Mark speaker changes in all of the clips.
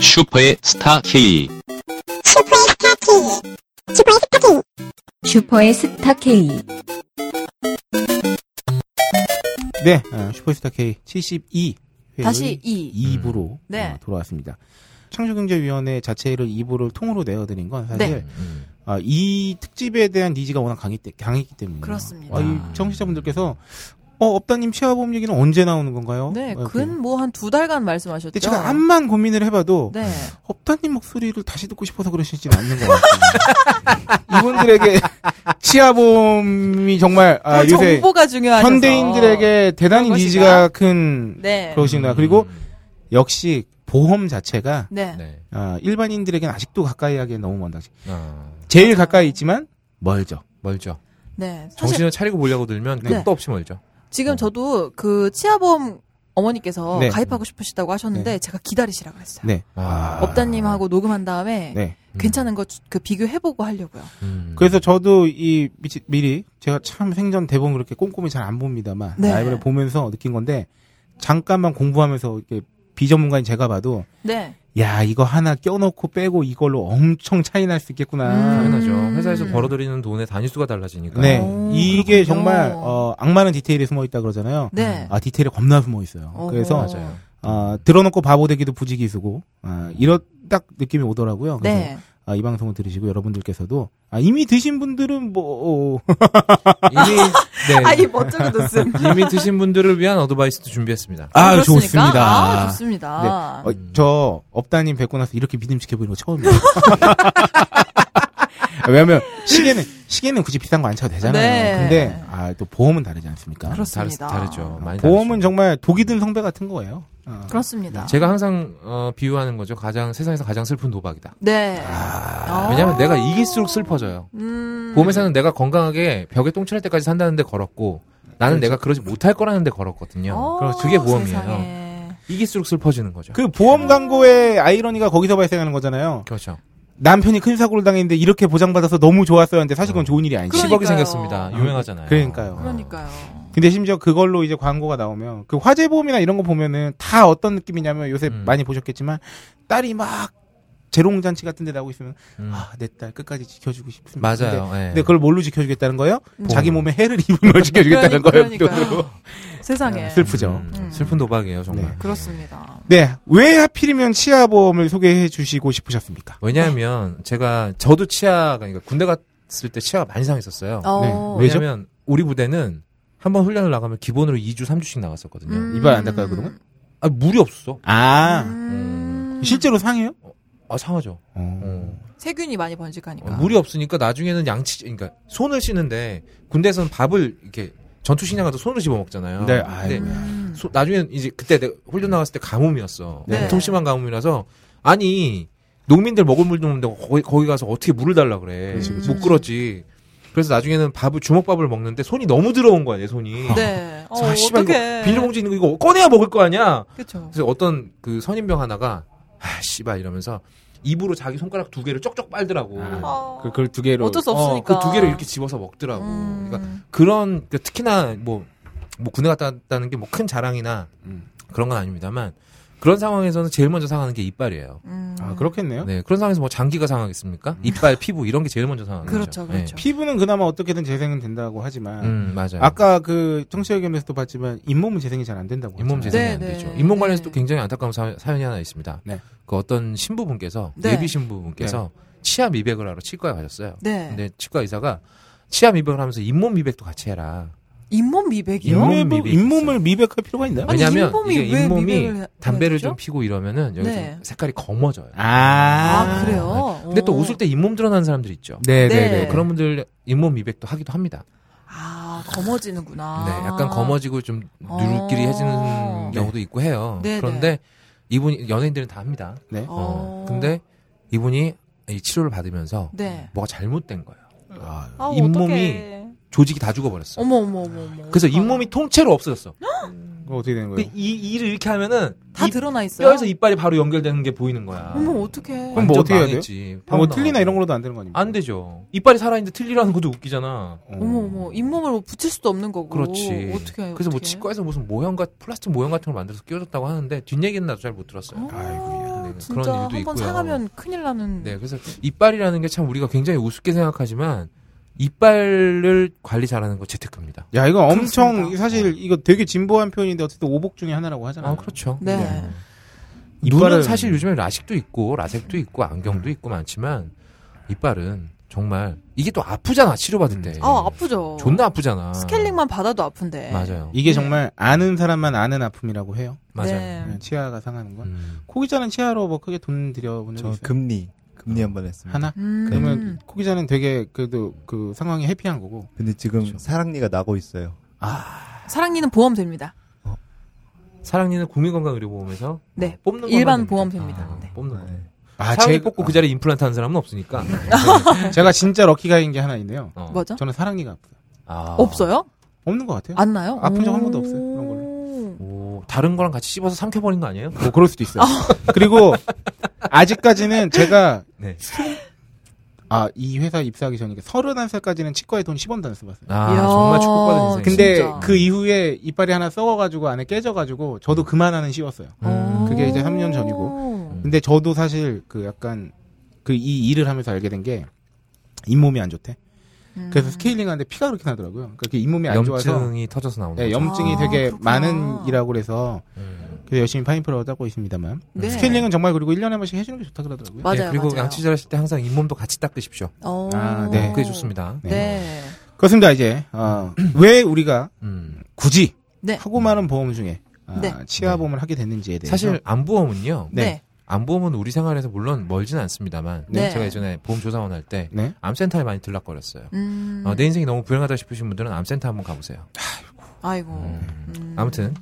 Speaker 1: 슈퍼의 스타 K.
Speaker 2: 슈퍼의 스타 K 슈퍼의 스타 K
Speaker 3: 슈퍼의 스타 K.
Speaker 4: 네, 어, 슈퍼스타 K 72회
Speaker 5: 다시 이
Speaker 4: 2부로 어,
Speaker 5: 네.
Speaker 4: 돌아왔습니다. 창조경제위원회 자체를 2부를 통으로 내어드린 건 사실
Speaker 5: 네.
Speaker 4: 아, 이 특집에 대한 니즈가 워낙 강했, 강했기 때문에
Speaker 5: 그렇습니다.
Speaker 4: 아, 이 청취자분들께서 어 업다님 치아보험 얘기는 언제 나오는 건가요? 어,
Speaker 5: 네,
Speaker 4: 이렇게.
Speaker 5: 근 뭐 한 두 달간 말씀하셨죠.
Speaker 4: 아, 근데 제가 암만 고민을 해봐도
Speaker 5: 네.
Speaker 4: 업다님 목소리를 다시 듣고 싶어서 그러시지는 않는 것 같아요. 이분들에게 치아보험이 정말 아,
Speaker 5: 더
Speaker 4: 요새
Speaker 5: 그 정보가 중요하죠.
Speaker 4: 현대인들에게 대단히
Speaker 5: 그런
Speaker 4: 니즈가 큰
Speaker 5: 네.
Speaker 4: 그러시구나.
Speaker 6: 음.
Speaker 4: 그리고 역시 보험 자체가
Speaker 5: 네.
Speaker 6: 네.
Speaker 4: 아, 일반인들에게는 아직도 가까이 하기엔 너무 먼다.
Speaker 6: 아,
Speaker 4: 제일 가까이 있지만 멀죠.
Speaker 6: 멀죠.
Speaker 5: 네. 사실
Speaker 6: 정신을 차리고 보려고 들면
Speaker 4: 네.
Speaker 6: 끝도 없이 멀죠.
Speaker 5: 지금 저도 그 치아보험 어머니께서
Speaker 4: 어. 네.
Speaker 5: 가입하고 싶으시다고 하셨는데 제가 기다리시라 그랬어요.
Speaker 4: 네.
Speaker 6: 아.
Speaker 5: 업다님하고 녹음한 다음에
Speaker 4: 네.
Speaker 5: 괜찮은 거 그 비교해보고 하려고요.
Speaker 6: 음.
Speaker 4: 그래서 저도 이 미치- 미리 제가 참 생전 대본 그렇게 꼼꼼히 잘 안 봅니다만
Speaker 5: 네.
Speaker 4: 라이브를 보면서 느낀 건데 잠깐만 공부하면서 이렇게 비전문가인 제가 봐도
Speaker 5: 네.
Speaker 4: 야 이거 하나 껴놓고 빼고 이걸로 엄청 차이 날 수 있겠구나.
Speaker 5: 음.
Speaker 6: 당연하죠. 회사에서 벌어들이는 돈의 단위수가 달라지니까.
Speaker 4: 네.
Speaker 5: 오,
Speaker 4: 이게
Speaker 5: 그렇군요.
Speaker 4: 정말 어, 악마는 디테일에 숨어 있다 그러잖아요.
Speaker 5: 네.
Speaker 4: 아 디테일에 겁나 숨어 있어요. 그래서
Speaker 5: 어허.
Speaker 6: 맞아요.
Speaker 4: 아, 들어놓고 바보 되기도 부지기수고, 아, 이런 딱 느낌이 오더라고요. 그래서
Speaker 5: 네.
Speaker 4: 아, 이 방송을 들으시고 여러분들께서도 아, 이미 드신 분들은 뭐 어,
Speaker 6: 이미 네.
Speaker 5: 아, 이 멋쩍은 웃음.
Speaker 6: 이미 드신 분들을 위한 어드바이스도 준비했습니다.
Speaker 4: 아,
Speaker 5: 그렇습니까?
Speaker 4: 좋습니다.
Speaker 5: 아,
Speaker 4: 네.
Speaker 5: 좋습니다.
Speaker 4: 어, 저 업다님 뵙고 나서 이렇게 믿음직해 보이는 거 처음이에요. 왜냐면 시계는 시계는 굳이 비싼 거 안 차도 되잖아요.
Speaker 5: 네.
Speaker 4: 근데 아, 또 보험은 다르지 않습니까? 어,
Speaker 5: 그렇습니다.
Speaker 6: 다르, 죠 많이
Speaker 4: 보험은
Speaker 6: 다르죠.
Speaker 4: 정말 독이 든 성배 같은 거예요. 어.
Speaker 5: 그렇습니다.
Speaker 6: 제가 항상 어, 비유하는 거죠. 가장 세상에서 가장 슬픈 도박이다.
Speaker 5: 네.
Speaker 4: 아,
Speaker 6: 왜냐하면 내가 이길수록 슬퍼져요.
Speaker 5: 음.
Speaker 6: 보험회사는 내가 건강하게 벽에 똥칠할 때까지 산다는데 걸었고
Speaker 4: 그렇죠.
Speaker 6: 나는 내가 그러지 못할 거라는데 걸었거든요.
Speaker 5: 어,
Speaker 6: 그래서 그게 보험이에요. 어.
Speaker 5: 세상에.
Speaker 6: 이길수록 슬퍼지는 거죠.
Speaker 4: 그 보험 광고의 아이러니가 거기서 발생하는 거잖아요.
Speaker 6: 그렇죠.
Speaker 4: 남편이 큰 사고를 당했는데 이렇게 보장받아서 너무 좋았어요. 근데 사실 그건 좋은 일이 아니죠.
Speaker 5: 그러니까요.
Speaker 6: 10억이 생겼습니다. 유명하잖아요.
Speaker 4: 그러니까요.
Speaker 5: 그러니까요.
Speaker 4: 근데 심지어 그걸로 이제 광고가 나오면 그 화재 보험이나 이런 거 보면은 다 어떤 느낌이냐면 요새
Speaker 6: 음.
Speaker 4: 많이 보셨겠지만 딸이 막 재롱잔치 같은 데 나오고 있으면
Speaker 6: 음.
Speaker 4: 아 내 딸 끝까지 지켜주고 싶은데
Speaker 6: 맞아요. 예.
Speaker 4: 근데 그걸 뭘로 지켜주겠다는 거예요?
Speaker 5: 음.
Speaker 4: 자기 몸에 해를 입은 걸 지켜주겠다는
Speaker 5: 그러니까,
Speaker 4: 거예요.
Speaker 5: 그러니까요.
Speaker 4: 돈으로.
Speaker 6: 네,
Speaker 5: 세상에.
Speaker 4: 슬프죠.
Speaker 5: 음.
Speaker 6: 슬픈 도박이에요, 정말.
Speaker 5: 그렇습니다.
Speaker 4: 네. 왜 하필이면 치아 보험을 소개해 주시고 싶으셨습니까?
Speaker 6: 왜냐하면 제가 저도 치아가 그러니까 군대 갔을 때 치아가 많이 상했었어요.
Speaker 5: 어.
Speaker 4: 네. 왜죠?
Speaker 6: 왜냐하면 우리 부대는 한 번 훈련을 나가면 기본으로 2주, 3주씩 나갔었거든요.
Speaker 5: 음.
Speaker 4: 이발 안 닦아요, 그동안?
Speaker 6: 아 물이 없어.
Speaker 4: 아
Speaker 5: 음.
Speaker 4: 실제로 상해요?
Speaker 6: 아 상하죠. 음.
Speaker 4: 어.
Speaker 5: 세균이 많이 번식하니까.
Speaker 4: 그러니까.
Speaker 6: 어, 물이 없으니까 나중에는 양치, 그러니까 손을 씻는데 군대에서는 밥을 이렇게 전투식량 가서 손으로 집어 먹잖아요.
Speaker 4: 네,
Speaker 6: 근데
Speaker 4: 아이고야.
Speaker 5: 음.
Speaker 6: 소- 나중엔 이제 그때 내가 훈련 나갔을 때 가뭄이었어.
Speaker 5: 네.
Speaker 6: 엄청 심한 가뭄이라서 아니 농민들 먹을 물도 없는데 거기, 거기 가서 어떻게 물을 달라 그래.
Speaker 5: 그치, 그치,
Speaker 6: 못
Speaker 5: 그치.
Speaker 6: 그렇지. 그래서 나중에는 밥을 주먹밥을 먹는데 손이 너무 더러운 거야 내 손이.
Speaker 5: 네. 어,
Speaker 6: 그래서 아, 씨발,
Speaker 5: 어떡해.
Speaker 6: 이거 비닐봉지 있는 거 이거 꺼내야 먹을 거 아니야.
Speaker 5: 그쵸.
Speaker 6: 그래서 어떤 그 선임병 하나가 아 씨발 이러면서 입으로 자기 손가락 두 개를 쪽쪽 빨더라고.
Speaker 4: 아,
Speaker 5: 어.
Speaker 4: 그- 그걸 두 개로
Speaker 5: 어쩔 수 없으니까.
Speaker 6: 그 두 개를 이렇게 집어서 먹더라고.
Speaker 5: 음.
Speaker 6: 그러니까 그런 그 특히나 뭐, 뭐 군대 갔다 왔다는 게 뭐 큰 자랑이나
Speaker 4: 음.
Speaker 6: 그런 건 아닙니다만 그런 상황에서는 제일 먼저 상하는 게 이빨이에요.
Speaker 5: 음.
Speaker 4: 아 그렇겠네요. 음.
Speaker 6: 네 그런 상황에서 뭐 장기가 상하겠습니까? 이빨, 피부 이런 게 제일 먼저 상하는
Speaker 5: 그렇죠,
Speaker 6: 거죠.
Speaker 5: 그렇죠.
Speaker 4: 피부는 그나마 어떻게든 재생은
Speaker 6: 네.
Speaker 4: 된다고 하지만
Speaker 6: 음 맞아요.
Speaker 4: 아까 그 청취의견에서도 봤지만 잇몸은 재생이 잘 안 된다고.
Speaker 6: 잇몸
Speaker 4: 하잖아요.
Speaker 6: 재생이
Speaker 5: 네,
Speaker 6: 안
Speaker 5: 네,
Speaker 6: 되죠. 잇몸
Speaker 5: 네.
Speaker 6: 관련해서 또 굉장히 안타까운 사- 사연이 하나 있습니다.
Speaker 4: 네.
Speaker 6: 그 어떤 신부분께서
Speaker 5: 네.
Speaker 6: 예비 신부분께서 치아 미백을 하러 치과에 가셨어요.
Speaker 5: 네.
Speaker 6: 근데 치과 의사가 치아 미백을 하면서 잇몸 미백도 같이 해라.
Speaker 5: 잇몸 미백이요?
Speaker 6: 네. 잇몸?
Speaker 4: 잇몸을,
Speaker 6: 미백이
Speaker 4: 잇몸을 미백할 필요가 있나요?
Speaker 5: 아니,
Speaker 6: 네? 왜냐면
Speaker 5: 잇몸이
Speaker 6: 이게
Speaker 5: 왜
Speaker 6: 잇몸이
Speaker 5: 미백을 해-
Speaker 6: 담배를
Speaker 5: 해야죠?
Speaker 6: 좀 피고 이러면은 여기
Speaker 5: 네.
Speaker 6: 좀 색깔이 검어져요.
Speaker 5: 아, 그래요?
Speaker 6: 네. 근데 또
Speaker 5: 어.
Speaker 6: 웃을 때 잇몸 드러나는 사람들 있죠.
Speaker 4: 네네네.
Speaker 5: 네.
Speaker 6: 그런 분들 잇몸 미백도 하기도 합니다.
Speaker 5: 아, 검어지는구나.
Speaker 6: 네, 약간 검어지고 좀 누룩끼리
Speaker 5: 어.
Speaker 6: 해지는 경우도 있고 해요.
Speaker 5: 네,
Speaker 6: 그런데 이분 연예인들은 다 합니다.
Speaker 4: 네.
Speaker 6: 어.
Speaker 5: 어.
Speaker 6: 근데 이분이 이 치료를 받으면서
Speaker 5: 네.
Speaker 6: 뭐가 잘못된 거예요.
Speaker 5: 아,
Speaker 6: 잇몸이-
Speaker 5: 어떡해.
Speaker 6: 조직이 다 죽어버렸어.
Speaker 5: 어머, 어머, 어머, 어머.
Speaker 6: 그래서
Speaker 5: 어떡하나.
Speaker 6: 잇몸이 통째로 없어졌어.
Speaker 4: 그거 어떻게 되는
Speaker 6: 근데
Speaker 4: 거예요?
Speaker 6: 이 이를 이렇게 하면은
Speaker 5: 다
Speaker 6: 이
Speaker 5: 드러나 있어요.
Speaker 6: 뼈에서 이빨이 바로 연결되는 게 보이는 거야.
Speaker 5: 어머, 어떡해.
Speaker 4: 그럼 뭐 어떻게 해야 돼요?
Speaker 6: 돼요?
Speaker 4: 아, 뭐 틀리나 이런 걸로도 안 되는 거 아닙니까?
Speaker 6: 안 되죠. 이빨이 살아있는데 틀리라는 것도 웃기잖아.
Speaker 4: 어.
Speaker 5: 어머 어머 잇몸을 뭐 붙일 수도 없는 거고
Speaker 6: 그렇지.
Speaker 5: 어떻게 해요
Speaker 6: 그래서 뭐
Speaker 5: 어떻게?
Speaker 6: 치과에서 무슨 모형 같 플라스틱 모형 같은 걸 만들어서 끼워줬다고 하는데 뒷얘기는 나도 잘 못 들었어요.
Speaker 5: 어?
Speaker 4: 아이고야.
Speaker 6: 네,
Speaker 5: 진짜
Speaker 6: 그런 일도
Speaker 5: 한 번
Speaker 6: 있고요.
Speaker 5: 상하면 큰일 나는.
Speaker 6: 네, 그래서 이빨이라는 게 참 우리가 굉장히 우습게 생각하지만 이빨을 관리 잘하는 거 재테크입니다.
Speaker 4: 야, 이거 엄청,
Speaker 5: 그렇습니다.
Speaker 4: 사실 이거 되게 진보한 표현인데 어쨌든 오복 중에 하나라고 하잖아요.
Speaker 6: 아, 그렇죠.
Speaker 5: 네.
Speaker 6: 눈은
Speaker 4: 이빨은-
Speaker 6: 사실 요즘에 라식도 있고 라섹도 있고 안경도 있고 많지만 이빨은 정말 이게 또 아프잖아 치료받을 때.
Speaker 5: 아 아프죠.
Speaker 6: 네. 존나 아프잖아.
Speaker 5: 스케일링만 네. 받아도 아픈데.
Speaker 6: 맞아요.
Speaker 4: 이게 정말 아는 사람만 아는 아픔이라고 해요.
Speaker 6: 맞아요.
Speaker 5: 네.
Speaker 4: 그냥 치아가 상하는 건.
Speaker 6: 음.
Speaker 4: 코기자는 치아로 뭐 크게 돈 들여본 적
Speaker 1: 저
Speaker 4: 있어요?
Speaker 1: 금리 금리 한 번 했습니다.
Speaker 4: 하나?
Speaker 5: 음.
Speaker 4: 그러면 코기자는 되게 그래도 그 상황이 해피한 거고.
Speaker 1: 근데 지금
Speaker 4: 그렇죠.
Speaker 1: 사랑니가 나고 있어요.
Speaker 5: 사랑니는 보험 됩니다.
Speaker 6: 사랑니는 국민건강의료보험에서 어,
Speaker 5: 네.
Speaker 6: 뽑는
Speaker 5: 일반
Speaker 6: 것만
Speaker 5: 보험
Speaker 6: 됩니다.
Speaker 5: 됩니다.
Speaker 6: 아,
Speaker 5: 네.
Speaker 6: 뽑는 거.
Speaker 1: 네.
Speaker 4: 아,
Speaker 6: 사랑니
Speaker 4: 제-
Speaker 6: 뽑고 그 자리에 임플란트 하는 사람은 없으니까.
Speaker 4: 아, 제가 진짜 럭키가인 게 하나 있네요.
Speaker 6: 어.
Speaker 5: 네. 뭐죠?
Speaker 4: 저는 사랑니가 아프다.
Speaker 6: 아.
Speaker 5: 없어요?
Speaker 4: 없는 것 같아요.
Speaker 5: 안 나요?
Speaker 4: 네. 아픈 적한
Speaker 5: 오.
Speaker 4: 번도 없어요, 그런 걸로.
Speaker 6: 오, 다른 거랑 같이 씹어서 삼켜버린 거 아니에요?
Speaker 4: 뭐 그럴 수도 있어요. 그리고 아직까지는 제가
Speaker 6: 네.
Speaker 4: 아, 이 회사 입사하기 전에 31살까지는 치과에 돈 10원도 안 써봤어요.
Speaker 6: 아,
Speaker 5: 이야,
Speaker 6: 정말 축복받은 인생.
Speaker 4: 근데
Speaker 5: 진짜.
Speaker 4: 그 이후에 이빨이 하나 썩어가지고 안에 깨져가지고 저도 그만하는 씌웠어요.
Speaker 5: 음.
Speaker 4: 그게 이제 삼년 전이고. 근데 저도 사실 그 약간 그 이 일을 하면서 알게 된 게 잇몸이 안 좋대.
Speaker 5: 음.
Speaker 4: 그래서 스케일링 하는데 피가 그렇게 나더라고요. 그러니까 이렇게 잇몸이 안 좋아서
Speaker 6: 염증이 터져서 나오는
Speaker 4: 네,
Speaker 6: 거죠.
Speaker 4: 염증이
Speaker 5: 아,
Speaker 4: 되게
Speaker 5: 그렇구나.
Speaker 4: 많은 이라고 그래서
Speaker 6: 음.
Speaker 4: 그래서 열심히 파인프라고 닦고 있습니다만
Speaker 5: 네.
Speaker 4: 스케일링은 정말 그리고 1년에 한 번씩 해주는 게 좋다 그러더라고요.
Speaker 5: 맞아요,
Speaker 6: 네, 그리고
Speaker 5: 맞아요.
Speaker 6: 양치질하실 때 항상 잇몸도 같이 닦으십시오.
Speaker 5: 어.
Speaker 4: 아, 네.
Speaker 6: 그게 좋습니다.
Speaker 5: 네.
Speaker 4: 그렇습니다. 이제 어, 왜 우리가
Speaker 6: 음.
Speaker 4: 굳이
Speaker 5: 네.
Speaker 4: 하고 많은 보험 중에 아,
Speaker 5: 네.
Speaker 4: 치아보험을 하게 됐는지에 대해서
Speaker 6: 사실 안보험은요.
Speaker 4: 네.
Speaker 5: 네.
Speaker 6: 안보험은 우리 생활에서 물론 멀진 않습니다만
Speaker 5: 네.
Speaker 6: 제가 예전에 보험 조사원 할 때
Speaker 4: 네.
Speaker 6: 암센터에 많이 들락거렸어요.
Speaker 5: 음.
Speaker 6: 어, 내 인생이 너무 불행하다 싶으신 분들은 암센터 한번 가보세요.
Speaker 5: 아이고.
Speaker 6: 음.
Speaker 5: 음.
Speaker 6: 아무튼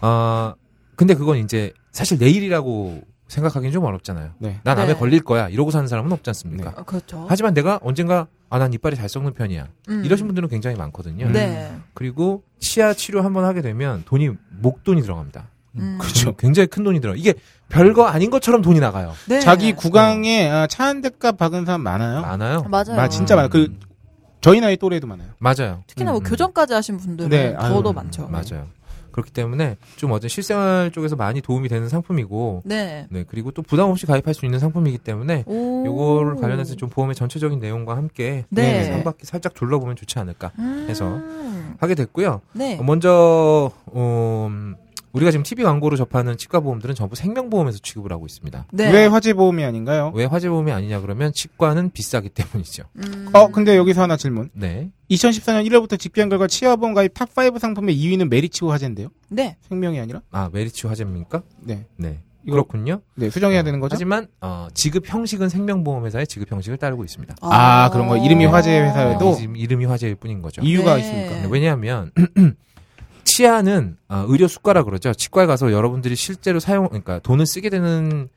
Speaker 6: 어, 근데 그건 이제 사실 내일이라고 생각하기는 좀 어렵잖아요.
Speaker 4: 네.
Speaker 6: 난 암에
Speaker 5: 네.
Speaker 6: 걸릴 거야 이러고 사는 사람은 없지 않습니까?
Speaker 5: 어, 그렇죠.
Speaker 6: 하지만 내가 언젠가 아 난 이빨이 잘 썩는 편이야
Speaker 5: 음.
Speaker 6: 이러신 분들은 굉장히 많거든요.
Speaker 5: 네.
Speaker 6: 그리고 치아 치료 한번 하게 되면 돈이 목돈이 들어갑니다.
Speaker 5: 음.
Speaker 4: 그렇죠.
Speaker 6: 굉장히 큰 돈이 들어. 이게 별거 아닌 것처럼 돈이 나가요.
Speaker 5: 네.
Speaker 4: 자기 구강에 아, 차 한 대값 박은 사람
Speaker 5: 어?
Speaker 4: 많아요.
Speaker 6: 많아요.
Speaker 5: 맞아요. 음.
Speaker 4: 마- 진짜 많아요. 그
Speaker 6: 음.
Speaker 4: 저희 나이 또래도 많아요.
Speaker 6: 맞아요.
Speaker 5: 특히나 뭐
Speaker 6: 음,
Speaker 5: 교정까지 하신 분들은
Speaker 4: 네, 아유,
Speaker 5: 더더 많죠.
Speaker 6: 음, 맞아요. 그렇기 때문에 좀 어쨌든 실생활 쪽에서 많이 도움이 되는 상품이고,
Speaker 5: 네.
Speaker 6: 네 그리고 또 부담 없이 가입할 수 있는 상품이기 때문에
Speaker 5: 오.
Speaker 6: 요거를 관련해서 좀 보험의 전체적인 내용과 함께
Speaker 5: 네.
Speaker 6: 한 바퀴 살짝 둘러보면 좋지 않을까
Speaker 5: 음.
Speaker 6: 해서 하게 됐고요.
Speaker 5: 네.
Speaker 6: 먼저 음, 우리가 지금 TV 광고로 접하는 치과 보험들은 전부 생명보험에서 취급을 하고 있습니다.
Speaker 5: 네.
Speaker 4: 왜 화재 보험이 아닌가요?
Speaker 6: 왜 화재 보험이 아니냐 그러면 치과는 비싸기 때문이죠.
Speaker 5: 음.
Speaker 4: 어, 근데 여기서 하나 질문.
Speaker 6: 네.
Speaker 4: 2014년 1월부터 집계한 결과 치아보험 가입 탑5 상품의 2위는 메리치오 화재인데요.
Speaker 5: 네.
Speaker 4: 생명이 아니라?
Speaker 6: 아 메리츠 화재입니까?
Speaker 4: 네.
Speaker 6: 네.
Speaker 4: 이거-
Speaker 6: 그렇군요.
Speaker 4: 네, 수정해야 되는 거죠?
Speaker 6: 하지만 어, 지급 형식은 생명보험회사의 지급 형식을 따르고 있습니다.
Speaker 4: 아, 그런 거. 이름이 화재 회사에도?
Speaker 6: 지금 이름이 화재일 뿐인 거죠.
Speaker 4: 이유가
Speaker 5: 네.
Speaker 4: 있습니까?
Speaker 6: 네, 왜냐하면 치아는 어, 의료 수가라 그러죠. 치과에 가서 여러분들이 실제로 사용 그러니까 돈을 쓰게 되는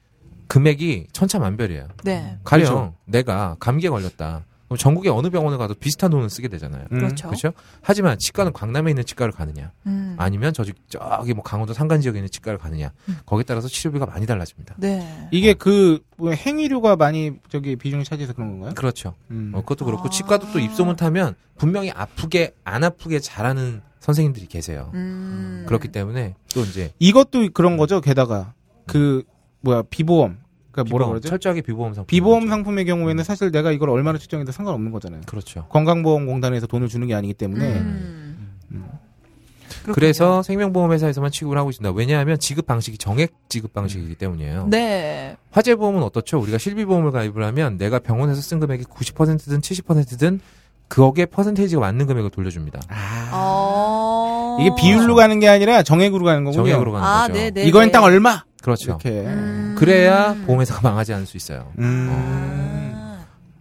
Speaker 6: 금액이 천차만별이에요.
Speaker 5: 네.
Speaker 6: 가령
Speaker 4: 그렇죠.
Speaker 6: 내가 감기에 걸렸다. 그럼 전국의 어느 병원에 가도 비슷한 돈을 쓰게 되잖아요.
Speaker 4: 음,
Speaker 5: 그렇죠.
Speaker 6: 그렇죠? 하지만 치과는 광남에 있는 치과를 가느냐,
Speaker 5: 음.
Speaker 6: 아니면 저 저기 뭐 강원도 산간 지역에 있는 치과를 가느냐, 거기에 따라서 치료비가 많이 달라집니다.
Speaker 5: 네.
Speaker 4: 이게 그뭐 행위료가 많이 저기 비중을 차지해서 그런 건가요?
Speaker 6: 그렇죠.
Speaker 4: 음.
Speaker 6: 어, 그것도 그렇고
Speaker 5: 아.
Speaker 6: 치과도 또 입소문 타면 분명히 아프게 안 아프게 잘하는 선생님들이 계세요.
Speaker 5: 음.
Speaker 6: 그렇기 때문에 또 이제
Speaker 4: 이것도 그런 거죠. 게다가 그 뭐야 비보험. 그러니까 뭐라
Speaker 6: 비보험,
Speaker 4: 그러죠?
Speaker 6: 철저하게 비보험 상품.
Speaker 4: 비보험 상품의 경우에는 사실 내가 이걸 얼마나 측정해도 상관없는 거잖아요.
Speaker 6: 그렇죠.
Speaker 4: 건강보험공단에서 돈을 주는 게 아니기 때문에
Speaker 5: 음. 그렇군요.
Speaker 6: 그래서 생명보험회사에서만 취급을 하고 있습니다. 왜냐하면 지급 방식이 정액 지급 방식이기 때문이에요.
Speaker 5: 네.
Speaker 6: 화재보험은 어떻죠? 우리가 실비보험을 가입을 하면 내가 병원에서 쓴 금액이 90%든 70%든 그거에 퍼센테이지가 맞는 금액을 돌려줍니다.
Speaker 4: 아,
Speaker 5: 아. 어.
Speaker 4: 이게 비율로 가는 게 아니라 정액으로 가는 거군요.
Speaker 6: 정액으로 가는
Speaker 5: 아,
Speaker 6: 거죠.
Speaker 5: 네, 네.
Speaker 4: 이거엔
Speaker 5: 네.
Speaker 4: 딱 얼마?
Speaker 6: 그렇죠.
Speaker 4: 이렇게.
Speaker 5: 음.
Speaker 6: 그래야 보험회사가 망하지 않을 수 있어요.
Speaker 4: 음.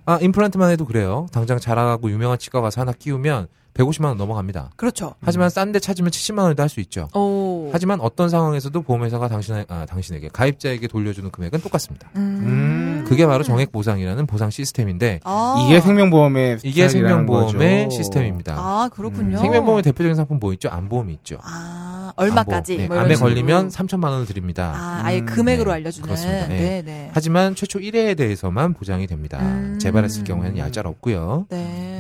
Speaker 6: 아, 임플란트만 해도 그래요. 당장 자라가고 유명한 치과 가서 하나 끼우면 150만 원 넘어갑니다.
Speaker 5: 그렇죠.
Speaker 6: 하지만 싼 데 찾으면 70만 원에도 할 수 있죠.
Speaker 5: 오.
Speaker 6: 음. 하지만 어떤 상황에서도 보험회사가 당신, 아, 당신에게 가입자에게 돌려주는 금액은 똑같습니다.
Speaker 5: 음.
Speaker 6: 그게 바로 정액 보상이라는 보상 시스템인데
Speaker 5: 아.
Speaker 4: 이게 생명보험의
Speaker 6: 이게
Speaker 4: 스타일이라는
Speaker 6: 생명보험의
Speaker 4: 거죠.
Speaker 6: 시스템입니다.
Speaker 5: 아, 그렇군요.
Speaker 6: 음. 생명보험의 대표적인 상품 뭐 있죠? 암보험이 있죠.
Speaker 5: 아, 얼마까지? 뭐
Speaker 6: 암보험. 네,
Speaker 5: 이런
Speaker 6: 암에
Speaker 5: 식으로.
Speaker 6: 걸리면 3천만 원을 드립니다.
Speaker 5: 아, 아예
Speaker 4: 음,
Speaker 5: 금액으로
Speaker 6: 네,
Speaker 5: 알려주는.
Speaker 6: 그렇습니다. 네.
Speaker 5: 네, 네.
Speaker 6: 하지만 최초 1회에 대해서만 보장이 됩니다.
Speaker 5: 음.
Speaker 6: 재발했을 경우에는 얄짤 없고요.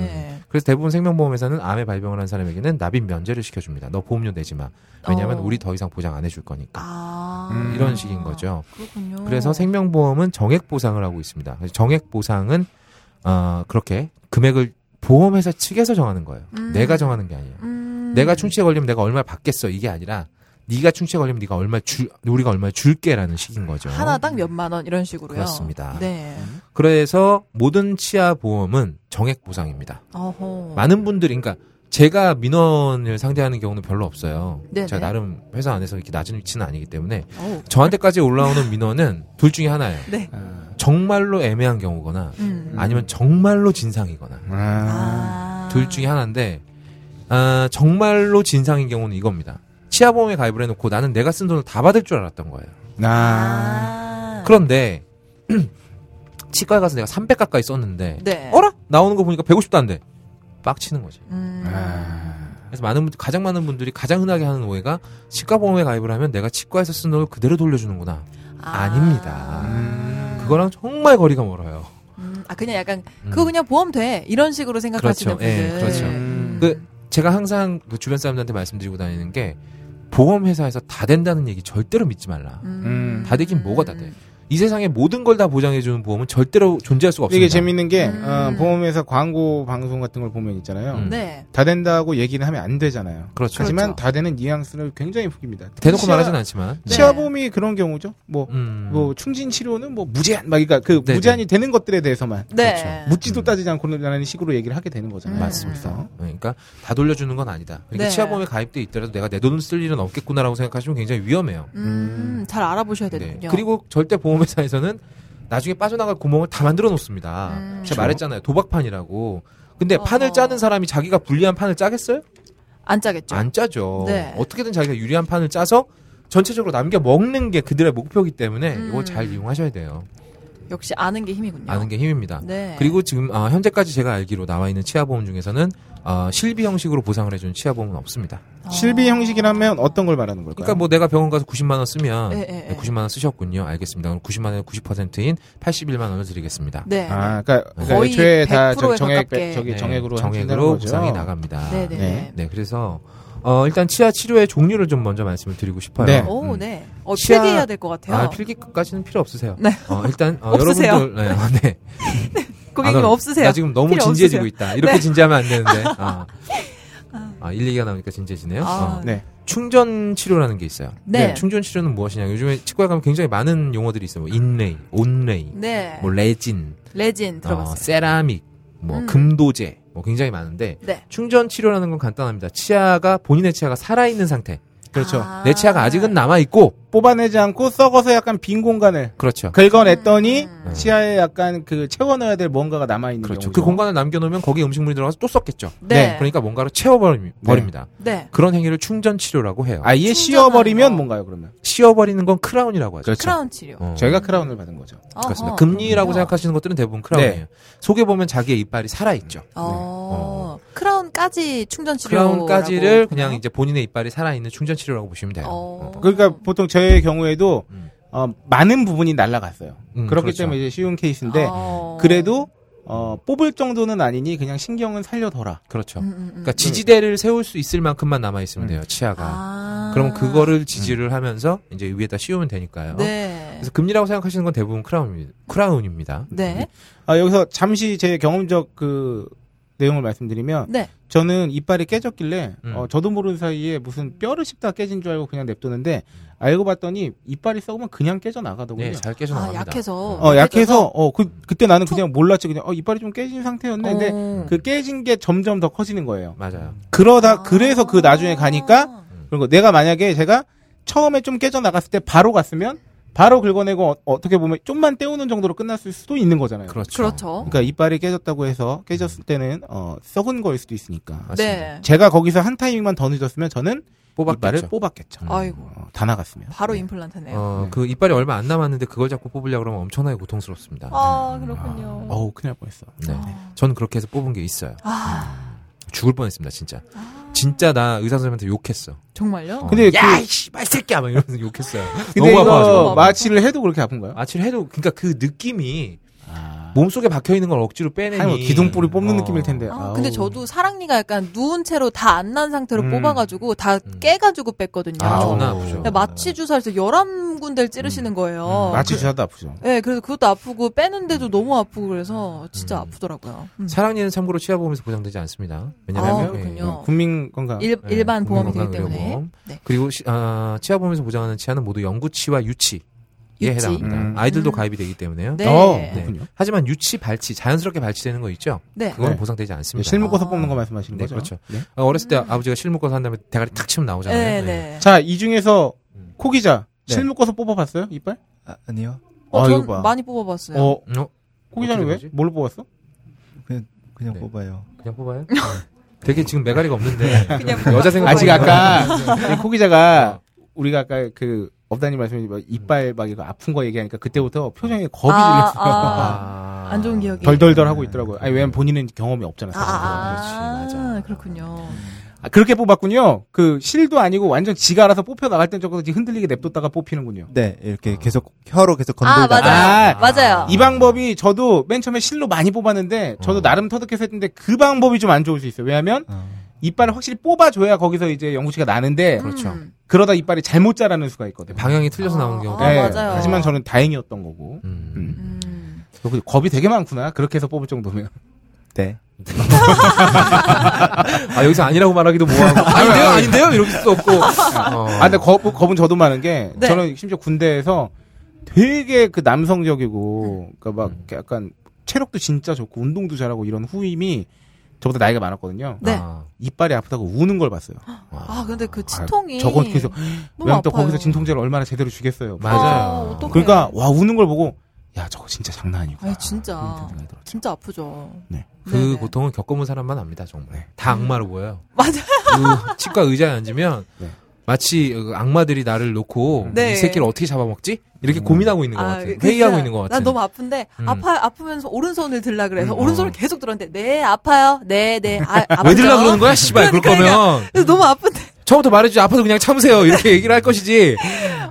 Speaker 5: 네.
Speaker 6: 그래서 대부분 생명보험회사는 암에 발병을 한 사람에게는 납입 면제를 시켜줍니다. 너 보험료 내지 마. 왜냐하면
Speaker 5: 어.
Speaker 6: 우리 더 이상 보장 안 해줄 거니까.
Speaker 5: 아. 아.
Speaker 4: 음.
Speaker 6: 이런 식인 거죠.
Speaker 5: 그렇군요.
Speaker 6: 그래서 생명보험은 정액 보상을 하고 있습니다. 그래서 정액 보상은 어, 그렇게 금액을 보험회사 측에서 정하는 거예요.
Speaker 5: 음.
Speaker 6: 내가 정하는 게 아니에요.
Speaker 5: 음.
Speaker 6: 내가 충치에 걸리면 내가 얼마 받겠어 이게 아니라 네가 충치에 걸리면 네가 얼마 줄 우리가 얼마 줄게라는 식인 거죠.
Speaker 5: 하나당 몇만 원 이런 식으로요.
Speaker 6: 그렇습니다. 음.
Speaker 5: 네.
Speaker 6: 그래서 모든 치아 보험은 정액 보상입니다.
Speaker 5: 어허.
Speaker 6: 많은 분들이 그러니까 제가 민원을 상대하는 경우는 별로 없어요.
Speaker 5: 네네.
Speaker 6: 제가 나름 회사 안에서 이렇게 낮은 위치는 아니기 때문에
Speaker 5: 어우.
Speaker 6: 저한테까지 올라오는 민원은 둘 중에 하나예요.
Speaker 5: 네.
Speaker 4: 아.
Speaker 6: 정말로 애매한 경우거나
Speaker 5: 음.
Speaker 6: 아니면 정말로 진상이거나
Speaker 4: 아.
Speaker 5: 아.
Speaker 6: 둘 중에 하나인데 아, 정말로 진상인 경우는 이거입니다. 치아보험에 가입을 해놓고 나는 내가 쓴 돈을 다 받을 줄 알았던 거예요.
Speaker 4: 아.
Speaker 5: 아.
Speaker 6: 그런데 치과에 가서 내가 300 가까이 썼는데
Speaker 5: 네.
Speaker 6: 어라 나오는 거 보니까 150도 안 돼. 빡치는 거지.
Speaker 5: 음.
Speaker 4: 아.
Speaker 6: 그래서 많은 분들 가장 많은 분들이 가장 흔하게 하는 오해가 치과보험에 가입을 하면 내가 치과에서 쓴 돈을 그대로 돌려주는구나. 아닙니다.
Speaker 5: 아. 음.
Speaker 6: 그거랑 정말 거리가 멀어요.
Speaker 5: 음, 아 그냥 약간
Speaker 6: 음.
Speaker 5: 그거 그냥 보험 돼 이런 식으로 생각하시는
Speaker 6: 그렇죠. 예,
Speaker 5: 분들.
Speaker 6: 그렇죠.
Speaker 5: 음.
Speaker 6: 그 제가 항상 그 주변 사람들한테 말씀드리고 다니는 게 보험 회사에서 다 된다는 얘기 절대로 믿지 말라.
Speaker 5: 음.
Speaker 6: 다 되긴 뭐가 다 돼. 이 세상에 모든 걸 다 보장해주는 보험은 절대로 존재할 수가 없습니다.
Speaker 4: 이게 재밌는 게
Speaker 5: 음.
Speaker 4: 어, 보험회사 광고 방송 같은 걸 보면 있잖아요.
Speaker 6: 음.
Speaker 5: 네.
Speaker 4: 다 된다고 얘기는 하면 안 되잖아요.
Speaker 6: 그렇죠.
Speaker 4: 하지만
Speaker 5: 그렇죠.
Speaker 4: 다 되는 뉘앙스를 굉장히 풍깁니다.
Speaker 6: 대놓고
Speaker 4: 치아-
Speaker 6: 말하진 않지만.
Speaker 5: 네.
Speaker 4: 치아보험이 그런 경우죠. 뭐,
Speaker 6: 음.
Speaker 4: 뭐 충진 치료는 뭐 무제한 막 그러니까 그
Speaker 6: 네네.
Speaker 4: 무제한이 되는 것들에 대해서만
Speaker 5: 네.
Speaker 4: 묻지도
Speaker 6: 음.
Speaker 4: 따지지 않고 라는 식으로 얘기를 하게 되는 거잖아요.
Speaker 5: 음.
Speaker 6: 맞습니다. 그러니까 다 돌려주는 건 아니다. 그러니까
Speaker 5: 네.
Speaker 6: 치아보험에 가입돼 있더라도 내가 내 돈 쓸 일은 없겠구나라고 생각하시면 굉장히 위험해요.
Speaker 5: 음, 잘 알아보셔야
Speaker 6: 네.
Speaker 5: 되는군요.
Speaker 6: 그리고 절대 보험회사에서는 나중에 빠져나갈 구멍을 다 만들어 놓습니다.
Speaker 5: 음.
Speaker 4: 그렇죠.
Speaker 6: 제가 말했잖아요. 도박판이라고. 근데
Speaker 5: 어허.
Speaker 6: 판을 짜는 사람이 자기가 불리한 판을 짜겠어요?
Speaker 5: 안 짜겠죠.
Speaker 6: 안 짜죠.
Speaker 5: 네.
Speaker 6: 어떻게든 자기가 유리한 판을 짜서 전체적으로 남겨 먹는 게 그들의 목표이기 때문에
Speaker 5: 음.
Speaker 6: 이걸 잘 이용하셔야 돼요.
Speaker 5: 역시 아는 게 힘이군요.
Speaker 6: 아는 게 힘입니다.
Speaker 5: 네.
Speaker 6: 그리고 지금 아, 현재까지 제가 알기로 나와 있는 치아보험 중에서는 아, 실비 형식으로 보상을 해주는 치아보험은 없습니다.
Speaker 5: 어.
Speaker 4: 실비 형식이라면 어떤 걸 말하는 걸까요?
Speaker 6: 그러니까 뭐 내가 병원 가서 90만 원 쓰면
Speaker 5: 예, 예, 예.
Speaker 6: 90만 원 쓰셨군요. 알겠습니다. 그럼 90만 원의 90%인 81만 원을 드리겠습니다.
Speaker 5: 네.
Speaker 4: 아, 그러니까, 그러니까
Speaker 5: 거의
Speaker 4: 애초에 다
Speaker 5: 100% 에
Speaker 4: 정액
Speaker 5: 가깝게.
Speaker 4: 저기
Speaker 6: 네,
Speaker 4: 정액으로 한다는
Speaker 6: 정액으로
Speaker 4: 거죠.
Speaker 6: 보상이 나갑니다.
Speaker 5: 네, 네. 네.
Speaker 4: 네.
Speaker 6: 네, 그래서 어, 일단 치아 치료의 종류를 좀 먼저 말씀을 드리고 싶어요.
Speaker 4: 네.
Speaker 5: 오,
Speaker 6: 음.
Speaker 5: 네. 어,
Speaker 6: 치아-
Speaker 5: 필기해야 될 것 같아요.
Speaker 6: 아, 필기까지는 필요 없으세요.
Speaker 5: 네.
Speaker 6: 어, 일단 어,
Speaker 5: 없으세요.
Speaker 6: 여러분들 네. 어, 네.
Speaker 5: 고객님
Speaker 6: 아, 나-
Speaker 5: 없으세요.
Speaker 6: 나 지금 너무
Speaker 5: 필요
Speaker 6: 진지해지고
Speaker 5: 없으세요. 네.
Speaker 6: 있다. 이렇게 진지하면 안 되는데. 아. 아, 일 얘기가 나오니까 진지해지네요.
Speaker 5: 아,
Speaker 6: 어.
Speaker 4: 네.
Speaker 6: 충전 치료라는 게 있어요.
Speaker 5: 네.
Speaker 6: 충전 치료는 무엇이냐? 요즘에 치과에 가면 굉장히 많은 용어들이 있어요. 뭐 인레이, 온레이,
Speaker 5: 네.
Speaker 6: 뭐 레진,
Speaker 5: 레진
Speaker 6: 어,
Speaker 5: 들어봤어요.
Speaker 6: 세라믹, 뭐
Speaker 5: 음.
Speaker 6: 금도제, 뭐 굉장히 많은데
Speaker 5: 네.
Speaker 6: 충전 치료라는 건 간단합니다. 치아가 본인의 치아가 살아 있는 상태.
Speaker 4: 그렇죠.
Speaker 5: 아.
Speaker 6: 내 치아가 아직은 남아 있고
Speaker 4: 뽑아내지 않고 썩어서 약간 빈 공간을
Speaker 6: 그렇죠.
Speaker 4: 긁어냈더니
Speaker 5: 음.
Speaker 4: 치아에 약간 그 채워 넣어야 될 뭔가가 남아 있는
Speaker 6: 그렇죠.
Speaker 4: 경우죠.
Speaker 6: 그 공간을 남겨놓으면 거기에 음식물이 들어가서 또 썩겠죠.
Speaker 5: 네.
Speaker 6: 그러니까 뭔가로 채워버립니다.
Speaker 5: 네.
Speaker 6: 그런 행위를 충전 치료라고 해요.
Speaker 4: 아예
Speaker 5: 충전하는
Speaker 4: 씌워버리면
Speaker 5: 거.
Speaker 4: 뭔가요 그러면?
Speaker 6: 씌워버리는 건 크라운이라고 하죠.
Speaker 5: 크라운 치료.
Speaker 6: 어.
Speaker 4: 저희가 크라운을 받은 거죠.
Speaker 6: 그렇습니다.
Speaker 5: 어허. 네.
Speaker 6: 금리라고
Speaker 5: 그렇군요.
Speaker 6: 생각하시는 것들은 대부분 크라운이에요. 네. 속에 보면 자기의 이빨이 살아있죠.
Speaker 5: 음. 어. 크라운까지 충전 치료.
Speaker 6: 네. 크라운까지를 그냥 이제 본인의 이빨이 살아있는 충전 치료라고 보시면 돼요. 어.
Speaker 4: 그러니까 보통 저의 경우에도
Speaker 6: 음.
Speaker 4: 어, 많은 부분이 날아갔어요.
Speaker 6: 음,
Speaker 4: 그렇기
Speaker 6: 그렇죠.
Speaker 4: 때문에 이제 쉬운 케이스인데
Speaker 5: 아.
Speaker 4: 그래도 어, 뽑을 정도는 아니니 그냥 신경은 살려둬라.
Speaker 6: 그렇죠.
Speaker 5: 음, 음, 음.
Speaker 6: 그러니까 지지대를 세울 수 있을 만큼만 남아 있으면 돼요. 치아가.
Speaker 5: 아.
Speaker 6: 그럼 그거를 지지를 하면서 이제 위에다 씌우면 되니까요.
Speaker 5: 네.
Speaker 6: 그래서 금리라고 생각하시는 건 대부분 크라운입니다. 크라운입니다.
Speaker 5: 네.
Speaker 4: 아, 여기서 잠시 제 경험적 그 내용을 말씀드리면
Speaker 5: 네.
Speaker 4: 저는 이빨이 깨졌길래
Speaker 6: 음.
Speaker 4: 어, 저도 모르는 사이에 무슨 뼈를 씹다 깨진 줄 알고 그냥 냅두는데 알고 봤더니 이빨이 썩으면 그냥 깨져 나가더군요.
Speaker 6: 네, 잘 깨져
Speaker 5: 아,
Speaker 6: 나갑니다.
Speaker 5: 약해서.
Speaker 4: 어, 약해서 어, 그 그때 나는 그냥 몰랐지 그냥 어, 이빨이 좀 깨진 상태였네. 근데
Speaker 5: 어.
Speaker 4: 그 깨진 게 점점 더 커지는 거예요.
Speaker 6: 맞아요.
Speaker 4: 그러다
Speaker 5: 아.
Speaker 4: 그래서 그 나중에 가니까 그리고 내가 만약에 제가 처음에 좀 깨져 나갔을 때 바로 갔으면 바로 긁어내고 어, 어떻게 보면 좀만 때우는 정도로 끝났을 수도 있는 거잖아요.
Speaker 6: 그렇죠.
Speaker 5: 그렇죠.
Speaker 4: 그러니까 이빨이 깨졌다고 해서 깨졌을 때는 어, 썩은 거일 수도 있으니까.
Speaker 6: 맞습니다.
Speaker 5: 네.
Speaker 4: 제가 거기서 한 타이밍만 더 늦었으면 저는 이빨을
Speaker 6: 뽑았겠죠.
Speaker 4: 뽑았겠죠.
Speaker 5: 아이고.
Speaker 4: 어, 다 나갔으면.
Speaker 5: 바로 임플란트네요.
Speaker 6: 어, 그 이빨이 얼마 안 남았는데 그걸 자꾸 뽑으려고 그러면 엄청나게 고통스럽습니다.
Speaker 5: 아, 그렇군요.
Speaker 4: 어우 큰일 날 뻔했어.
Speaker 6: 네. 저는 그렇게 해서 뽑은 게 있어요.
Speaker 5: 아,
Speaker 6: 죽을 뻔했습니다, 진짜. 진짜 나 의사 선생님한테 욕했어.
Speaker 5: 정말요?
Speaker 6: 어.
Speaker 4: 근데 그
Speaker 6: 야, 이씨, 말새끼야! 막 이러면서 욕했어요.
Speaker 4: 근데
Speaker 6: 너무 아파가지고.
Speaker 4: 이거 마취를 해도 그렇게 아픈가요?
Speaker 6: 마취를 해도, 그러니까 그 느낌이 몸속에 박혀 있는 걸 억지로
Speaker 4: 아니, 아. 뭐
Speaker 6: 빼내니
Speaker 4: 기둥뿌리 뽑는
Speaker 6: 어.
Speaker 4: 느낌일 텐데.
Speaker 5: 아,
Speaker 4: 네. 아우.
Speaker 5: 근데 저도 사랑니가 약간 누운 채로 다 안 난 상태로
Speaker 6: 음.
Speaker 5: 뽑아가지고 다
Speaker 6: 음.
Speaker 5: 깨가지고 뺐거든요.
Speaker 6: 아,
Speaker 5: 근데
Speaker 4: 네.
Speaker 6: 존나 아프죠.
Speaker 5: 마취 주사에서 11군데를 찌르시는 거예요.
Speaker 6: 음.
Speaker 4: 음. 마취 주사도 아프죠.
Speaker 5: 네, 그래서 그것도 아프고 빼는데도 너무 아프고 그래서 진짜
Speaker 6: 음.
Speaker 5: 아프더라고요. 음.
Speaker 6: 사랑니는 참고로 치아보험에서 보장되지 않습니다.
Speaker 5: 아,
Speaker 6: 왜냐하면
Speaker 5: 그렇군요.
Speaker 4: 어, 국민 건강.
Speaker 5: 일,
Speaker 6: 예,
Speaker 5: 일반 보험이 되기
Speaker 6: 국민건강의료보험.
Speaker 5: 때문에. 네.
Speaker 6: 그리고 시- 아, 치아보험에서 보장하는 치아는 모두 영구치와 유치에
Speaker 5: 유치.
Speaker 6: 해당합니다.
Speaker 4: 음.
Speaker 6: 아이들도
Speaker 5: 음.
Speaker 6: 가입이 되기 때문에요.
Speaker 5: 네.
Speaker 4: 어,
Speaker 5: 네.
Speaker 4: 그렇군요.
Speaker 6: 하지만 유치 발치 자연스럽게 발치되는 거 있죠?
Speaker 5: 네.
Speaker 6: 그건
Speaker 4: 네.
Speaker 6: 보상되지
Speaker 4: 네,
Speaker 6: 않습니다.
Speaker 4: 실 묶어서
Speaker 5: 아.
Speaker 4: 뽑는 거 말씀하시는
Speaker 6: 네,
Speaker 4: 거죠?
Speaker 6: 그렇죠.
Speaker 4: 네.
Speaker 6: 어, 어렸을 때
Speaker 5: 음.
Speaker 6: 아버지가 실 묶어서 한 다음에 대가리 탁 치면 나오잖아요.
Speaker 5: 네,
Speaker 6: 네.
Speaker 5: 네.
Speaker 4: 자, 이 중에서
Speaker 6: 음.
Speaker 4: 코기자
Speaker 1: 네.
Speaker 4: 실 묶어서 뽑아봤어요? 이빨?
Speaker 1: 아, 아니요.
Speaker 5: 어,
Speaker 4: 아,
Speaker 5: 전
Speaker 4: 이거 봐.
Speaker 5: 많이 뽑아봤어요.
Speaker 4: 어,
Speaker 6: 어,
Speaker 4: 코기자는
Speaker 6: 어떻게
Speaker 4: 왜?
Speaker 6: 되지?
Speaker 4: 뭘로 뽑았어?
Speaker 1: 그냥
Speaker 6: 네.
Speaker 1: 뽑아요.
Speaker 6: 그냥 뽑아요? 네. 되게 지금 메가리가
Speaker 5: 네.
Speaker 6: 없는데. 여자 생각
Speaker 4: 아직 아까 이 코기자가
Speaker 6: 어.
Speaker 4: 우리가 아까 그 업다님 말씀이 이빨 막 이거 아픈 거 얘기하니까 그때부터 표정에 겁이
Speaker 5: 아,
Speaker 4: 질렸어요.
Speaker 5: 아. 안 좋은 기억이.
Speaker 4: 덜덜덜 하고 있더라고요. 아니 왜냐면 본인은 경험이 없잖아.
Speaker 5: 아,
Speaker 4: 사실.
Speaker 5: 아,
Speaker 6: 그렇지,
Speaker 5: 아,
Speaker 6: 맞아.
Speaker 5: 그렇군요.
Speaker 4: 아, 그렇게 뽑았군요. 그 실도 아니고 완전 지가 알아서 뽑혀 나갈 땐 저거 흔들리게 냅뒀다가 뽑히는군요.
Speaker 1: 네, 이렇게 계속 혀로 계속 건들다가
Speaker 5: 맞아요.
Speaker 4: 아,
Speaker 5: 맞아요.
Speaker 4: 이 방법이 저도 맨 처음에 실로 많이 뽑았는데 저도
Speaker 6: 어.
Speaker 4: 나름 터득해서 했는데 그 방법이 좀 안 좋을 수 있어요. 왜냐하면
Speaker 1: 어,
Speaker 4: 이빨을 확실히 뽑아줘야 거기서 이제 영구치가 나는데
Speaker 6: 그렇죠.
Speaker 5: 음.
Speaker 4: 그러다 이빨이 잘못 자라는 수가 있거든요. 네.
Speaker 6: 방향이 틀려서
Speaker 5: 아,
Speaker 6: 나오는 경우도
Speaker 5: 아,
Speaker 6: 있고.
Speaker 5: 맞아요.
Speaker 4: 하지만 저는 다행이었던 거고.
Speaker 6: 음.
Speaker 4: 음.
Speaker 5: 음.
Speaker 4: 그리고 겁이 되게 많구나. 그렇게 해서 뽑을 정도면.
Speaker 1: 네.
Speaker 6: 아, 여기서 아니라고 말하기도 뭐하고. 아닌데요? 아닌데요? 이럴 수도 없고. 어.
Speaker 4: 아, 근데 겁, 겁은 저도 많은 게
Speaker 5: 네.
Speaker 4: 저는 심지어 군대에서 되게 그 남성적이고 그러니까
Speaker 5: 음.
Speaker 4: 막 이렇게 약간 체력도 진짜 좋고 운동도 잘하고 이런 후임이 저보다 나이가 많았거든요.
Speaker 5: 네.
Speaker 6: 아.
Speaker 4: 이빨이 아프다고 우는 걸 봤어요.
Speaker 5: 아, 근데 그 진통이.
Speaker 4: 저건 그래서
Speaker 5: 너무
Speaker 4: 왜냐면 또
Speaker 5: 아파요.
Speaker 4: 거기서 진통제를 얼마나 제대로 주겠어요.
Speaker 5: 아,
Speaker 6: 맞아요.
Speaker 5: 어떡해.
Speaker 4: 그러니까 와 우는 걸 보고 야 저거 진짜 장난 아니고.
Speaker 5: 아니,
Speaker 6: 음,
Speaker 5: 진짜. 진짜 아프죠.
Speaker 4: 네.
Speaker 6: 그
Speaker 5: 네네. 음.
Speaker 6: 고통은 겪어본 사람만 압니다, 정말. 다 악마로 보여요.
Speaker 5: 맞아.
Speaker 6: 그 치과 의자에 앉으면
Speaker 4: 네.
Speaker 6: 마치 그 악마들이 나를 놓고
Speaker 5: 네.
Speaker 6: 이 새끼를 어떻게 잡아먹지? 이렇게 고민하고 있는 것
Speaker 5: 아,
Speaker 6: 같아.
Speaker 5: 그-
Speaker 6: 회의하고
Speaker 5: 글쎄요.
Speaker 6: 있는 것 같아.
Speaker 5: 난 너무 아픈데
Speaker 6: 음.
Speaker 5: 아파 아프면서 오른손을 들라 그래서
Speaker 6: 음,
Speaker 5: 오른손을
Speaker 6: 어.
Speaker 5: 계속 들었는데 네 아파요. 네, 네. 아, 아프죠?
Speaker 6: 왜 들라 그러는 거야? 씨발 그럴
Speaker 5: 그러니까,
Speaker 6: 거면
Speaker 5: 그래서 너무 아픈데.
Speaker 6: 처음부터 말해주지 아파도 그냥 참으세요 이렇게 얘기를 할 것이지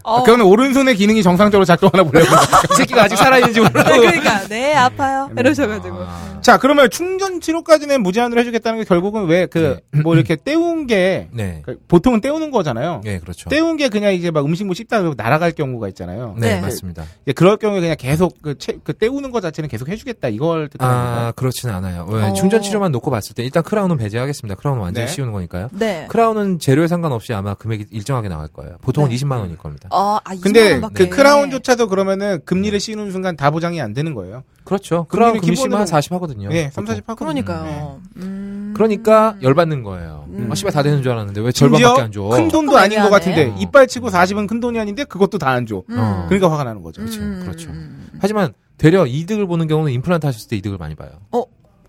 Speaker 5: 어.
Speaker 4: 아, 그러면 오른손의 기능이 정상적으로 작동하나 보려고.
Speaker 6: 이 새끼가 아직 살아있는지
Speaker 5: 네,
Speaker 6: 몰라요
Speaker 5: 그러니까 네 아파요. 이러셔가지고.
Speaker 6: 어. 음. 아,
Speaker 4: 자 그러면 충전 치료까지는 무제한으로 해주겠다는 게 결국은 왜 그 뭐 이렇게 때운 게
Speaker 6: 네.
Speaker 4: 그러니까 보통은 때우는 거잖아요.
Speaker 6: 네 그렇죠
Speaker 4: 때운 게 그냥 이제 막 음식물 씹다 가 날아갈 경우가 있잖아요.
Speaker 6: 네,
Speaker 5: 네.
Speaker 6: 맞습니다
Speaker 4: 이제 그럴 경우에 그냥 계속 그, 채- 그 때우는 거 자체는 계속 해주겠다 이걸
Speaker 6: 아
Speaker 4: 뜻하는
Speaker 6: 그렇지는 않아요 왜,
Speaker 5: 그 어.
Speaker 6: 충전 치료만 놓고 봤을 때 일단 크라운은 배제하겠습니다 크라운은 완전히
Speaker 4: 네.
Speaker 6: 씌우는 거니까요
Speaker 5: 네.
Speaker 6: 크라운은 재료에 상관없이 아마 금액이 일정하게 나갈 거예요 보통은
Speaker 5: 네.
Speaker 6: 20만 원일 겁니다
Speaker 5: 어, 아, 이십만
Speaker 4: 근데
Speaker 5: 원밖에.
Speaker 4: 그 크라운조차도 그러면은 금리를 씌우는 순간 다 보장이 안 되는 거예요.
Speaker 6: 그렇죠
Speaker 4: 금리는
Speaker 6: 크라운 금리시면
Speaker 4: 기본으로-
Speaker 6: 한40 하거든요
Speaker 4: 예, 3,
Speaker 6: 보통.
Speaker 4: 40 하고.
Speaker 5: 그러니까요. 음.
Speaker 6: 그러니까 열받는 거예요
Speaker 5: 음.
Speaker 6: 아 씨발 다 되는 줄 알았는데 왜 절반밖에 안 줘
Speaker 4: 큰 돈도
Speaker 5: 조금
Speaker 4: 아닌 것
Speaker 5: 애매하네.
Speaker 4: 같은데 이빨 치고 40은 큰 돈이 아닌데 그것도 다 안 줘.
Speaker 5: 음.
Speaker 6: 어.
Speaker 4: 그러니까 화가 나는 거죠.
Speaker 6: 그렇죠,
Speaker 5: 음.
Speaker 6: 그렇죠.
Speaker 5: 음.
Speaker 6: 하지만 되려 이득을 보는 경우는 임플란트 하셨을 때 이득을 많이 봐요.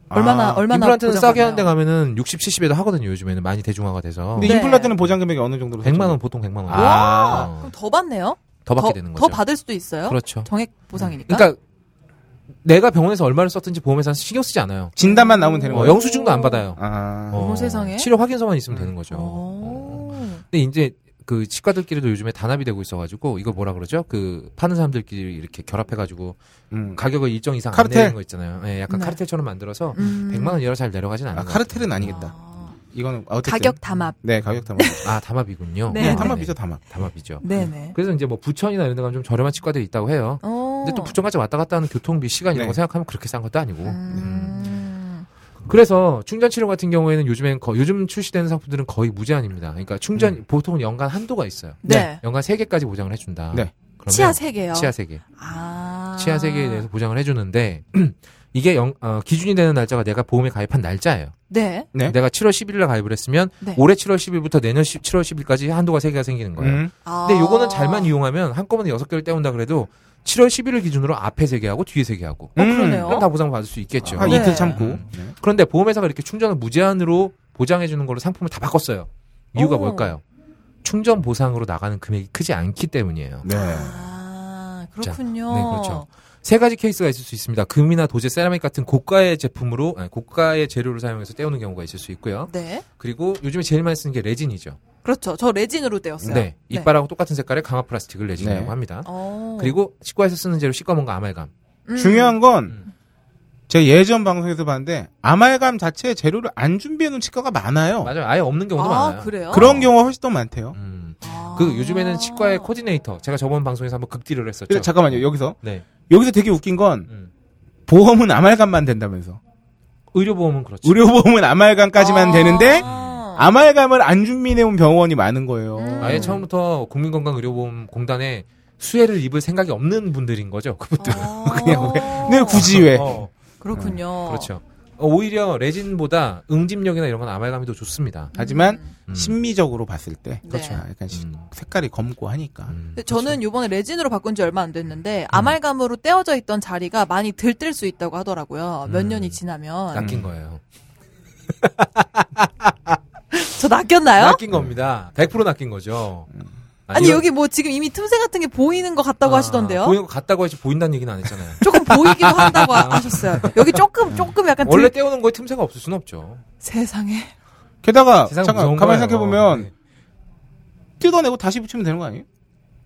Speaker 5: 얼마나
Speaker 4: 아,
Speaker 5: 얼마나
Speaker 6: 임플란트는
Speaker 5: 보장
Speaker 6: 싸게 하는 데
Speaker 5: 받나요?
Speaker 6: 가면은 60, 70에도 하거든요. 요즘에는 많이 대중화가 돼서.
Speaker 4: 근데
Speaker 5: 네.
Speaker 4: 임플란트는 보장 금액이 어느 정도로?
Speaker 6: 100만 원 보통 100만 원.
Speaker 4: 아.
Speaker 6: 어,
Speaker 5: 그럼 더 받네요?
Speaker 6: 더 받게
Speaker 5: 더,
Speaker 6: 되는
Speaker 5: 더
Speaker 6: 거죠.
Speaker 5: 받을 수도 있어요.
Speaker 6: 그렇죠.
Speaker 5: 정액 보상이니까.
Speaker 6: 그러니까 내가 병원에서 얼마를 썼든지 보험회사는 신경 쓰지 않아요.
Speaker 4: 진단만 나오면 되는
Speaker 6: 어,
Speaker 4: 거예요. 네.
Speaker 6: 영수증도 안 받아요.
Speaker 4: 아.
Speaker 5: 어머, 세상에.
Speaker 6: 치료 확인서만 있으면 되는 거죠. 어.
Speaker 5: 오.
Speaker 6: 근데 이제 그 치과들끼리도 요즘에 단합이 되고 있어가지고 이걸 뭐라 그러죠? 그 파는 사람들끼리 이렇게 결합해가지고
Speaker 4: 음.
Speaker 6: 가격을 일정 이상
Speaker 4: 카르텔.
Speaker 6: 안 내는 거 있잖아요. 예, 약간
Speaker 5: 네.
Speaker 6: 카르텔처럼 만들어서
Speaker 5: 음.
Speaker 6: 100만 원 이하로 잘 내려가진 않아요.
Speaker 4: 아, 카르텔은 아니겠다.
Speaker 5: 아.
Speaker 4: 이거는 어쨌든.
Speaker 5: 가격 담합.
Speaker 4: 네, 가격 담합.
Speaker 6: 아 담합이군요.
Speaker 5: 네, 네.
Speaker 4: 담합이죠, 담합.
Speaker 6: 담합이죠.
Speaker 5: 네네.
Speaker 6: 그래서 이제 뭐 부천이나 이런 데 가면 좀 저렴한 치과들이 있다고 해요.
Speaker 5: 어.
Speaker 6: 그, 근데 또 부천까지 왔다 갔다 하는 교통비 시간 이런
Speaker 4: 네.
Speaker 6: 거 생각하면 그렇게 싼 것도 아니고. 음.
Speaker 5: 음.
Speaker 6: 그래서 충전 치료 같은 경우에는 요즘엔 거- 요즘 출시되는 상품들은 거의 무제한입니다. 그러니까 충전
Speaker 4: 음.
Speaker 6: 보통은 연간 한도가 있어요.
Speaker 5: 네.
Speaker 6: 연간 세개까지 보장을 해 준다.
Speaker 4: 네.
Speaker 5: 치아 세 개요.
Speaker 6: 치아 세 개.
Speaker 5: 아.
Speaker 6: 치아 세 개에 대해서 보장을 해 주는데 이게 영- 어, 기준이 되는 날짜가 내가 보험에 가입한 날짜예요.
Speaker 5: 네.
Speaker 4: 네.
Speaker 6: 내가 7월 10일 날 가입을 했으면
Speaker 5: 네.
Speaker 6: 올해 7월 10일부터 내년 10, 7월 10일까지 한도가 세개가 생기는 거예요.
Speaker 4: 음.
Speaker 5: 아.
Speaker 6: 근데 요거는 잘만 이용하면 한꺼번에 여섯 개를 때운다 그래도 7월 10일을 기준으로 앞에 세 개하고 뒤에 세 개하고
Speaker 5: 어, 그러네요.
Speaker 6: 음. 그럼 다 보상받을 수 있겠죠. 음,
Speaker 4: 한
Speaker 5: 네.
Speaker 4: 아, 이틀 참고.
Speaker 6: 그런데 보험회사가 이렇게 충전을 무제한으로 보장해 주는 걸로 상품을 다 바꿨어요. 이유가
Speaker 5: 오.
Speaker 6: 뭘까요? 충전 보상으로 나가는 금액이 크지 않기 때문이에요.
Speaker 4: 네.
Speaker 5: 아, 그렇군요.
Speaker 6: 네, 그렇죠. 세 가지 케이스가 있을 수 있습니다. 금이나 도제, 세라믹 같은 고가의 제품으로 아니, 고가의 재료를 사용해서 때우는 경우가 있을 수 있고요.
Speaker 5: 네.
Speaker 6: 그리고 요즘에 제일 많이 쓰는 게 레진이죠.
Speaker 5: 그렇죠. 저 레진으로 떼었어요.
Speaker 6: 네, 이빨하고 똑같은 색깔의 강화 플라스틱을 레진이라고
Speaker 4: 네.
Speaker 6: 합니다.
Speaker 5: 어.
Speaker 6: 그리고 치과에서 쓰는 재료 시꺼먼과 아말감.
Speaker 5: 음.
Speaker 4: 중요한 건
Speaker 6: 음.
Speaker 4: 제가 예전 방송에서 봤는데 아말감 자체에 재료를 안 준비해 놓은 치과가 어. 많아요.
Speaker 6: 맞아요. 아예 없는 경우도
Speaker 5: 아,
Speaker 6: 많아요.
Speaker 5: 그래요?
Speaker 4: 그런 경우가 훨씬 더 많대요.
Speaker 6: 음.
Speaker 5: 아.
Speaker 6: 그 요즘에는 치과의 코디네이터 제가 저번 방송에서 한번 극딜을 했었죠.
Speaker 4: 근데 잠깐만요. 여기서
Speaker 6: 네.
Speaker 4: 여기서 되게 웃긴 건
Speaker 6: 음.
Speaker 4: 보험은 아말감만 된다면서
Speaker 6: 의료보험은 그렇죠.
Speaker 4: 의료보험은 아말감까지만
Speaker 5: 아.
Speaker 4: 되는데
Speaker 5: 아.
Speaker 4: 아말감을 안 준비해 온 병원이 많은 거예요.
Speaker 5: 음.
Speaker 6: 아예 처음부터 국민건강의료보험공단에 수혜를 입을 생각이 없는 분들인 거죠.
Speaker 5: 아.
Speaker 6: 그분들.
Speaker 4: 그냥 네, 굳이 왜?
Speaker 6: 어,
Speaker 5: 그렇군요. 음.
Speaker 6: 그렇죠. 어, 오히려 레진보다 응집력이나 이런 건 아말감이 더 좋습니다.
Speaker 4: 하지만
Speaker 6: 음.
Speaker 4: 심미적으로 봤을 때
Speaker 5: 네.
Speaker 4: 그렇죠. 약간 시-
Speaker 6: 음.
Speaker 4: 색깔이 검고 하니까
Speaker 6: 음.
Speaker 5: 근데 저는 요번에 레진으로 바꾼 지 얼마 안 됐는데 아말감으로 떼어져 있던 자리가 많이 들뜰 수 있다고 하더라고요. 몇
Speaker 6: 음.
Speaker 5: 년이 지나면
Speaker 6: 낚인
Speaker 4: 음.
Speaker 6: 거예요.
Speaker 5: 저 낚였나요?
Speaker 6: 낚인 겁니다. 100% 낚인 거죠.
Speaker 5: 아니
Speaker 6: 이런-
Speaker 5: 여기 뭐 지금 이미 틈새 같은 게 보이는 것 같다고
Speaker 6: 아,
Speaker 5: 하시던데요.
Speaker 6: 보이는 거 같다고 하지 보인다는 얘기는 안 했잖아요.
Speaker 5: 조금 보이기도 한다고 하- 하셨어요. 여기 조금 조금 약간
Speaker 6: 원래
Speaker 5: 들...
Speaker 6: 떼우는 거에 틈새가 없을 순 없죠.
Speaker 5: 세상에
Speaker 4: 게다가
Speaker 6: 세상
Speaker 4: 아, 잠깐
Speaker 6: 무서운
Speaker 4: 가만히
Speaker 6: 거예요.
Speaker 4: 생각해 보면
Speaker 6: 네.
Speaker 4: 뜯어내고 다시 붙이면 되는 거 아니에요?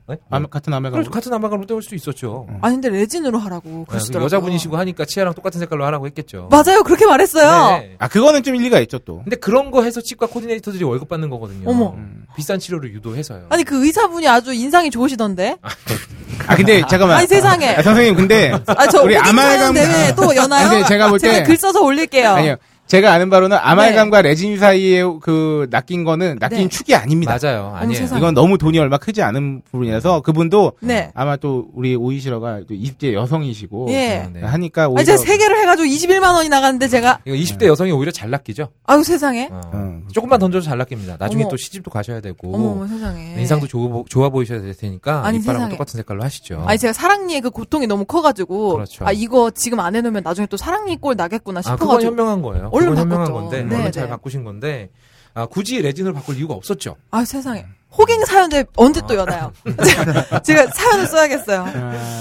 Speaker 6: 네?
Speaker 4: 아마- 음. 같은 아말감.
Speaker 6: 그래서 같은 아말감으로 떼울 수도 있었죠.
Speaker 5: 아니 근데 레진으로 하라고
Speaker 6: 네,
Speaker 5: 그러시더라고요.
Speaker 6: 여자분이시고 하니까 치아랑 똑같은 색깔로 하라고 했겠죠.
Speaker 5: 맞아요 그렇게 말했어요.
Speaker 6: 네.
Speaker 4: 아 그거는 좀 일리가 있죠 또.
Speaker 6: 근데 그런 거 해서 치과 코디네이터들이 월급 받는 거거든요.
Speaker 5: 어머.
Speaker 4: 음.
Speaker 6: 비싼 치료를 유도해서요.
Speaker 5: 아니 그 의사분이 아주 인상이 좋으시던데.
Speaker 4: 아 근데
Speaker 6: 네.
Speaker 4: 잠깐만.
Speaker 5: 아니, 세상에.
Speaker 4: 아, 선생님 근데
Speaker 5: 아저
Speaker 4: 우리 아말감-
Speaker 5: 대회 또 여나요?
Speaker 4: 근데 제가 볼 때-
Speaker 5: 글 써서 올릴게요.
Speaker 4: 아니요. 제가 아는 바로는 아말감과 레진 사이의 그 낚인 거는 낚인
Speaker 5: 네.
Speaker 4: 축이 아닙니다.
Speaker 6: 맞아요. 아니에요.
Speaker 5: 세상에.
Speaker 4: 이건 너무 돈이 얼마 크지 않은 부분이라서 그분도
Speaker 5: 네.
Speaker 4: 아마 또 우리 오이시러가 20대 여성이시고
Speaker 5: 예.
Speaker 6: 아, 네.
Speaker 4: 하니까 오히려
Speaker 5: 아니 제가 세 개를 해가지고 21만 원이 나갔는데 제가
Speaker 6: 이거
Speaker 4: 네.
Speaker 6: 20대 여성이 오히려 잘 낚이죠.
Speaker 5: 아유 세상에.
Speaker 6: 어.
Speaker 4: 음.
Speaker 6: 조금만 던져도 잘 낚입니다. 나중에
Speaker 5: 어머.
Speaker 6: 또 시집도 가셔야 되고
Speaker 5: 어머 어머 세상에.
Speaker 6: 인상도 좋아, 좋아 보이셔야 될 테니까
Speaker 5: 아니,
Speaker 6: 이빨하고
Speaker 5: 세상에.
Speaker 6: 똑같은 색깔로 하시죠.
Speaker 5: 아니 제가 사랑니의 그 고통이 너무 커가지고
Speaker 6: 그렇죠.
Speaker 5: 아 이거 지금 안 해놓으면 나중에 또 사랑니 꼴 나겠구나
Speaker 6: 아, 그건
Speaker 5: 싶어가지고
Speaker 6: 현명한 거예요.
Speaker 5: 얼른
Speaker 6: 그건 현명한
Speaker 5: 바꿨죠.
Speaker 6: 건데
Speaker 5: 네,
Speaker 6: 얼른
Speaker 5: 네.
Speaker 6: 잘 바꾸신 건데 아, 굳이 레진으로 바꿀 이유가 없었죠.
Speaker 5: 아 세상에 호갱 사연대 언제
Speaker 6: 아.
Speaker 5: 또 여나요? 제가- 제가 사연을 써야겠어요.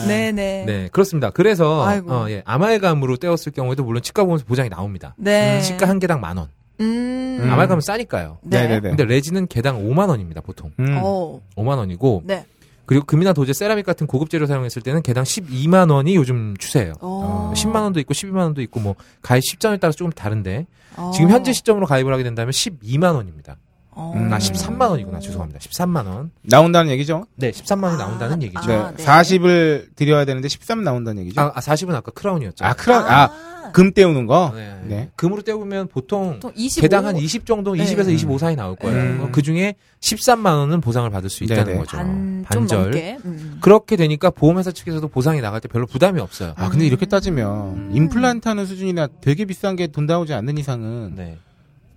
Speaker 5: 네네.
Speaker 6: 네, 그렇습니다. 그래서
Speaker 5: 아이고.
Speaker 6: 어, 예, 아말감으로 떼었을 경우에도 물론 치과 보험에서 보장이 나옵니다.
Speaker 5: 네.
Speaker 6: 치과 한 개당 만 원.
Speaker 5: 음.
Speaker 4: 음.
Speaker 6: 아말감은 싸니까요.
Speaker 5: 네.
Speaker 4: 네네네.
Speaker 6: 근데 레진은 개당 5만 원입니다, 보통.
Speaker 4: 음.
Speaker 5: 어.
Speaker 6: 5만 원이고
Speaker 5: 네.
Speaker 6: 그리고 금이나 도제, 세라믹 같은 고급 재료 사용했을 때는 개당 12만 원이 요즘 추세예요.
Speaker 5: 어.
Speaker 6: 10만 원도 있고 12만 원도 있고 뭐 가입 시점에 따라서 조금 다른데
Speaker 5: 어.
Speaker 4: 어.
Speaker 6: 지금 현재 시점으로 가입을 하게 된다면 12만 원입니다.
Speaker 5: 어.
Speaker 4: 음.
Speaker 6: 아 13만 원이구나 죄송합니다. 13만 원.
Speaker 4: 나온다는 얘기죠.
Speaker 6: 네 13만 원이 나온다는
Speaker 5: 아,
Speaker 6: 얘기죠.
Speaker 4: 네.
Speaker 5: 아, 네.
Speaker 4: 40을 드려야 되는데 13 나온다는 얘기죠.
Speaker 6: 아, 아 40은 아까 크라운이었죠.
Speaker 4: 아, 크라 아,
Speaker 5: 그
Speaker 4: 금 때우는 거.
Speaker 6: 네.
Speaker 4: 네.
Speaker 6: 금으로 떼보면 보통
Speaker 5: 25.
Speaker 6: 그 개당 한 20 정도,
Speaker 5: 네.
Speaker 6: 20에서
Speaker 4: 음.
Speaker 6: 25 사이 나올 거예요.
Speaker 4: 음.
Speaker 6: 그 중에 13만 원은 보상을 받을 수 있다는
Speaker 4: 네네.
Speaker 6: 거죠.
Speaker 5: 반, 좀 넘게. 음.
Speaker 6: 그렇게 되니까 보험회사 측에서도 보상이 나갈 때 별로 부담이 없어요.
Speaker 4: 아 근데
Speaker 5: 음.
Speaker 4: 이렇게 따지면 임플란트 하는 수준이나 되게 비싼 게 돈 나오지 않는 이상은
Speaker 6: 네.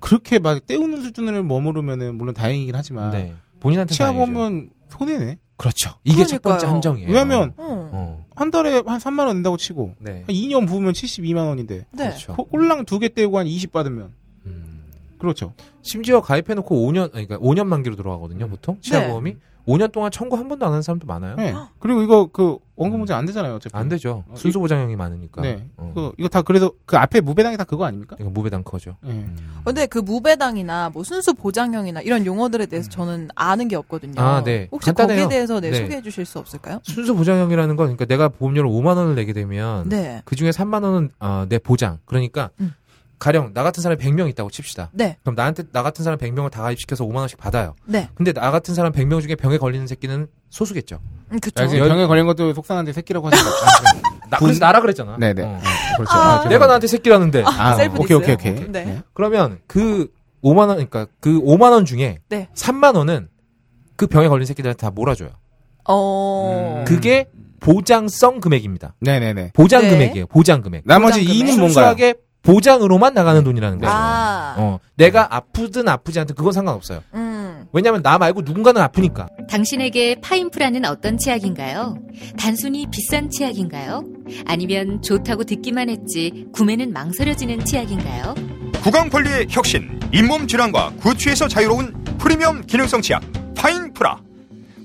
Speaker 4: 그렇게 막 때우는 수준을 머무르면은 물론 다행이긴 하지만
Speaker 6: 네. 본인한테
Speaker 4: 치아보험은 손해네.
Speaker 6: 그렇죠. 이게 첫 번째
Speaker 5: 그러니까요.
Speaker 4: 예.
Speaker 6: 함정이에요.
Speaker 4: 왜냐면
Speaker 5: 어.
Speaker 6: 어.
Speaker 4: 한 달에 한 3만 원 낸다고 치고
Speaker 6: 네.
Speaker 4: 한 2년 부으면 72만 원인데
Speaker 5: 네.
Speaker 6: 그렇죠.
Speaker 4: 호- 홀랑 두 개 떼고 한 20 받으면
Speaker 6: 음.
Speaker 4: 그렇죠.
Speaker 6: 심지어 가입해놓고 5년, 아니, 그러니까 5년 만기로 들어가거든요, 보통. 치아보험이. 5년 동안 청구 한 번도 안 하는 사람도 많아요.
Speaker 4: 네. 그리고 이거 그 원금 보장 안 되잖아요, 어차피.
Speaker 6: 안 되죠.
Speaker 4: 어,
Speaker 6: 순수 보장형이 많으니까.
Speaker 4: 네.
Speaker 6: 어.
Speaker 4: 그거- 이거 다 그래서 그 앞에 무배당이 다 그거 아닙니까?
Speaker 6: 이거 무배당커죠. 음.
Speaker 4: 네.
Speaker 5: 근데 그 무배당이나 뭐 순수 보장형이나 이런 용어들에 대해서 저는 아는 게 없거든요.
Speaker 6: 음. 아, 네.
Speaker 5: 혹시
Speaker 6: 간단해요.
Speaker 5: 거기에 대해서 네,
Speaker 6: 네.
Speaker 5: 소개해 주실 수 없을까요?
Speaker 6: 순수 보장형이라는 건 그러니까 내가 보험료를 5만 원을 내게 되면
Speaker 5: 네.
Speaker 6: 그 중에 3만 원은 어, 내 보장. 그러니까
Speaker 5: 음.
Speaker 6: 가령 나 같은 사람이 100명 있다고 칩시다.
Speaker 5: 네.
Speaker 6: 그럼 나한테 나 같은 사람 100명을 다 가입시켜서 5만 원씩 받아요.
Speaker 5: 네.
Speaker 6: 근데 나 같은 사람 100명 중에 병에 걸리는 새끼는 소수겠죠.
Speaker 5: 음, 그쵸.
Speaker 4: 아, 지금 병에 걸린 것도 속상한데 새끼라고 하시는 거
Speaker 6: 나 그래서 나라 그랬잖아.
Speaker 4: 네네.
Speaker 6: 어.
Speaker 4: 아, 네. 그렇죠. 아,
Speaker 6: 내가 나한테 새끼라는데.
Speaker 4: 아,
Speaker 5: 셀프
Speaker 4: 오케이,
Speaker 5: 디스요?
Speaker 4: 오케이, 오케이.
Speaker 5: 네.
Speaker 6: 그러면 그 5만 원 그러니까 그 5만 원 중에
Speaker 5: 네.
Speaker 6: 3만 원은 그 병에 걸린 새끼들한테 다 몰아줘요.
Speaker 5: 어.
Speaker 4: 음.
Speaker 6: 그게 보장성 금액입이니다.
Speaker 4: 네네네.
Speaker 6: 보장
Speaker 5: 네.
Speaker 6: 금액이에요. 보장 금액.
Speaker 4: 나머지
Speaker 5: 보장 금액.
Speaker 4: 2는 뭔가요? 네.
Speaker 6: 순수하게 보장으로만 나가는 돈이라는 거예요.
Speaker 5: 아.
Speaker 6: 어, 내가 아프든 아프지 않든 그건 상관없어요.
Speaker 5: 음.
Speaker 6: 왜냐면 나 말고 누군가는 아프니까.
Speaker 7: 당신에게 파인프라는 어떤 치약인가요? 단순히 비싼 치약인가요? 아니면 좋다고 듣기만 했지 구매는 망설여지는 치약인가요?
Speaker 8: 구강 관리의 혁신, 잇몸 질환과 구취에서 자유로운 프리미엄 기능성 치약 파인프라.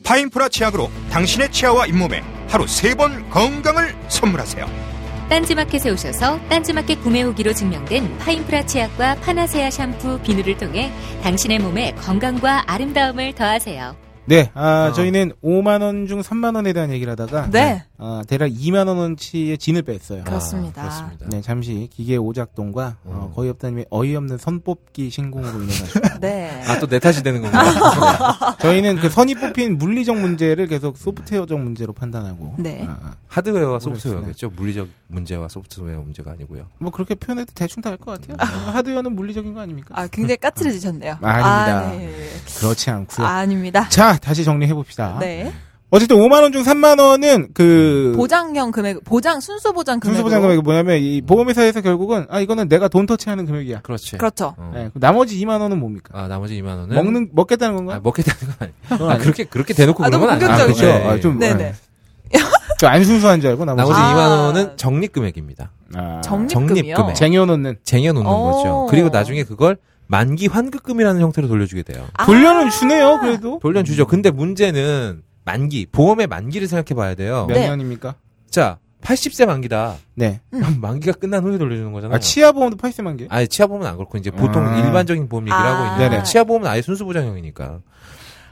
Speaker 8: 파인프라 치약으로 당신의 치아와 잇몸에 하루 세 번 건강을 선물하세요.
Speaker 7: 딴지마켓에 오셔서 딴지마켓 구매 후기로 증명된 파인프라 치약과 파나세아 샴푸 비누를 통해 당신의 몸에 건강과 아름다움을 더하세요.
Speaker 4: 네, 아,
Speaker 6: 어.
Speaker 4: 저희는 5만원 중 3만원에 대한 얘기를 하다가.
Speaker 5: 네.
Speaker 4: 아, 어, 대략 2만 원어치의 진을 뺐어요.
Speaker 5: 그렇습니다.
Speaker 6: 아, 그렇습니다.
Speaker 4: 네, 잠시 기계 오작동과 어,
Speaker 6: 음.
Speaker 4: 거의 없다님의 어이없는 선뽑기 신공으로 인해서
Speaker 5: 네.
Speaker 6: 아, 또 내 탓이 되는 건가요?
Speaker 5: 아.
Speaker 4: 저희는 그 선이 뽑힌 물리적 문제를 계속 소프트웨어적 문제로 판단하고
Speaker 5: 네.
Speaker 4: 아, 아.
Speaker 6: 하드웨어와 소프트웨어겠죠. 물리적 문제와 소프트웨어 문제가 아니고요.
Speaker 4: 뭐 그렇게 표현해도 대충 다 알 것 같아요. 하드웨어는 물리적인 거 아닙니까?
Speaker 5: 아, 굉장히 까칠해지셨네요.
Speaker 4: 아, 아닙니다.
Speaker 5: 네.
Speaker 4: 그렇지 않고요.
Speaker 5: 아, 닙니다
Speaker 4: 자, 다시 정리해
Speaker 6: 아,
Speaker 4: 봅시다.
Speaker 5: 네. 음,
Speaker 4: 어쨌든 5만 원 중 3만 원은 그
Speaker 5: 보장형 금액, 보장, 순수 보장 금액.
Speaker 4: 순수 보장 금액이 뭐냐면 이 보험회사에서 결국은 아 이거는 내가 돈 터치하는 금액이야.
Speaker 6: 그렇지.
Speaker 5: 그렇죠.
Speaker 6: 어.
Speaker 4: 네, 그 나머지 2만 원은 뭡니까?
Speaker 6: 아, 나머지 2만
Speaker 5: 네.
Speaker 6: 원은
Speaker 4: 먹는 먹겠다는 건가?
Speaker 6: 아,
Speaker 4: 요
Speaker 6: 먹겠다는 건 아니. 아, 그렇게 그렇게 대놓고
Speaker 5: 아,
Speaker 6: 그런 건
Speaker 5: 너무
Speaker 6: 아니죠.
Speaker 5: 공격적이죠.
Speaker 6: 네.
Speaker 4: 아, 좀-
Speaker 5: 네네.
Speaker 4: 저안 순수한 줄 알고 나머지
Speaker 6: 나머지
Speaker 5: 아.
Speaker 6: 2만 원은 적립 금액입니다.
Speaker 4: 아,
Speaker 5: 적립금이요?
Speaker 6: 적립금액.
Speaker 4: 쟁여놓는
Speaker 6: 쟁여놓는
Speaker 5: 오.
Speaker 6: 거죠. 그리고 나중에 그걸 만기 환급금이라는 형태로 돌려주게 돼요.
Speaker 5: 아,
Speaker 4: 돌려는 주네요. 그래도
Speaker 6: 돌려주죠. 근데 문제는 만기 보험의 만기를 생각해 봐야 돼요.
Speaker 4: 몇
Speaker 5: 네.
Speaker 4: 년입니까?
Speaker 6: 자, 80세 만기다.
Speaker 4: 네.
Speaker 6: 그럼 만기가 끝난 후에 돌려주는 거잖아요.
Speaker 4: 아 치아 보험도 80만 개.
Speaker 6: 음. 아니 치아보험은 안 그렇고 이제 보통
Speaker 4: 아.
Speaker 6: 일반적인 보험 얘기를
Speaker 5: 아.
Speaker 6: 하고 있는데
Speaker 4: 네네.
Speaker 6: 치아보험은 아예 순수보장형이니까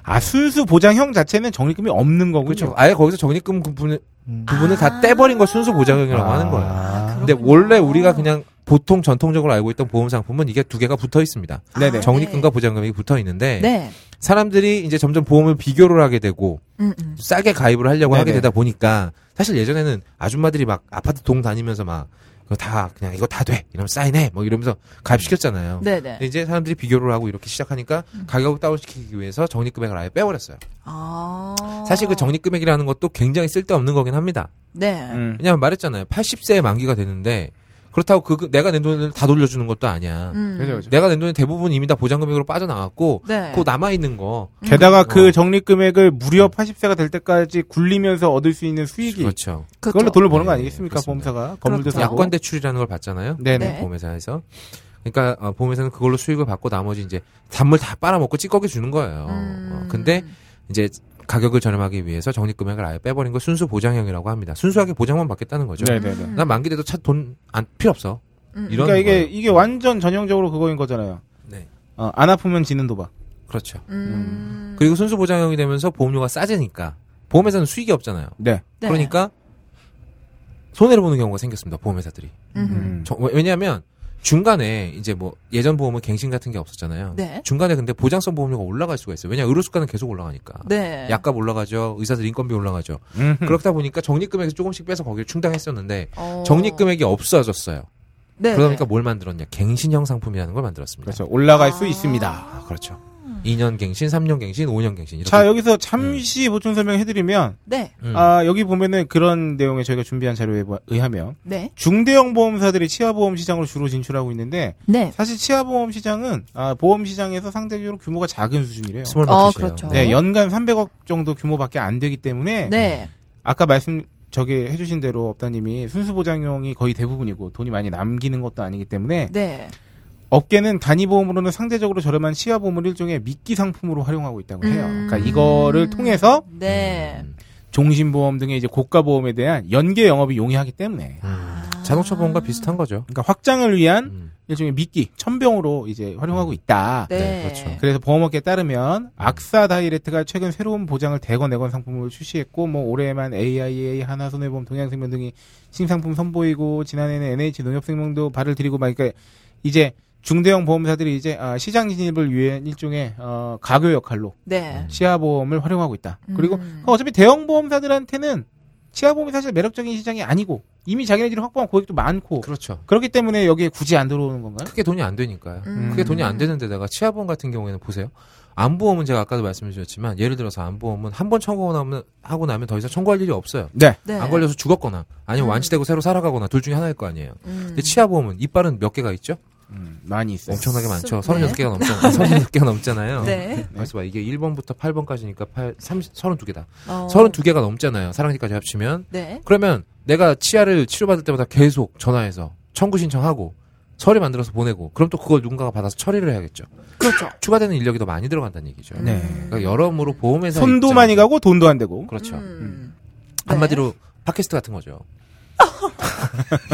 Speaker 4: 아 순수 보장형 자체는 적립금이 없는 거군요.
Speaker 6: 그렇죠 아예 거기서 적립금 부분을,
Speaker 1: 음.
Speaker 6: 부분을 다
Speaker 5: 아.
Speaker 6: 떼버린 걸 순수보장형이라고
Speaker 4: 아.
Speaker 6: 하는 거예요 근데
Speaker 5: 그렇군요.
Speaker 6: 원래 우리가 그냥 보통 전통적으로 알고 있던 보험 상품은 이게 두 개가 붙어 있습니다
Speaker 4: 네네.
Speaker 5: 아,
Speaker 6: 적립금과 보장금이 붙어 있는데
Speaker 5: 네.
Speaker 6: 사람들이 이제 점점 보험을 비교를 하게 되고
Speaker 5: 음, 음.
Speaker 6: 싸게 가입을 하려고 하게
Speaker 4: 네네.
Speaker 6: 되다 보니까 사실 예전에는 아줌마들이 막 아파트 동 다니면서 막 그거 다 그냥 이거 다 돼 이러면 사인해 뭐 이러면서 가입시켰잖아요
Speaker 5: 네네. 음.
Speaker 6: 근데 이제 사람들이 비교를 하고 이렇게 시작하니까 가격을 다운시키기 위해서 적립금액을 아예 빼버렸어요.
Speaker 5: 아.
Speaker 6: 사실 그 적립금액이라는 것도 굉장히 쓸데없는 거긴 합니다.
Speaker 5: 네.
Speaker 4: 음.
Speaker 6: 왜냐하면 말했잖아요. 80세에 만기가 되는데 그렇다고 그 그- 내가 낸 돈을 다 돌려주는 것도 아니야.
Speaker 5: 음.
Speaker 4: 그죠, 그죠.
Speaker 6: 내가 낸 돈의 대부분 이미 다 보장금액으로 빠져나갔고
Speaker 5: 네.
Speaker 6: 그 남아 있는 거
Speaker 5: 음.
Speaker 4: 게다가
Speaker 6: 어.
Speaker 4: 그 적립금액을 무려 80세가 될 때까지 굴리면서 얻을 수 있는 수익이
Speaker 6: 그렇죠.
Speaker 4: 그걸로
Speaker 5: 그렇죠.
Speaker 4: 돈을 버는 거
Speaker 6: 네,
Speaker 4: 아니겠습니까?
Speaker 6: 그렇습니다.
Speaker 4: 보험사가 건물도
Speaker 5: 그렇죠.
Speaker 4: 사고.
Speaker 6: 약관 대출이라는 걸 받잖아요.
Speaker 4: 네네.
Speaker 5: 네.
Speaker 6: 보험회사에서. 그러니까 어, 보험회사는 그걸로 수익을 받고 나머지 이제 단물 다 빨아먹고 찌꺼기 주는 거예요.
Speaker 5: 음.
Speaker 6: 어, 근데 이제 가격을 저렴하기 위해서 적립금액을 아예 빼버린 걸 순수 보장형이라고 합니다. 순수하게 보장만 받겠다는 거죠.
Speaker 4: 네네네.
Speaker 6: 난 만기돼도 차 돈 안 필요 없어.
Speaker 5: 음, 음.
Speaker 6: 이런
Speaker 4: 그러니까 이게
Speaker 6: 거예요.
Speaker 4: 이게 완전 전형적으로 그거인 거잖아요.
Speaker 6: 네,
Speaker 4: 어, 안 아프면 지는 도박.
Speaker 6: 그렇죠.
Speaker 5: 음.
Speaker 6: 그리고 순수 보장형이 되면서 보험료가 싸지니까 보험회사는 수익이 없잖아요.
Speaker 4: 네.
Speaker 5: 네.
Speaker 6: 그러니까 손해를 보는 경우가 생겼습니다. 보험회사들이.
Speaker 5: 음.
Speaker 6: 저- 왜- 왜냐하면 중간에 이제 뭐 예전 보험은 갱신 같은 게 없었잖아요.
Speaker 5: 네.
Speaker 6: 중간에 근데 보장성 보험료가 올라갈 수가 있어요. 왜냐 면 의료수가는 계속 올라가니까.
Speaker 5: 네.
Speaker 6: 약값 올라가죠. 의사들 인건비 올라가죠.
Speaker 4: 음.
Speaker 6: 그렇다 보니까 적립금액에서 조금씩 빼서 거기를 충당했었는데
Speaker 5: 어.
Speaker 6: 적립금액이 없어졌어요.
Speaker 5: 네.
Speaker 6: 그러다 보니까 뭘 만들었냐? 갱신형 상품이라는 걸 만들었습니다.
Speaker 4: 그렇죠. 올라갈 수
Speaker 5: 아.
Speaker 4: 있습니다.
Speaker 6: 아, 그렇죠. 2년 갱신, 3년 갱신, 5년 갱신 이렇게.
Speaker 4: 자, 여기서 잠시 보충 설명해드리면,
Speaker 5: 네.
Speaker 6: 음.
Speaker 4: 아, 여기 보면은 그런 내용에 저희가 준비한 자료에 뭐 의하면,
Speaker 5: 네.
Speaker 4: 중대형 보험사들이 치아보험 시장으로 주로 진출하고 있는데,
Speaker 5: 네.
Speaker 4: 사실 치아보험 시장은, 아, 보험 시장에서 상대적으로 규모가 작은 수준이래요.
Speaker 6: 스몰
Speaker 5: 어,
Speaker 6: 마켓이에요.
Speaker 5: 그렇죠.
Speaker 4: 네, 연간 300억 정도 규모밖에 안 되기 때문에,
Speaker 5: 네.
Speaker 4: 아까 말씀, 저기 해주신 대로 업다님이 순수보장용이 거의 대부분이고, 돈이 많이 남기는 것도 아니기 때문에,
Speaker 5: 네.
Speaker 4: 업계는 단위보험으로는 상대적으로 저렴한 치아보험을 일종의 미끼 상품으로 활용하고 있다고 해요.
Speaker 5: 음.
Speaker 4: 그러니까 이거를 통해서
Speaker 5: 네.
Speaker 6: 음.
Speaker 4: 종신보험 등의 이제 고가 보험에 대한 연계 영업이 용이하기 때문에
Speaker 6: 음. 자동차 보험과 비슷한 거죠.
Speaker 4: 그러니까 확장을 위한
Speaker 6: 음.
Speaker 4: 일종의 미끼 천병으로 이제 활용하고 있다.
Speaker 5: 네.
Speaker 6: 네, 그렇죠.
Speaker 4: 그래서 보험업계에 따르면 악사 다이렉트가 최근 새로운 보장을 대거 내건 상품을 출시했고 뭐 올해만 AIA, 하나손해보험, 동양생명 등이 신상품 선보이고 지난해는 NH 농협생명도 발을 들이고 막 그러니까 이제 중대형 보험사들이 이제 아, 시장 진입을 위한 일종의 어, 가교 역할로
Speaker 5: 네.
Speaker 4: 치아보험을 활용하고 있다. 그리고
Speaker 5: 음.
Speaker 4: 어차피 대형 보험사들한테는 치아보험이 사실 매력적인 시장이 아니고 이미 자기네들이 확보한 고객도 많고
Speaker 6: 그렇죠.
Speaker 4: 그렇기 때문에 여기에 굳이 안 들어오는 건가요?
Speaker 6: 크게 돈이 안 되니까요.
Speaker 5: 음.
Speaker 6: 크게 돈이 안 되는 데다가 치아보험 같은 경우에는 보세요. 안보험은 제가 아까도 말씀드렸지만 예를 들어서 안보험은 한 번 청구 나면 하고 나면 더 이상 청구할 일이 없어요.
Speaker 4: 네.
Speaker 5: 네.
Speaker 6: 안 걸려서 죽었거나 아니면
Speaker 5: 음.
Speaker 6: 완치되고 새로 살아가거나 둘 중에 하나일 거 아니에요.
Speaker 5: 음.
Speaker 6: 근데 치아보험은 이빨은 몇 개가 있죠?
Speaker 4: 음, 많이 있어요.
Speaker 6: 엄청나게 많죠.
Speaker 5: 네.
Speaker 6: 36개가 넘잖아요. 36개가 넘잖아요.
Speaker 5: 네.
Speaker 6: 그래서 봐 이게 1번부터 8번까지니까 8, 30, 32개다.
Speaker 5: 어.
Speaker 6: 32개가 넘잖아요. 사랑니까지 합치면.
Speaker 5: 네.
Speaker 6: 그러면 내가 치아를 치료받을 때마다 계속 전화해서 청구 신청하고 서류 만들어서 보내고 그럼 또 그걸 누군가가 받아서 처리를 해야겠죠.
Speaker 5: 그렇죠.
Speaker 6: 추가되는 인력이 더 많이 들어간다는 얘기죠.
Speaker 5: 음.
Speaker 4: 네.
Speaker 6: 그러니까 여러모로 보험회사
Speaker 4: 손도
Speaker 6: 입장-
Speaker 4: 많이 가고 돈도 안 되고.
Speaker 6: 그렇죠.
Speaker 5: 음. 네.
Speaker 6: 한마디로 팟캐스트 같은 거죠.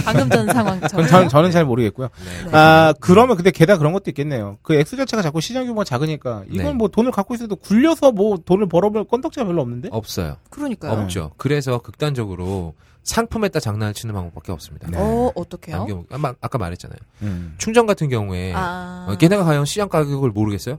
Speaker 5: 방금 전 상황처럼.
Speaker 4: 그건 저는, 저는 잘 모르겠고요.
Speaker 6: 네.
Speaker 4: 아, 그러면 근데 게다가 그런 것도 있겠네요. 그 액수 자체가 자꾸 시장 규모가 작으니까 이건
Speaker 6: 네.
Speaker 4: 뭐 돈을 갖고 있어도 굴려서 뭐 돈을 벌어볼 건덕지가 별로 없는데?
Speaker 6: 없어요.
Speaker 5: 그러니까요.
Speaker 6: 없죠. 그래서 극단적으로 상품에다 장난을 치는 방법밖에 없습니다.
Speaker 5: 어, 어떡해요?
Speaker 6: 네. 남겨먹- 아마- 아까 말했잖아요.
Speaker 4: 네. 음.
Speaker 6: 충전 같은 경우에
Speaker 5: 아.
Speaker 6: 어, 걔네가 과연 시장 가격을 모르겠어요?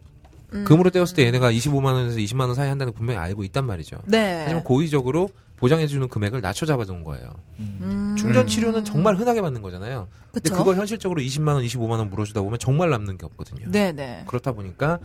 Speaker 5: 음.
Speaker 6: 금으로 떼었을 때 얘네가 25만 원에서 20만 원 사이 한다는 걸 분명히 알고 있단 말이죠.
Speaker 5: 네.
Speaker 6: 하지만 고의적으로 보장해주는 금액을 낮춰 잡아둔 거예요.
Speaker 5: 음.
Speaker 6: 충전 치료는 정말 흔하게 받는 거잖아요. 근데
Speaker 5: 그쵸?
Speaker 6: 그걸 현실적으로 20만 원, 25만 원 물어주다 보면 정말 남는 게 없거든요.
Speaker 5: 네네.
Speaker 6: 그렇다 보니까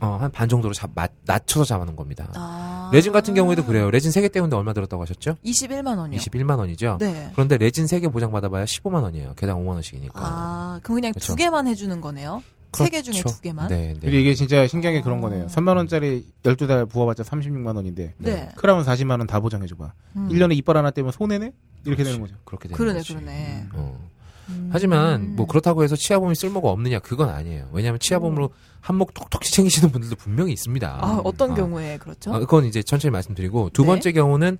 Speaker 6: 어, 한 반 정도로 잡- 맞- 낮춰서 잡아놓은 겁니다.
Speaker 5: 아.
Speaker 6: 레진 같은 경우에도 그래요. 레진 3개 때문에 얼마 들었다고 하셨죠?
Speaker 5: 21만 원이요.
Speaker 6: 21만 원이죠.
Speaker 5: 네.
Speaker 6: 그런데 레진 3개 보장받아봐야 15만 원이에요. 개당 5만 원씩이니까.
Speaker 5: 아, 그럼 그냥
Speaker 6: 그러니까. 그쵸.
Speaker 5: 두 개만 해주는 거네요? 세 개 중에 두 개만?
Speaker 6: 네,
Speaker 4: 근데
Speaker 6: 네.
Speaker 4: 이게 진짜 신기한 게 그런 거네요.
Speaker 5: 어.
Speaker 4: 3만 원짜리 12달 부어봤자 36만 원인데
Speaker 5: 네.
Speaker 4: 크라운 40만 원 다 보장해줘봐.
Speaker 5: 음.
Speaker 4: 1년에 이빨 하나 떼면 손해네? 이렇게 되는 거죠.
Speaker 6: 그렇게 되는
Speaker 5: 그러네,
Speaker 6: 거지.
Speaker 5: 그러네.
Speaker 6: 어.
Speaker 5: 음.
Speaker 6: 하지만 뭐 그렇다고 해서 치아보험이 쓸모가 없느냐 그건 아니에요. 왜냐하면 치아보험으로 한몫 톡톡히 챙기시는 분들도 분명히 있습니다.
Speaker 5: 아, 어떤 경우에 그렇죠?
Speaker 6: 아, 그건 이제 천천히 말씀드리고 두
Speaker 5: 네.
Speaker 6: 번째 경우는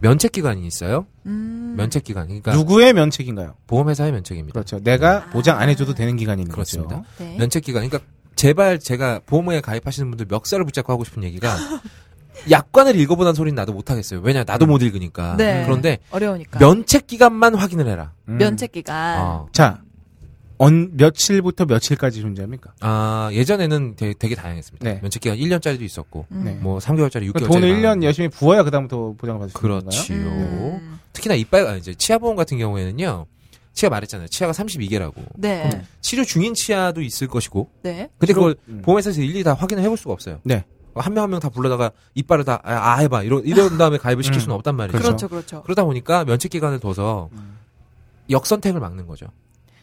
Speaker 6: 면책 기간이 있어요.
Speaker 5: 음.
Speaker 6: 면책 기간. 그러니까
Speaker 4: 누구의 면책인가요?
Speaker 6: 보험회사의 면책입니다.
Speaker 4: 그렇죠. 내가 보장 안 해줘도 되는 기간이 있는
Speaker 6: 그렇습니다.
Speaker 4: 거죠.
Speaker 5: 네.
Speaker 6: 면책 기간. 그러니까 제발 제가 보험에 가입하시는 분들 멱살을 붙잡고 하고 싶은 얘기가 약관을 읽어보란 소리는 나도 못 하겠어요. 왜냐 나도 못 읽으니까.
Speaker 5: 음. 네.
Speaker 6: 아, 그런데
Speaker 5: 어려우니까. 아.
Speaker 6: 면책 기간만 확인을 해라.
Speaker 4: 음.
Speaker 5: 면책 기간.
Speaker 6: 어.
Speaker 4: 자, 언, 며칠부터 며칠까지 존재합니까?
Speaker 6: 아, 예전에는 되게, 되게 다양했습니다.
Speaker 4: 네.
Speaker 6: 면책 기간 1년짜리도 있었고
Speaker 5: 음.
Speaker 4: 네.
Speaker 6: 뭐 3개월짜리, 6개월짜리.
Speaker 4: 그러니까 돈을 1년 열심히 부어야 그다음부터 보장을 받을 수 있는 건가요?
Speaker 6: 그렇지요.
Speaker 5: 음.
Speaker 6: 특히나 이빨 아, 이제 치아 보험 같은 경우에는요. 치아 말했잖아요. 치아가 32개라고.
Speaker 5: 네.
Speaker 6: 치료 중인 치아도 있을 것이고.
Speaker 5: 네.
Speaker 6: 근데 그걸
Speaker 4: 음.
Speaker 6: 보험회사에서 일일이 다 확인을 해볼 수가 없어요.
Speaker 4: 네.
Speaker 6: 한 명 한 명 다 불러다가 이빨을 다 아, 아, 해봐 이런 이런 다음에 가입을 시킬
Speaker 4: 음.
Speaker 6: 수는 없단 말이죠.
Speaker 4: 그렇죠. 음.
Speaker 5: 그렇죠, 그렇죠.
Speaker 6: 그러다 보니까 면책 기간을 둬서 역선택을 막는 거죠.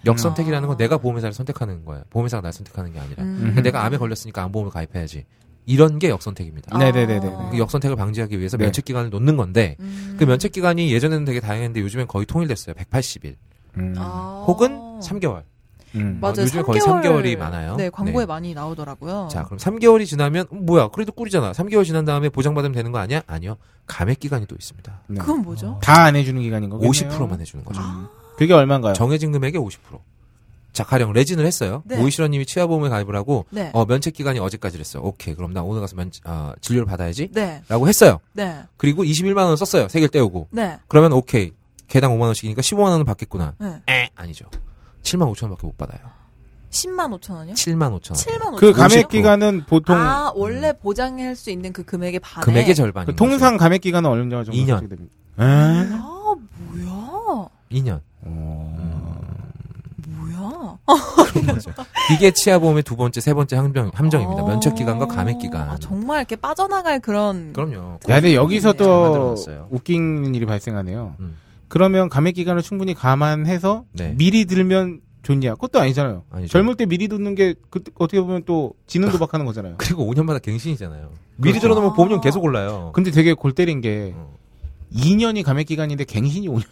Speaker 6: 역선택이라는 건
Speaker 5: 아.
Speaker 6: 내가 보험회사를 선택하는 거예요. 보험회사가 날 선택하는 게 아니라
Speaker 5: 음.
Speaker 6: 근데 그 내가 암에 걸렸으니까 암보험을 가입해야지 이런 게 역선택입니다.
Speaker 4: 네네네네.
Speaker 5: 아.
Speaker 6: 그 역선택을 방지하기 위해서
Speaker 4: 네.
Speaker 6: 면책 기간을 놓는 건데
Speaker 5: 음.
Speaker 6: 그 면책 기간이 예전에는 되게 다양했는데 요즘엔 거의 통일됐어요. 180일
Speaker 4: 음.
Speaker 5: 아.
Speaker 6: 혹은 3개월.
Speaker 4: 음.
Speaker 5: 맞아요.
Speaker 6: 요즘에 거의
Speaker 5: 3개월.
Speaker 6: 3개월이 많아요.
Speaker 5: 네, 광고에
Speaker 6: 네.
Speaker 5: 많이 나오더라고요.
Speaker 6: 자, 그럼 3개월이 지나면 음, 뭐야? 그래도 꿀이잖아. 3개월 지난 다음에 보장받으면 되는 거 아니야? 아니요. 감액 기간이 또 있습니다.
Speaker 4: 네.
Speaker 5: 그건 뭐죠?
Speaker 6: 어.
Speaker 4: 다 안 해주는 기간인 거겠네요. 음.
Speaker 6: 50%만 해주는
Speaker 5: 아.
Speaker 6: 거죠.
Speaker 4: 그게 얼마인가요?
Speaker 6: 정해진 금액의 50%. 자, 가령 레진을 했어요.
Speaker 5: 네.
Speaker 6: 오이시러님이 치아보험에 가입을 하고
Speaker 5: 네.
Speaker 6: 어, 면책 기간이 어제까지 했어. 오케이, 그럼 나 오늘 가서 면 아, 진료를 받아야지.라고
Speaker 5: 네.
Speaker 6: 했어요.
Speaker 5: 네.
Speaker 6: 그리고 21만 원 썼어요. 세개를 떼우고
Speaker 5: 네.
Speaker 6: 그러면 오케이, 개당 5만 원씩이니까 15만 원은 받겠구나.
Speaker 5: 네.
Speaker 6: 에 아니죠. 7만 5천 원밖에 못 받아요.
Speaker 5: 10만 5천 원이요?
Speaker 6: 7만 5천 원.
Speaker 5: 7만 5천
Speaker 4: 그
Speaker 5: 원.
Speaker 4: 감액 기간은 보통
Speaker 5: 아, 원래 보장할 수 있는 그 금액의 반에
Speaker 6: 음. 금액의 절반.
Speaker 4: 그 통상 감액 기간은 얼마 정도
Speaker 6: 이 년.
Speaker 4: 설정이 됩니까? 에?
Speaker 5: 아, 뭐야?
Speaker 6: 2년.
Speaker 5: 뭐야?
Speaker 6: 이게 치아보험의 두 번째, 세 번째 함정, 함정입니다.
Speaker 4: 어.
Speaker 5: 아.
Speaker 6: 면책 기간과 감액 기간.
Speaker 5: 아, 정말 이렇게 빠져나갈 그런
Speaker 6: 그럼요.
Speaker 4: 야, 근데
Speaker 5: 네.
Speaker 4: 여기서
Speaker 6: 얼마
Speaker 4: 또
Speaker 6: 들어갔어요?
Speaker 4: 웃긴 일이 발생하네요.
Speaker 6: 음.
Speaker 4: 그러면 감액 기간을 충분히 감안해서
Speaker 6: 네.
Speaker 4: 미리 들면 좋냐? 그것도 아니잖아요.
Speaker 6: 아니죠.
Speaker 4: 젊을 때 미리 듣는 게 그, 어떻게 보면 또 지능 도박하는 거잖아요.
Speaker 6: 그리고 5년마다 갱신이잖아요. 미리
Speaker 4: 그렇죠.
Speaker 6: 들어놓으면 보험료
Speaker 5: 아.
Speaker 6: 계속 올라요.
Speaker 4: 근데 되게 골 때린 게
Speaker 6: 어.
Speaker 4: 2년이 감액 기간인데 갱신이 5년.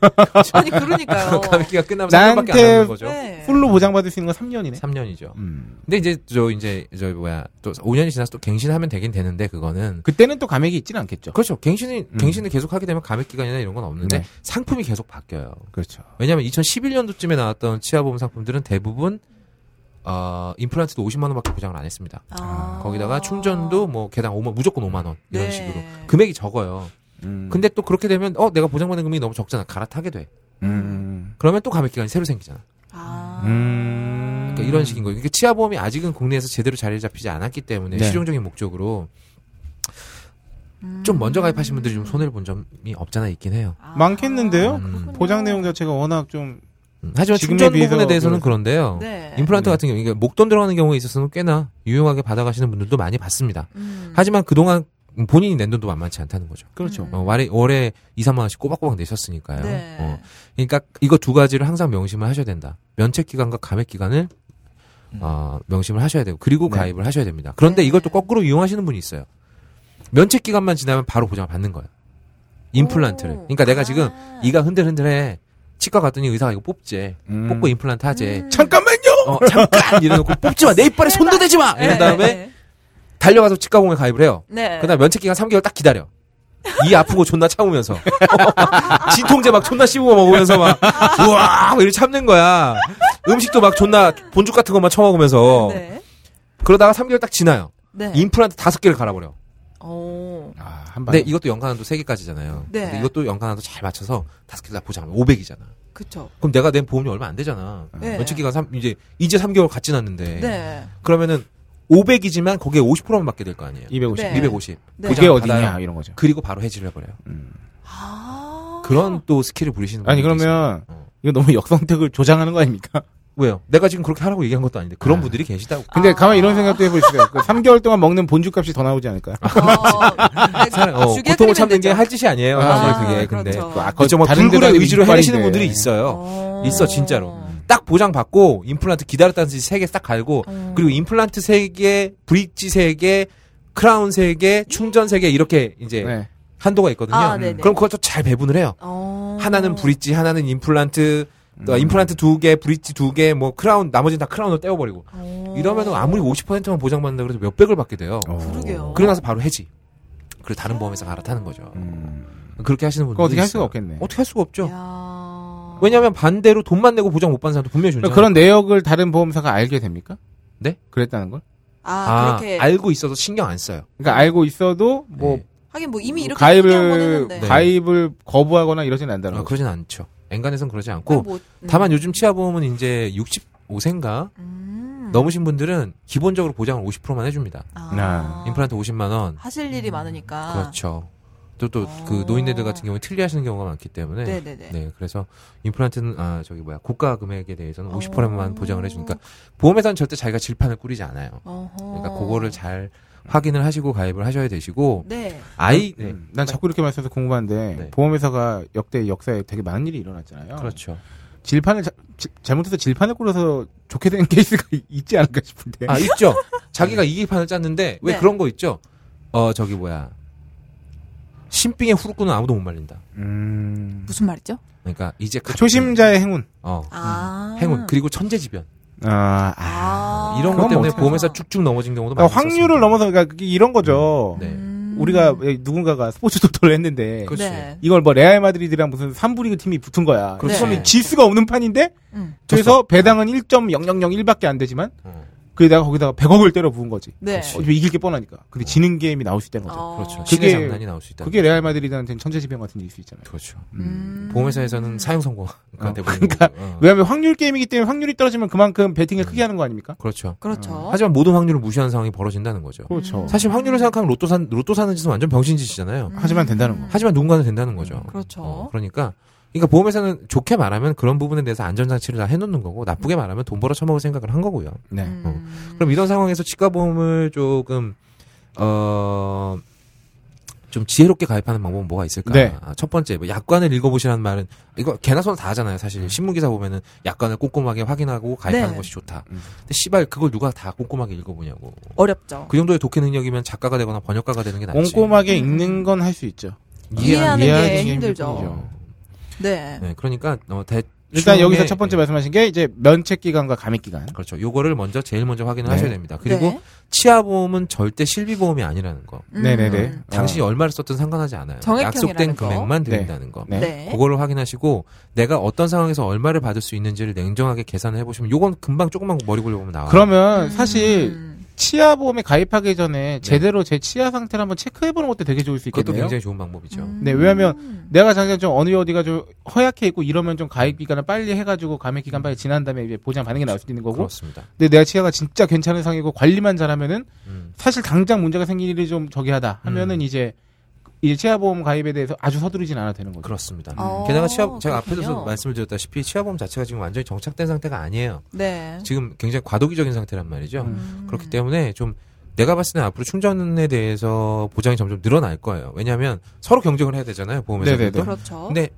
Speaker 5: 아니 그러니까요.
Speaker 6: 감액 기간 끝나면
Speaker 4: 나한테
Speaker 6: 3년밖에 안 남는 거죠.
Speaker 5: 네.
Speaker 4: 풀로 보장받을 수 있는 건 3년이네.
Speaker 6: 3년이죠.
Speaker 4: 음.
Speaker 6: 근데 이제 저 이제 저 뭐야 또 5년이 지나서 또 갱신하면 되긴 되는데 그거는
Speaker 4: 그때는 또 감액이 있지는 않겠죠.
Speaker 6: 그렇죠. 갱신이
Speaker 4: 음.
Speaker 6: 갱신을 계속 하게 되면 감액 기간이나 이런 건 없는데
Speaker 4: 네.
Speaker 6: 상품이 계속 바뀌어요.
Speaker 4: 그렇죠.
Speaker 6: 왜냐하면 2011년도쯤에 나왔던 치아보험 상품들은 대부분 어, 임플란트도 50만 원밖에 보장을 안 했습니다.
Speaker 5: 아.
Speaker 6: 거기다가 충전도 뭐 개당 5만 무조건 5만 원 이런
Speaker 5: 네.
Speaker 6: 식으로 금액이 적어요.
Speaker 4: 음.
Speaker 6: 근데 또 그렇게 되면 어 내가 보장받는 금액이 너무 적잖아. 갈아타게 돼.
Speaker 4: 음.
Speaker 6: 그러면 또 감액 기간이 새로 생기잖아.
Speaker 5: 아.
Speaker 4: 음.
Speaker 6: 그러니까 이런 식인 거예요. 그러니까 치아보험이 아직은 국내에서 제대로 자리를 잡히지 않았기 때문에
Speaker 4: 네.
Speaker 6: 실용적인 목적으로 좀 먼저 가입하신 분들이 좀 손해를 본 점이 없잖아 있긴 해요.
Speaker 5: 아.
Speaker 4: 많겠는데요?
Speaker 6: 음.
Speaker 5: 그렇군요.
Speaker 4: 보장 내용 자체가 워낙 좀
Speaker 6: 음, 하지만
Speaker 4: 지금에
Speaker 6: 충전
Speaker 4: 비해서
Speaker 6: 부분에 대해서는
Speaker 4: 그래서-
Speaker 6: 그런데요.
Speaker 5: 네.
Speaker 6: 임플란트
Speaker 4: 네.
Speaker 6: 같은 경우, 그러니까 목돈 들어가는 경우에 있어서는 꽤나 유용하게 받아가시는 분들도 많이 봤습니다.
Speaker 5: 음.
Speaker 6: 하지만 그동안 본인이 낸 돈도 만만치 않다는 거죠.
Speaker 4: 그렇죠.
Speaker 5: 음.
Speaker 6: 어, 월에, 월에 2, 3만 원씩 꼬박꼬박 내셨으니까요.
Speaker 5: 네.
Speaker 6: 어, 그러니까 이거 두 가지를 항상 명심을 하셔야 된다. 면책 기간과 감액 기간을 어, 명심을 하셔야 되고 그리고
Speaker 4: 음. 네.
Speaker 6: 가입을 하셔야 됩니다. 그런데
Speaker 5: 네.
Speaker 6: 이걸 또 거꾸로 이용하시는 분이 있어요. 면책 기간만 지나면 바로 보장을 받는 거예요. 임플란트를.
Speaker 5: 오.
Speaker 6: 그러니까 내가 지금
Speaker 5: 아.
Speaker 6: 이가 흔들흔들해. 치과 갔더니 의사가 이거 뽑재.
Speaker 4: 음.
Speaker 6: 뽑고 임플란트 하재.
Speaker 5: 음.
Speaker 4: 잠깐만요.
Speaker 6: 어, 잠깐 이래놓고 뽑지 마. 내 이빨에 손도 대지 마. 아, 이런 다음에
Speaker 5: 네.
Speaker 6: 달려가서 치과공에 가입을 해요.
Speaker 5: 네.
Speaker 6: 그다음 면책 기간 3개월 딱 기다려. 이 아프고 존나 참으면서 진통제 막 존나 씹어 먹으면서 막 우와 막 이렇게 참는 거야. 음식도 막 존나 본죽 같은 것만 처먹으면서
Speaker 5: 네.
Speaker 6: 그러다가 3개월 딱 지나요.
Speaker 5: 네.
Speaker 6: 뭐, 임플란트 다섯 개를 갈아버려.
Speaker 5: 어.
Speaker 4: 아, 한 번.
Speaker 6: 근데 이것도 연간한도 세 개까지잖아요.
Speaker 5: 네.
Speaker 6: 근데 이것도 연간한도 잘 맞춰서 다섯 개를 다 보자면 500이잖아.
Speaker 5: 그쵸.
Speaker 6: 그럼 내가 낸 보험료 얼마 안 되잖아.
Speaker 5: 네.
Speaker 6: 연체 기간 삼 이제 이제 3개월 갓 지났는데.
Speaker 5: 네. 네.
Speaker 6: 그러면은 500이지만 거기에 50%만 받게 될 거 아니에요.
Speaker 4: 250.
Speaker 5: 네.
Speaker 6: 250.
Speaker 4: 그게
Speaker 6: 보장을
Speaker 4: 어디냐
Speaker 6: 받아요.
Speaker 4: 이런 거죠.
Speaker 6: 그리고 바로 해지를 해버려요.
Speaker 5: 아.
Speaker 6: 그런 또 스킬을 부리시는
Speaker 4: 아니
Speaker 6: 분들도 있어요.
Speaker 4: 그러면
Speaker 6: 어.
Speaker 4: 이거 너무 역선택을 조장하는 거 아닙니까?
Speaker 6: 왜요? 내가 지금 그렇게 하라고 얘기한 것도 아닌데 그런
Speaker 4: 아.
Speaker 6: 분들이 계시다고.
Speaker 4: 근데 가만 히 이런 생각도 해보시죠. 그 3개월 동안 먹는 본죽값이 더 나오지 않을까요?
Speaker 5: 어,
Speaker 6: 어,
Speaker 5: 주게
Speaker 6: 고통을
Speaker 5: 끓이면
Speaker 6: 참는 게
Speaker 5: 되죠.
Speaker 6: 할 짓이 아니에요.
Speaker 4: 아,
Speaker 6: 사실
Speaker 5: 아,
Speaker 6: 그게 근데
Speaker 5: 그렇죠.
Speaker 4: 아,
Speaker 6: 그죠 뭐
Speaker 4: 다른
Speaker 6: 불굴의
Speaker 4: 데다
Speaker 6: 의지로 해내시는
Speaker 4: 이빨인데.
Speaker 6: 분들이 있어요.
Speaker 5: 어.
Speaker 6: 있어, 진짜로. 딱 보장 받고 임플란트 기다렸다는 듯이 세개 싹 갈고
Speaker 5: 음.
Speaker 6: 그리고 임플란트 세 개, 브릿지 세 개, 크라운 세 개, 충전 세 개 이렇게 이제
Speaker 4: 네.
Speaker 6: 한도가 있거든요.
Speaker 5: 아, 네네.
Speaker 6: 그럼 그것도 잘 배분을 해요.
Speaker 5: 어.
Speaker 6: 하나는 브릿지, 하나는 임플란트, 또
Speaker 4: 음.
Speaker 6: 임플란트 두 개, 브릿지 두 개, 뭐 크라운 나머지는 다 크라운으로 떼어버리고
Speaker 5: 어.
Speaker 6: 이러면은 아무리 50%만 보장받는다 그래도 몇백을 받게 돼요.
Speaker 4: 어.
Speaker 5: 그러게요.
Speaker 6: 그러고 나서 바로 해지. 그리고 다른 보험회사 갈아타는 거죠.
Speaker 4: 음.
Speaker 6: 그렇게 하시는 분들
Speaker 4: 그거 어떻게 할 수가 없겠네.
Speaker 6: 어떻게 할 수가 없죠.
Speaker 5: 야.
Speaker 6: 왜냐하면 반대로 돈만 내고 보장 못 받는 사람도 분명히
Speaker 4: 그럼
Speaker 6: 존재해요.
Speaker 4: 그런 내역을 다른 보험사가 알게 됩니까?
Speaker 6: 네?
Speaker 4: 그랬다는 걸?
Speaker 5: 아,
Speaker 6: 아,
Speaker 5: 그렇게
Speaker 6: 알고 있어서 신경 안 써요.
Speaker 4: 그러니까 알고 있어도 뭐
Speaker 6: 네.
Speaker 5: 하긴 뭐 이미 이렇게 얘기한 건
Speaker 4: 가입을
Speaker 5: 했는데.
Speaker 6: 네.
Speaker 4: 가입을 거부하거나 이러진 않다는
Speaker 6: 아,
Speaker 4: 거.
Speaker 6: 그러진 않죠. 엔간에선 그러지 않고
Speaker 5: 그냥 뭐, 음.
Speaker 6: 다만 요즘 치아보험은 이제 65세인가
Speaker 5: 음.
Speaker 6: 넘으신 분들은 기본적으로 보장을 50%만 해줍니다.
Speaker 5: 아.
Speaker 4: 네.
Speaker 6: 임플란트 50만 원.
Speaker 5: 하실 일이 많으니까.
Speaker 6: 그렇죠. 또 또
Speaker 5: 어.
Speaker 6: 그 노인네들 같은 경우에 틀리하시는 경우가 많기 때문에
Speaker 5: 네, 네, 네.
Speaker 6: 네, 그래서 임플란트는 아 저기 뭐야 고가 금액에 대해서는
Speaker 5: 어.
Speaker 6: 50%만 보장을 해주니까 보험회사는 절대 자기가 질판을 꾸리지 않아요.
Speaker 5: 어허.
Speaker 6: 그러니까 그거를 잘 확인을 하시고 가입을 하셔야 되시고
Speaker 5: 네.
Speaker 6: 아이 네.
Speaker 4: 음, 난 자꾸 이렇게 말씀해서 궁금한데
Speaker 6: 네.
Speaker 4: 보험회사가 역대 역사에 되게 많은 일이 일어났잖아요.
Speaker 6: 그렇죠.
Speaker 4: 질판을 자- 지- 잘못해서 질판을 꾸려서 좋게 된 케이스가 있지 않을까 싶은데.
Speaker 6: 아 있죠. 자기가 이기판을 짰는데 왜
Speaker 5: 네.
Speaker 6: 그런 거 있죠? 어 저기 뭐야 신빙의 후루꾸는 아무도 못 말린다.
Speaker 4: 음.
Speaker 5: 무슨 말이죠?
Speaker 6: 그러니까 이제 갓-
Speaker 4: 초심자의 행운.
Speaker 6: 어
Speaker 5: 아.
Speaker 6: 행운 그리고 천재지변
Speaker 4: 아, 아.
Speaker 5: 아.
Speaker 6: 이런 것
Speaker 4: 그건
Speaker 6: 때문에
Speaker 4: 뭐
Speaker 6: 보험회사 쭉쭉 넘어진 경우도 많이
Speaker 4: 그러니까 확률을 넘어서 그러니까 그게 이런 거죠.
Speaker 6: 네.
Speaker 5: 음.
Speaker 4: 우리가 누군가가 스포츠 토토를 했는데
Speaker 6: 그렇지.
Speaker 5: 네.
Speaker 4: 이걸 뭐 레알 마드리드랑 무슨 3부리그 팀이 붙은 거야.
Speaker 6: 그렇지.
Speaker 4: 그러면 질 수가 없는 판인데
Speaker 5: 음.
Speaker 4: 그래서 배당은 1.0001밖에 안 되지만
Speaker 6: 어,
Speaker 4: 그에다가 거기다가 100억을 때려 부은 거지.
Speaker 5: 네.
Speaker 4: 어차피 이길 게 뻔하니까. 근데 지는 게임이 나올 수 있다는 거죠.
Speaker 5: 어.
Speaker 6: 그렇죠. 신의
Speaker 4: 그게-
Speaker 6: 장난이 나올 수 있다.
Speaker 4: 그게 레알 마드리드한테는 천재지변 같은 일일 수 있잖아요.
Speaker 6: 그렇죠.
Speaker 5: 음.
Speaker 6: 보험회사에서는 사용 성공.
Speaker 4: 어,
Speaker 6: 그러니까
Speaker 4: 왜냐하면 확률 게임이기 때문에 확률이 떨어지면 그만큼 배팅을
Speaker 6: 음.
Speaker 4: 크게 하는 거 아닙니까?
Speaker 6: 그렇죠.
Speaker 5: 그렇죠.
Speaker 6: 하지만 모든 확률을 무시하는 상황이 벌어진다는 거죠.
Speaker 4: 그렇죠.
Speaker 5: 음.
Speaker 6: 사실 확률을 생각하면 로또 산 로또 사는 짓은 완전 병신짓이잖아요.
Speaker 4: 하지만 된다는 거.
Speaker 6: 하지만 누군가는 된다는 거죠.
Speaker 5: 그렇죠.
Speaker 6: 어, 그러니까 그러니까 보험회사는 좋게 말하면 그런 부분에 대해서 안전장치를 다 해놓는 거고 나쁘게 말하면 돈 벌어 처먹을 생각을 한 거고요.
Speaker 4: 네.
Speaker 5: 음.
Speaker 6: 그럼 이런 상황에서 치과보험을 조금 어. 좀 지혜롭게 가입하는 방법은 뭐가 있을까?
Speaker 4: 네.
Speaker 6: 아, 첫 번째, 뭐 약관을 읽어보시라는 말은 이거 개나 소나 다 하잖아요.
Speaker 4: 음.
Speaker 6: 사실 신문 기사 보면은 약관을 꼼꼼하게 확인하고 가입하는
Speaker 5: 네.
Speaker 6: 것이 좋다.
Speaker 4: 음.
Speaker 6: 근데 씨발 그걸 누가 다 꼼꼼하게 읽어보냐고.
Speaker 5: 어렵죠.
Speaker 6: 그 정도의 독해 능력이면 작가가 되거나 번역가가 되는 게 낫지.
Speaker 4: 꼼꼼하게 읽는 건 할 수 있죠.
Speaker 5: 음. 이해하는 게
Speaker 4: 이해하는 게
Speaker 5: 힘들죠.
Speaker 4: 힘들죠.
Speaker 5: 네.
Speaker 6: 네, 그러니까 어, 대
Speaker 4: 일단
Speaker 6: 추후에- 예.
Speaker 4: 여기서 첫 번째 말씀하신 게 이제 면책 기간과 감액 기간.
Speaker 6: 그렇죠. 요거를 먼저 제일 먼저 확인을
Speaker 4: 네.
Speaker 6: 하셔야 됩니다. 그리고 치아 보험은 절대 실비 보험이 아니라는 거.
Speaker 5: 네.
Speaker 4: 네네네.
Speaker 6: 당신이 얼마를 썼든 상관하지 않아요.
Speaker 5: 정액형이라는
Speaker 6: 약속된
Speaker 5: 거.
Speaker 6: 금액만
Speaker 4: 어. 네.
Speaker 6: 드린다는 거.
Speaker 4: 네.
Speaker 5: 네.
Speaker 6: 그걸로 확인하시고 내가 어떤 상황에서 얼마를 받을 수 있는지를 냉정하게 계산해 보시면 요건 금방 조금만 머리 굴려보면 나와요.
Speaker 4: 그러면
Speaker 5: 음.
Speaker 4: 사실 치아 보험에 가입하기 전에 제대로 제 치아 상태를 한번 체크해보는 것도 되게 좋을 수
Speaker 6: 네. 그것도
Speaker 4: 있겠네요.
Speaker 6: 굉장히 좋은 방법이죠.
Speaker 5: 음.
Speaker 4: 네, 왜냐면 내가 자기가 좀 어느 어디가 좀 허약해 있고 이러면 좀 가입 기간을 빨리 해가지고 감액 기간 빨리 지난 다음에 이제 보장 반응이 나올 수 있는 거고.
Speaker 6: 그렇습니다.
Speaker 4: 근데 내가 치아가 진짜 괜찮은 상이고 관리만 잘하면은
Speaker 6: 음.
Speaker 4: 사실 당장 문제가 생길 일이 좀 저기하다 하면은
Speaker 6: 음.
Speaker 4: 이제 이 치아보험 가입에 대해서 아주 서두르진 않아도 되는 거죠.
Speaker 6: 그렇습니다.
Speaker 5: 어,
Speaker 6: 게다가 치아 제가
Speaker 5: 그렇군요.
Speaker 6: 앞에서 말씀을 드렸다시피 치아보험 자체가 지금 완전히 정착된 상태가 아니에요.
Speaker 5: 네.
Speaker 6: 지금 굉장히 과도기적인 상태란 말이죠.
Speaker 4: 음.
Speaker 6: 그렇기 때문에 좀 내가 봤을 때는 앞으로 충전에 대해서 보장이 점점 늘어날 거예요. 왜냐하면 서로 경쟁을 해야 되잖아요 보험회사들도.
Speaker 4: 네네네.
Speaker 5: 그렇죠.
Speaker 6: 근데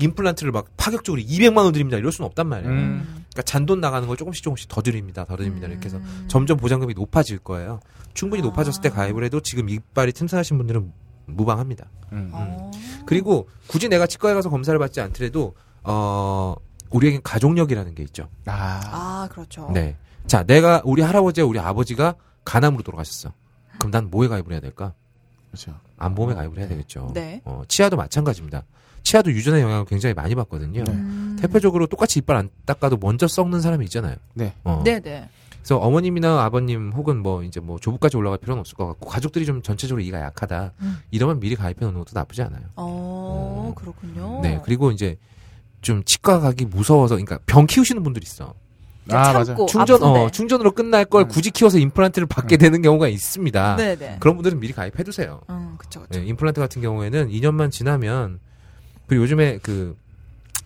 Speaker 6: 임플란트를 막 파격적으로 200만 원 드립니다 이럴 수는 없단 말이에요.
Speaker 4: 음.
Speaker 6: 그러니까 잔돈 나가는 걸 조금씩 조금씩 더 드립니다, 더 드립니다 이렇게 해서
Speaker 5: 음.
Speaker 6: 점점 보장금이 높아질 거예요. 충분히
Speaker 5: 아.
Speaker 6: 높아졌을 때 가입을 해도 지금 이빨이 튼튼하신 분들은 무방합니다.
Speaker 4: 음.
Speaker 5: 어.
Speaker 6: 그리고 굳이 내가 치과에 가서 검사를 받지 않더라도 어 우리에겐 가족력이라는 게 있죠.
Speaker 4: 아,
Speaker 5: 아, 그렇죠.
Speaker 6: 네. 자, 내가 우리 할아버지와 우리 아버지가 간암으로 돌아가셨어. 그럼 난 뭐에 가입을 해야 될까?
Speaker 9: 그렇죠.
Speaker 6: 안보험에 가입을 해야 되겠죠.
Speaker 5: 네.
Speaker 6: 어, 치아도 마찬가지입니다. 치아도 유전의 영향을 굉장히 많이 받거든요.
Speaker 9: 네.
Speaker 5: 음.
Speaker 6: 대표적으로 똑같이 이빨 안 닦아도 먼저 썩는 사람이 있잖아요.
Speaker 4: 네.
Speaker 6: 어.
Speaker 5: 네네.
Speaker 6: 그래서 어머님이나 아버님 혹은 뭐 이제 뭐 조부까지 올라갈 필요는 없을 것 같고 가족들이 좀 전체적으로 이가 약하다
Speaker 5: 음.
Speaker 6: 이러면 미리 가입해 놓는 것도 나쁘지 않아요.
Speaker 5: 어,
Speaker 6: 음.
Speaker 5: 그렇군요.
Speaker 6: 네 그리고 이제 좀 치과 가기 무서워서 그러니까 병 키우시는 분들 있어.
Speaker 4: 아, 맞아.
Speaker 5: 참고 네.
Speaker 6: 충전
Speaker 5: 아픈데.
Speaker 6: 어 충전으로 끝날 걸
Speaker 4: 네.
Speaker 6: 굳이 키워서 임플란트를 받게 되는 경우가 있습니다.
Speaker 5: 네네.
Speaker 6: 그런 분들은 미리 가입해 두세요.
Speaker 5: 음, 그쵸 그쵸.
Speaker 6: 네, 임플란트 같은 경우에는 2년만 지나면 그리고 요즘에 그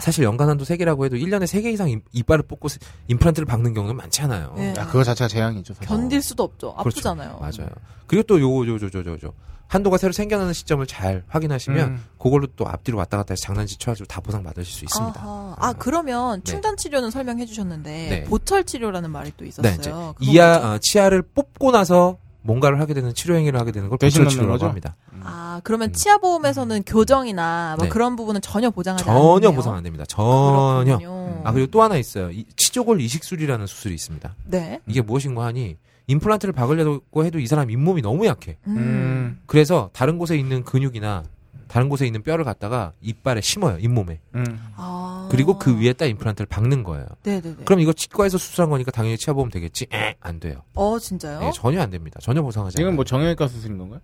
Speaker 6: 사실 연간 한도 3개라고 해도 1년에 3개 이상 임- 이빨을 뽑고 스- 임플란트를 박는 경우는 많지 어, 않아요.
Speaker 5: 네.
Speaker 9: 야, 그거 자체가 재앙이죠. 사실.
Speaker 5: 견딜 수도 없죠.
Speaker 6: 그렇죠.
Speaker 5: 아프잖아요.
Speaker 6: 맞아요. 그리고 또 요 요 요 요 요 한도가 새로 생겨나는 시점을 잘 확인하시면
Speaker 4: 음.
Speaker 6: 그걸로 또 앞뒤로 왔다 갔다 해서 장난치 쳐가지고 다 보상 받으실 수 있습니다.
Speaker 5: 아하. 아 그러면 충전 치료는 설명해 주셨는데
Speaker 6: 네.
Speaker 5: 보철 치료라는 말이 또
Speaker 6: 네,
Speaker 5: 있었어요.
Speaker 6: 이제
Speaker 5: 그건
Speaker 6: 이하
Speaker 5: 뭐죠?
Speaker 6: 아, 치아를 뽑고 나서 뭔가를 하게 되는 치료 행위를 하게 되는 걸 보철
Speaker 4: 대신 넣는
Speaker 6: 치료라고
Speaker 4: 거죠?
Speaker 6: 합니다.
Speaker 5: 아 그러면
Speaker 6: 음.
Speaker 5: 치아 보험에서는 교정이나 뭐
Speaker 6: 네.
Speaker 5: 그런 부분은 전혀 보장하지 않네요.
Speaker 6: 전혀 보상 안 됩니다. 전혀.
Speaker 5: 아, 그렇군요.
Speaker 6: 아 그리고 또 하나 있어요. 이, 치조골 이식술이라는 수술이 있습니다.
Speaker 5: 네.
Speaker 6: 이게 무엇인가 하니 임플란트를 박으려고 해도 이 사람 잇몸이 너무 약해.
Speaker 5: 음.
Speaker 4: 음.
Speaker 6: 그래서 다른 곳에 있는 근육이나 다른 곳에 있는 뼈를 갖다가 이빨에 심어요. 잇몸에.
Speaker 4: 음.
Speaker 5: 아.
Speaker 6: 그리고 그 위에다 임플란트를 박는 거예요.
Speaker 5: 네네네.
Speaker 6: 그럼 이거 치과에서 수술한 거니까 당연히 치아보험 되겠지? 에, 안 돼요.
Speaker 5: 어 진짜요?
Speaker 6: 예, 전혀 안 됩니다. 전혀 보상하지 않아요.
Speaker 4: 지금 뭐 정형외과 수술인 건가요?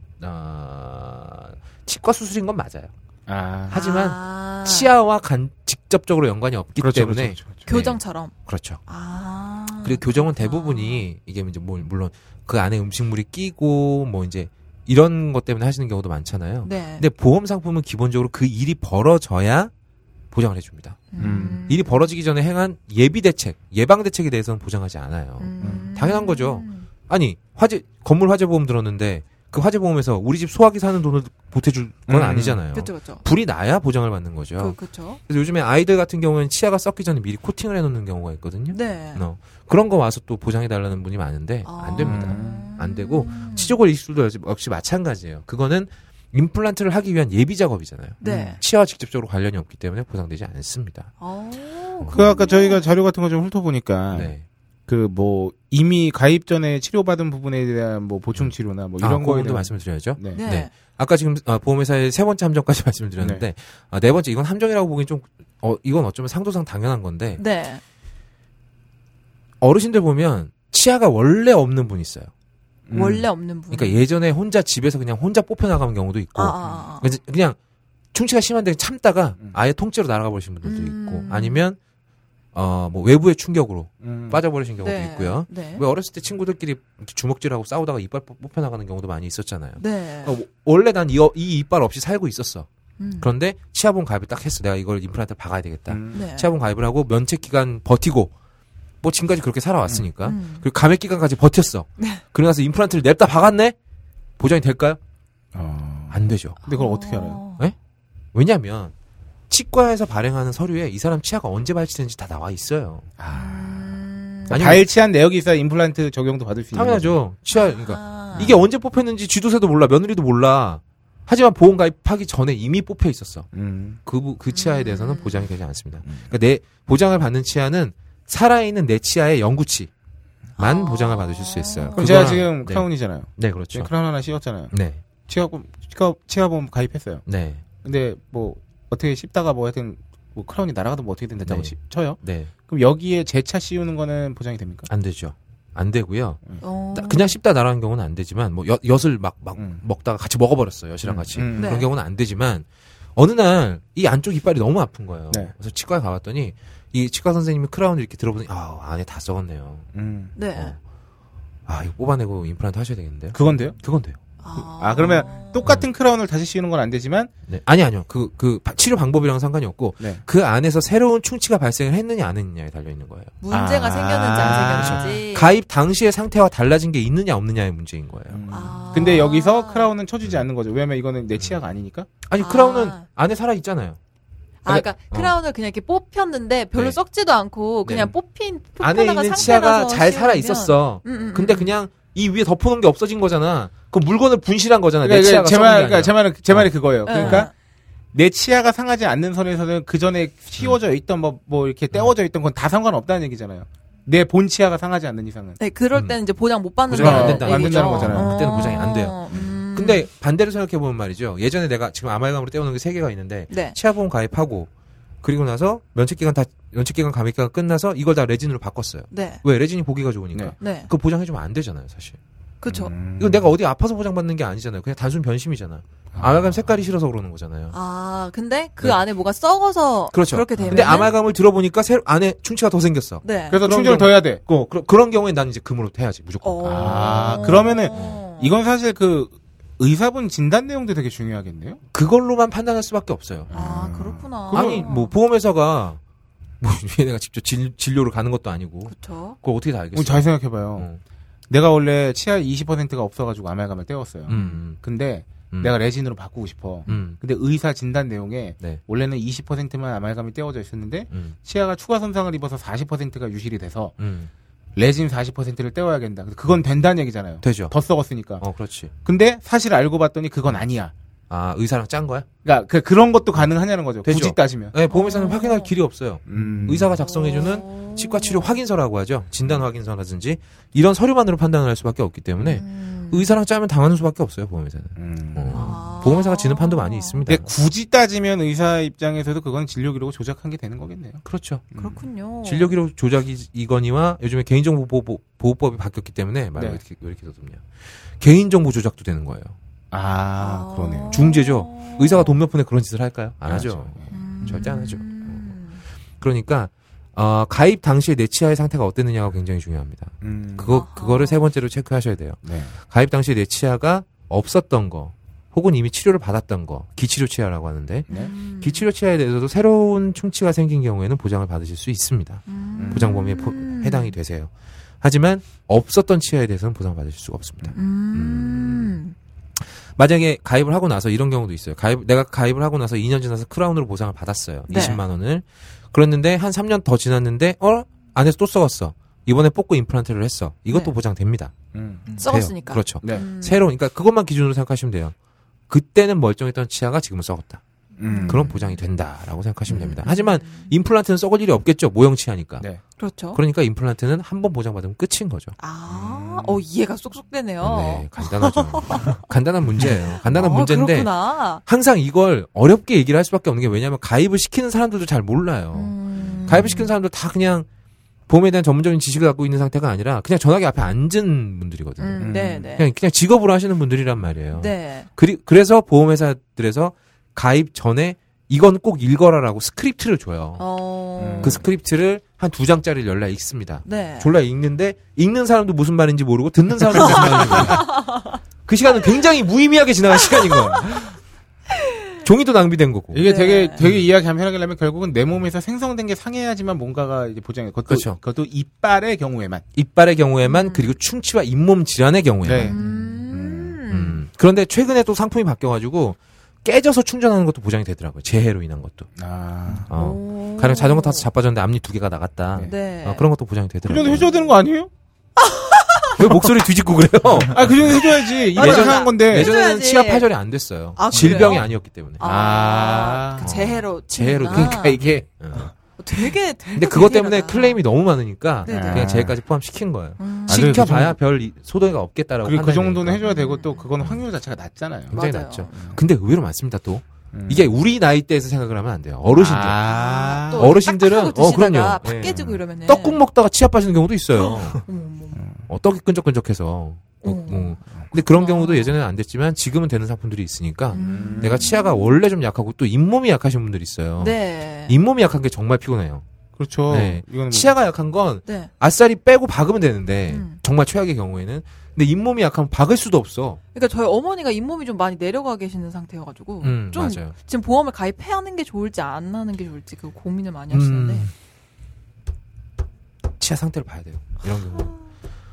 Speaker 6: 아, 치과 수술인 건 맞아요.
Speaker 4: 아.
Speaker 6: 하지만
Speaker 5: 아.
Speaker 6: 치아와 간 직접적으로 연관이 없기
Speaker 4: 그렇죠,
Speaker 6: 때문에
Speaker 4: 그렇죠, 그렇죠,
Speaker 5: 교정처럼.
Speaker 6: 그렇죠.
Speaker 5: 아.
Speaker 6: 네. 그리고 교정은
Speaker 5: 그렇구나.
Speaker 6: 대부분이 이게 이제 뭐 물론 그 안에 음식물이 끼고 뭐 이제 이런 것 때문에 하시는 경우도 많잖아요.
Speaker 5: 네.
Speaker 6: 근데 보험 상품은 기본적으로 그 일이 벌어져야 보장을 해줍니다.
Speaker 4: 음.
Speaker 6: 일이 벌어지기 전에 행한 예비 대책, 예방 대책에 대해서는 보장하지 않아요.
Speaker 5: 음.
Speaker 6: 당연한 거죠. 아니 화재 건물 화재 보험 들었는데 그 화재 보험에서 우리 집 소화기 사는 돈을 보태줄 건
Speaker 4: 음.
Speaker 6: 아니잖아요.
Speaker 5: 그쵸 그쵸.
Speaker 6: 불이 나야 보장을 받는 거죠.
Speaker 5: 그 그쵸.
Speaker 6: 그래서 요즘에 아이들 같은 경우에는 치아가 썩기 전에 미리 코팅을 해놓는 경우가 있거든요.
Speaker 5: 네.
Speaker 6: 어, 그런 거 와서 또 보장해달라는 분이 많은데
Speaker 5: 아.
Speaker 6: 안 됩니다.
Speaker 4: 음.
Speaker 6: 안 되고 치조골 이술도 역시- 역시 마찬가지예요. 그거는 임플란트를 하기 위한 예비 작업이잖아요. 음.
Speaker 5: 네.
Speaker 6: 치아와 직접적으로 관련이 없기 때문에 보상되지 않습니다.
Speaker 5: 어.
Speaker 4: 그 아까 저희가 자료 같은 거 좀 훑어보니까
Speaker 6: 네.
Speaker 4: 그 뭐 이미 가입 전에 치료받은 부분에 대한 뭐 보충 치료나 뭐
Speaker 6: 아,
Speaker 4: 이런 거에
Speaker 6: 도
Speaker 4: 대한
Speaker 6: 말씀을 드려야죠.
Speaker 4: 네.
Speaker 5: 네.
Speaker 6: 네. 아까 지금 아, 보험회사의 세 번째 함정까지 말씀을 드렸는데 아, 네 번째 이건 함정이라고 보기엔 좀 어, 이건 어쩌면 상도상 당연한 건데
Speaker 5: 네.
Speaker 6: 어르신들 보면 치아가 원래 없는 분이 있어요.
Speaker 4: 음.
Speaker 5: 원래 없는 분.
Speaker 6: 그러니까 예전에 혼자 집에서 그냥 혼자 뽑혀 나가는 경우도 있고 음.
Speaker 5: 아, 아, 아.
Speaker 6: 그래서 그냥 충치가 심한데 참다가
Speaker 4: 음.
Speaker 6: 아예 통째로 날아가 버리신 분들도 있고
Speaker 5: 음.
Speaker 6: 아니면 어뭐 외부의 충격으로
Speaker 4: 음.
Speaker 6: 빠져버리신 경우도
Speaker 5: 네.
Speaker 6: 있고요. 뭐
Speaker 5: 네.
Speaker 6: 왜 어렸을 때 친구들끼리 이렇게 주먹질하고 싸우다가 이빨 뽑- 뽑혀 나가는 경우도 많이 있었잖아요.
Speaker 5: 네.
Speaker 6: 어, 원래 난 이 이 이빨 없이 살고 있었어.
Speaker 5: 음.
Speaker 6: 그런데 치아본 가입을 딱 했어. 내가 이걸 임플란트를 박아야 되겠다.
Speaker 4: 음.
Speaker 5: 네.
Speaker 6: 치아본 가입을 하고 면책 기간 버티고 뭐 지금까지 그렇게 살아왔으니까
Speaker 5: 음. 네.
Speaker 6: 그리고 감액 기간까지 버텼어. 그러고 나서 임플란트를 냅다 박았네. 보장이 될까요?
Speaker 4: 어.
Speaker 6: 안 되죠.
Speaker 4: 근데 그걸 어떻게 알아요?
Speaker 6: 왜냐하면 치과에서 발행하는 서류에 이 사람 치아가 언제 발치되는지 다 나와 있어요.
Speaker 5: 음.
Speaker 6: 아니면-
Speaker 4: 발치한 아. 내역이 있어야 임플란트 적용도 받을 수 있는
Speaker 6: 당연하죠. 치아 그러니까
Speaker 5: 아.
Speaker 6: 이게 언제 뽑혔는지 쥐도새도 몰라 며느리도 몰라. 하지만 보험 가입하기 전에 이미 뽑혀 있었어.
Speaker 4: 거죠. 음.
Speaker 6: 그, 부- 그 치아에 대해서는
Speaker 5: 음.
Speaker 6: 보장이 되지 않습니다. 그러니까 내 보장을 받는 치아는 살아있는 내 치아의 영구치만
Speaker 5: 아.
Speaker 6: 보장을 받으실 수 있어요.
Speaker 4: 그럼 제가
Speaker 6: 그거랑-
Speaker 4: 지금
Speaker 6: 네.
Speaker 4: 크라운이잖아요.
Speaker 6: 네 그렇죠.
Speaker 4: 크라운 하나 씌웠잖아요.
Speaker 6: 네
Speaker 4: 치아 치아 치아보험 가입했어요.
Speaker 6: 네
Speaker 4: 근데 뭐 어떻게 씹다가 뭐 하여튼 뭐 크라운이 날아가도 뭐 어떻게든 됐다고
Speaker 6: 네.
Speaker 4: 치- 쳐요.
Speaker 6: 네.
Speaker 4: 그럼 여기에 제 차 씌우는 거는 보장이 됩니까?
Speaker 6: 안 되죠. 안 되고요.
Speaker 5: 어.
Speaker 6: 따- 그냥 씹다 날아간 경우는 안 되지만 뭐 엿, 엿을 막, 막
Speaker 4: 음.
Speaker 6: 먹다가 같이 먹어버렸어요 엿이랑
Speaker 4: 음,
Speaker 6: 같이
Speaker 4: 음.
Speaker 5: 네.
Speaker 6: 그런 경우는 안 되지만 어느 날 이 안쪽 이빨이 너무 아픈 거예요
Speaker 4: 네.
Speaker 6: 그래서 치과에 가봤더니 이 치과 선생님이 크라운을 이렇게 들어보니 아 안에 다 썩었네요
Speaker 4: 음.
Speaker 5: 네.
Speaker 6: 어. 아 이거 뽑아내고 임플란트 하셔야 되겠는데요
Speaker 4: 그건데요?
Speaker 6: 그건 돼요
Speaker 4: 아, 그러면 똑같은 크라운을 다시 씌우는 건 안 되지만
Speaker 6: 네. 아니 아니요 그, 그 바- 치료 방법이랑 상관이 없고
Speaker 4: 네.
Speaker 6: 그 안에서 새로운 충치가 발생을 했느냐 안 했느냐에 달려있는 거예요
Speaker 5: 문제가
Speaker 4: 아.
Speaker 5: 생겼는지 안 생겼는지.
Speaker 6: 가입 당시의 상태와 달라진 게 있느냐 없느냐의 문제인 거예요
Speaker 1: 음.
Speaker 5: 아.
Speaker 4: 근데 여기서 크라운은 쳐주지 않는 거죠. 왜냐면 이거는 내 치아가 아니니까.
Speaker 6: 아니
Speaker 5: 아.
Speaker 6: 크라운은 안에 살아있잖아요
Speaker 5: 아, 그러니까
Speaker 6: 어.
Speaker 5: 크라운을 그냥 이렇게 뽑혔는데 별로
Speaker 6: 네.
Speaker 5: 썩지도 않고
Speaker 6: 네.
Speaker 5: 그냥 뽑힌
Speaker 6: 안에
Speaker 5: 뽑혀나간 상태라서
Speaker 6: 있는 치아가 잘
Speaker 5: 씌우면-
Speaker 6: 살아 있었어.
Speaker 5: 음, 음,
Speaker 6: 근데
Speaker 5: 음.
Speaker 6: 그냥 이 위에 덮어놓은 게 없어진 거잖아. 그 물건을 분실한 거잖아. 내
Speaker 4: 그러니까
Speaker 6: 치아가
Speaker 4: 제
Speaker 6: 썩은 게
Speaker 4: 말, 그러니까
Speaker 6: 아니라.
Speaker 4: 제 말은 제 말이 그거예요.
Speaker 5: 네.
Speaker 4: 그러니까 내 치아가 상하지 않는 선에서는 그 전에
Speaker 6: 음.
Speaker 4: 씌워져 있던 뭐, 뭐 이렇게 떼워져 있던 건 다 상관없다는 얘기잖아요. 내 본 치아가 상하지 않는 이상은.
Speaker 5: 네, 그럴 때는 이제 보장 못 받는
Speaker 6: 음. 보장이 안
Speaker 5: 거예요.
Speaker 6: 된다.
Speaker 5: 얘기죠.
Speaker 4: 안 된다는 거잖아요.
Speaker 5: 어.
Speaker 6: 그때는 보장이 안 돼요.
Speaker 5: 음.
Speaker 6: 근데 반대로 생각해 보면 말이죠. 예전에 내가 지금 아말감으로 떼어놓은 게 세 개가 있는데
Speaker 5: 네.
Speaker 6: 치아보험 가입하고 그리고 나서 면책 기간 다 면책 기간 가입 기간 끝나서 이걸 다 레진으로 바꿨어요.
Speaker 5: 네.
Speaker 6: 왜 레진이 보기가 좋으니까.
Speaker 4: 네. 음.
Speaker 5: 네.
Speaker 6: 그거 보장해 주면 안 되잖아요, 사실.
Speaker 5: 그쵸.
Speaker 6: 이거 내가 어디 아파서 보장받는 게 아니잖아요. 그냥 단순 변심이잖아. 아말감 색깔이 싫어서 그러는 거잖아요.
Speaker 5: 아, 근데 그
Speaker 6: 네.
Speaker 5: 안에 뭐가 썩어서
Speaker 6: 그렇죠.
Speaker 5: 그렇게 되면
Speaker 6: 근데 아말감을 들어보니까 새로 안에 충치가 더 생겼어.
Speaker 5: 네.
Speaker 4: 그래서
Speaker 6: 그런
Speaker 4: 충전을
Speaker 6: 경우-
Speaker 4: 더 해야 돼.
Speaker 6: 어, 그러, 그런 경우엔 나는 이제 금으로 해야지 무조건.
Speaker 5: 어.
Speaker 4: 아, 그러면은 이건 사실 그 의사분 진단 내용도 되게 중요하겠네요.
Speaker 6: 그걸로만 판단할 수밖에 없어요.
Speaker 5: 아, 그렇구나.
Speaker 6: 아니 뭐 보험회사가 뭐 얘네가 직접 진, 진료를 가는 것도 아니고
Speaker 5: 그렇죠.
Speaker 6: 그걸 어떻게 다 알겠어?
Speaker 4: 오늘 잘 생각해봐요.
Speaker 6: 어.
Speaker 4: 내가 원래 치아 20%가 없어가지고 아말감을 떼었어요.
Speaker 6: 음, 음,
Speaker 4: 근데
Speaker 6: 음.
Speaker 4: 내가 레진으로 바꾸고 싶어.
Speaker 6: 음,
Speaker 4: 근데 의사 진단 내용에
Speaker 6: 네.
Speaker 4: 원래는 20%만 아말감이 떼어져 있었는데
Speaker 6: 음,
Speaker 4: 치아가 추가 손상을 입어서 40%가 유실이 돼서
Speaker 6: 음.
Speaker 4: 레진 40%를 떼어야 된다. 근데 그건 된다는 얘기잖아요.
Speaker 6: 되죠.
Speaker 4: 더 썩었으니까.
Speaker 6: 어, 그렇지.
Speaker 4: 근데 사실 알고 봤더니 그건 아니야.
Speaker 6: 아 의사랑 짠 거야?
Speaker 4: 그러니까 그, 그런 것도 가능하냐는 거죠.
Speaker 6: 되죠.
Speaker 4: 굳이 따지면.
Speaker 6: 네, 보험회사는 확인할 길이 없어요.
Speaker 4: 음.
Speaker 6: 의사가 작성해주는 치과
Speaker 5: 어.
Speaker 6: 치료 확인서라고 하죠. 진단 확인서라든지 이런 서류만으로 판단을 할 수밖에
Speaker 5: 음.
Speaker 6: 없기 때문에 의사랑 짜면 당하는 수밖에 없어요 보험회사는.
Speaker 4: 음.
Speaker 5: 아.
Speaker 6: 어. 보험회사가 지는 판도 많이 있습니다.
Speaker 4: 근데 굳이 따지면 의사 입장에서도 그건 진료 기록을 조작한 게 되는 거겠네요.
Speaker 6: 그렇죠.
Speaker 5: 그렇군요.
Speaker 6: 진료 기록 조작이거니와 요즘에 개인정보 보호, 보호법이 바뀌었기 때문에 말왜
Speaker 4: 네.
Speaker 6: 이렇게 왜 이렇게 더듬냐. 개인정보 조작도 되는 거예요.
Speaker 4: 아, 그러네요.
Speaker 6: 중재죠.
Speaker 5: 어.
Speaker 6: 의사가 돈 몇 푼에 그런 짓을 할까요? 안 하죠.
Speaker 4: 그렇죠. 예.
Speaker 5: 음.
Speaker 6: 절대 안 하죠.
Speaker 5: 음.
Speaker 6: 그러니까 어, 가입 당시에 내 치아의 상태가 어땠느냐가 굉장히 중요합니다.
Speaker 4: 음.
Speaker 6: 그거
Speaker 5: 아하.
Speaker 6: 그거를 세 번째로 체크하셔야 돼요.
Speaker 4: 네.
Speaker 6: 가입 당시에 내 치아가 없었던 거, 혹은 이미 치료를 받았던 거, 기치료 치아라고 하는데
Speaker 4: 네.
Speaker 6: 기치료 치아에 대해서도 새로운 충치가 생긴 경우에는 보장을 받으실 수 있습니다.
Speaker 5: 음.
Speaker 6: 보장 범위에 포- 해당이 되세요. 하지만 없었던 치아에 대해서는 보상받으실 수가 없습니다.
Speaker 5: 음.
Speaker 6: 만약에 가입을 하고 나서 이런 경우도 있어요. 가입 내가 가입을 하고 나서 2년 지나서 크라운으로 보상을 받았어요.
Speaker 5: 네.
Speaker 6: 20만 원을. 그랬는데 한 3년 더 지났는데 어 안에서 또 썩었어. 이번에 뽑고 임플란트를 했어. 이것도
Speaker 5: 네.
Speaker 6: 보장됩니다.
Speaker 4: 음.
Speaker 5: 썩었으니까.
Speaker 6: 돼요. 그렇죠.
Speaker 4: 네.
Speaker 5: 음.
Speaker 6: 새로운 그러니까 그것만 기준으로 생각하시면 돼요. 그때는 멀쩡했던 치아가 지금은 썩었다.
Speaker 4: 음.
Speaker 6: 그런 보장이 된다라고
Speaker 5: 음.
Speaker 6: 생각하시면 됩니다. 하지만 임플란트는 썩을 일이 없겠죠. 모형 치아니까.
Speaker 4: 네.
Speaker 5: 그렇죠.
Speaker 6: 그러니까 임플란트는 한 번 보장받으면 끝인 거죠.
Speaker 5: 아, 어 이해가 쏙쏙 되네요.
Speaker 6: 네, 간단하죠. 간단한 문제예요. 간단한
Speaker 5: 아,
Speaker 6: 문제인데
Speaker 5: 그렇구나.
Speaker 6: 항상 이걸 어렵게 얘기를 할 수밖에 없는 게 왜냐하면 가입을 시키는 사람들도 잘 몰라요.
Speaker 5: 음.
Speaker 6: 어. 가입을 시키는 사람들 다 그냥 보험에 대한 전문적인 지식을 갖고 있는 상태가 아니라 그냥 전화기 앞에 앉은 분들이거든요.
Speaker 5: 음, 네, 네.
Speaker 6: 그냥 그냥 직업으로 하시는 분들이란 말이에요.
Speaker 5: 네.
Speaker 6: 그리, 그래서 보험회사들에서 가입 전에 이건 꼭 읽어라라고 스크립트를 줘요.
Speaker 5: 어.
Speaker 4: 음.
Speaker 6: 그 스크립트를 한 두 장짜리를 열라 읽습니다.
Speaker 5: 네.
Speaker 6: 졸라 읽는데 읽는 사람도 무슨 말인지 모르고 듣는 사람도 무슨 말인지 모르고 그 시간은 굉장히 무의미하게 지나간 시간인 거예요. 종이도 낭비된 거고.
Speaker 4: 이게
Speaker 5: 네.
Speaker 4: 되게 되게 이야기 안 편하려면 결국은 내 몸에서 생성된 게 상해야지만 뭔가가 이제 보장이 그것도
Speaker 6: 그렇죠.
Speaker 4: 그것도 이빨의 경우에만.
Speaker 6: 이빨의 경우에만 그리고 충치와 잇몸 질환의 경우에만.
Speaker 4: 네.
Speaker 5: 음.
Speaker 6: 음. 그런데 최근에 또 상품이 바뀌어가지고 깨져서 충전하는 것도 보장이 되더라고요. 재해로 인한 것도.
Speaker 4: 아.
Speaker 6: 어.
Speaker 5: 오.
Speaker 6: 가령 자전거 타서 자빠졌는데 앞니 두 개가 나갔다.
Speaker 5: 네.
Speaker 6: 어, 그런 것도 보장이
Speaker 4: 그 정도
Speaker 6: 되더라고요.
Speaker 4: 해줘야 되는 거 아니에요?
Speaker 6: 왜 목소리 뒤집고 그래요?
Speaker 4: 아, 그 정도 해줘야지. 이게
Speaker 5: 맞아, 맞아.
Speaker 4: 이상한 건데.
Speaker 6: 예전에는
Speaker 5: 해줘야지.
Speaker 6: 치아 파절이 안 됐어요.
Speaker 5: 아, 그래요?
Speaker 6: 질병이 아니었기 때문에.
Speaker 5: 아.
Speaker 4: 아.
Speaker 5: 그 재해로.
Speaker 6: 재해로
Speaker 5: 치는구나.
Speaker 6: 그러니까 이게 어.
Speaker 5: 되게 되게.
Speaker 6: 근데 그것 때문에
Speaker 5: 세밀하다.
Speaker 6: 클레임이 너무 많으니까
Speaker 5: 네, 네.
Speaker 6: 그냥 재해까지 포함시킨 거예요.
Speaker 5: 음.
Speaker 4: 아, 네,
Speaker 6: 시켜봐야 별 이- 소득이 없겠다라고
Speaker 4: 그리고 그
Speaker 6: 판단이 되니까.
Speaker 4: 정도는 해줘야 되고 또 그건 확률 자체가 낮잖아요.
Speaker 6: 굉장히
Speaker 5: 맞아요.
Speaker 6: 낮죠. 근데 의외로 많습니다 또
Speaker 4: 음.
Speaker 6: 이게 우리 나이대에서 생각을 하면 안 돼요. 어르신들
Speaker 4: 아.
Speaker 5: 또
Speaker 6: 어르신들은-
Speaker 5: 딱딱하고
Speaker 6: 어, 그럼요.
Speaker 5: 드시다가
Speaker 6: 예.
Speaker 5: 팍 깨지고 이러면은.
Speaker 6: 떡국 먹다가 치아 빠지는 경우도 있어요.
Speaker 5: 어머, 어머, 어머.
Speaker 6: 어, 떡이 끈적끈적해서. 어, 어. 근데 그런 경우도 예전에는 안 됐지만 지금은 되는 상품들이 있으니까
Speaker 5: 음.
Speaker 6: 내가 치아가 원래 좀 약하고 또 잇몸이 약하신 분들이 네. 있어요.
Speaker 5: 네.
Speaker 6: 잇몸이 약한 게 정말 피곤해요.
Speaker 4: 그렇죠.
Speaker 6: 네.
Speaker 4: 이거는 뭐-
Speaker 6: 치아가 약한 건
Speaker 5: 네.
Speaker 6: 아싸리 빼고 박으면 되는데
Speaker 5: 음.
Speaker 6: 정말 최악의 경우에는 근데 잇몸이 약하면 박을 수도 없어.
Speaker 5: 그러니까 저희 어머니가 잇몸이 좀 많이 내려가 계시는 상태여가지고
Speaker 6: 음,
Speaker 5: 좀
Speaker 6: 맞아요.
Speaker 5: 지금 보험을 가입해야 하는 게 좋을지 안 하는 게 좋을지 그 고민을 많이 하시는데
Speaker 6: 음. 치아 상태를 봐야 돼요. 이런 경우.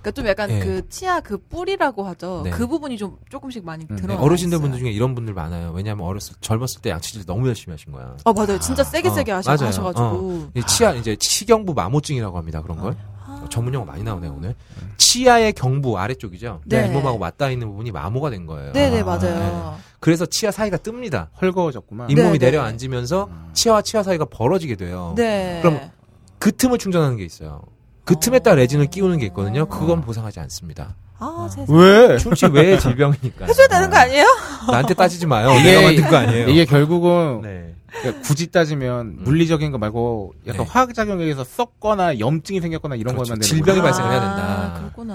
Speaker 5: 그러니까 좀 약간
Speaker 6: 예.
Speaker 5: 그 치아 그 뿌리라고 하죠.
Speaker 6: 네.
Speaker 5: 그 부분이 좀 조금씩 많이
Speaker 4: 음.
Speaker 5: 들어.
Speaker 6: 네, 어르신들 분들 중에 이런 분들 많아요. 왜냐하면 어렸을 젊었을 때 양치질 너무 열심히 하신 거야.
Speaker 5: 아 맞아요. 진짜 세게
Speaker 6: 어,
Speaker 5: 세게 하셔,
Speaker 6: 맞아요. 어.
Speaker 5: 가지고
Speaker 6: 이 치아 이제 치경부 마모증이라고 합니다. 그런 걸
Speaker 5: 아.
Speaker 6: 어, 전문 용어 많이 나오네요 오늘. 치아의 경부 아래쪽이죠.
Speaker 5: 네.
Speaker 6: 잇몸하고 맞닿아 있는 부분이 마모가 된 거예요.
Speaker 5: 네네
Speaker 6: 네.
Speaker 5: 맞아요.
Speaker 6: 그래서 치아 사이가 뜹니다.
Speaker 4: 헐거워졌구만.
Speaker 5: 네. 음.
Speaker 6: 잇몸이 내려앉으면서 치아와 치아 사이가 벌어지게 돼요.
Speaker 5: 네.
Speaker 6: 그럼 그 틈을 충전하는 게 있어요. 그 틈에 따라 레진을 끼우는 게 있거든요. 그건 보상하지 않습니다.
Speaker 5: 아, 세상에.
Speaker 4: 왜?
Speaker 6: 충치 외 질병이니까.
Speaker 5: 해줘야 되는 거 아니에요?
Speaker 6: 나한테 따지지 마요.
Speaker 4: 이게-
Speaker 6: 내가 만든 거 아니에요.
Speaker 4: 이게 결국은
Speaker 6: 네. 음.
Speaker 4: 그러니까 굳이 따지면 물리적인 거 말고 약간
Speaker 6: 네.
Speaker 4: 화학 작용에 의해서 썩거나 염증이 생겼거나 이런 뭐
Speaker 6: 그렇죠.
Speaker 4: 것만 되는
Speaker 6: 질병이
Speaker 4: 거죠.
Speaker 6: 발생을
Speaker 5: 아,
Speaker 6: 해야 된다.
Speaker 5: 그렇구나.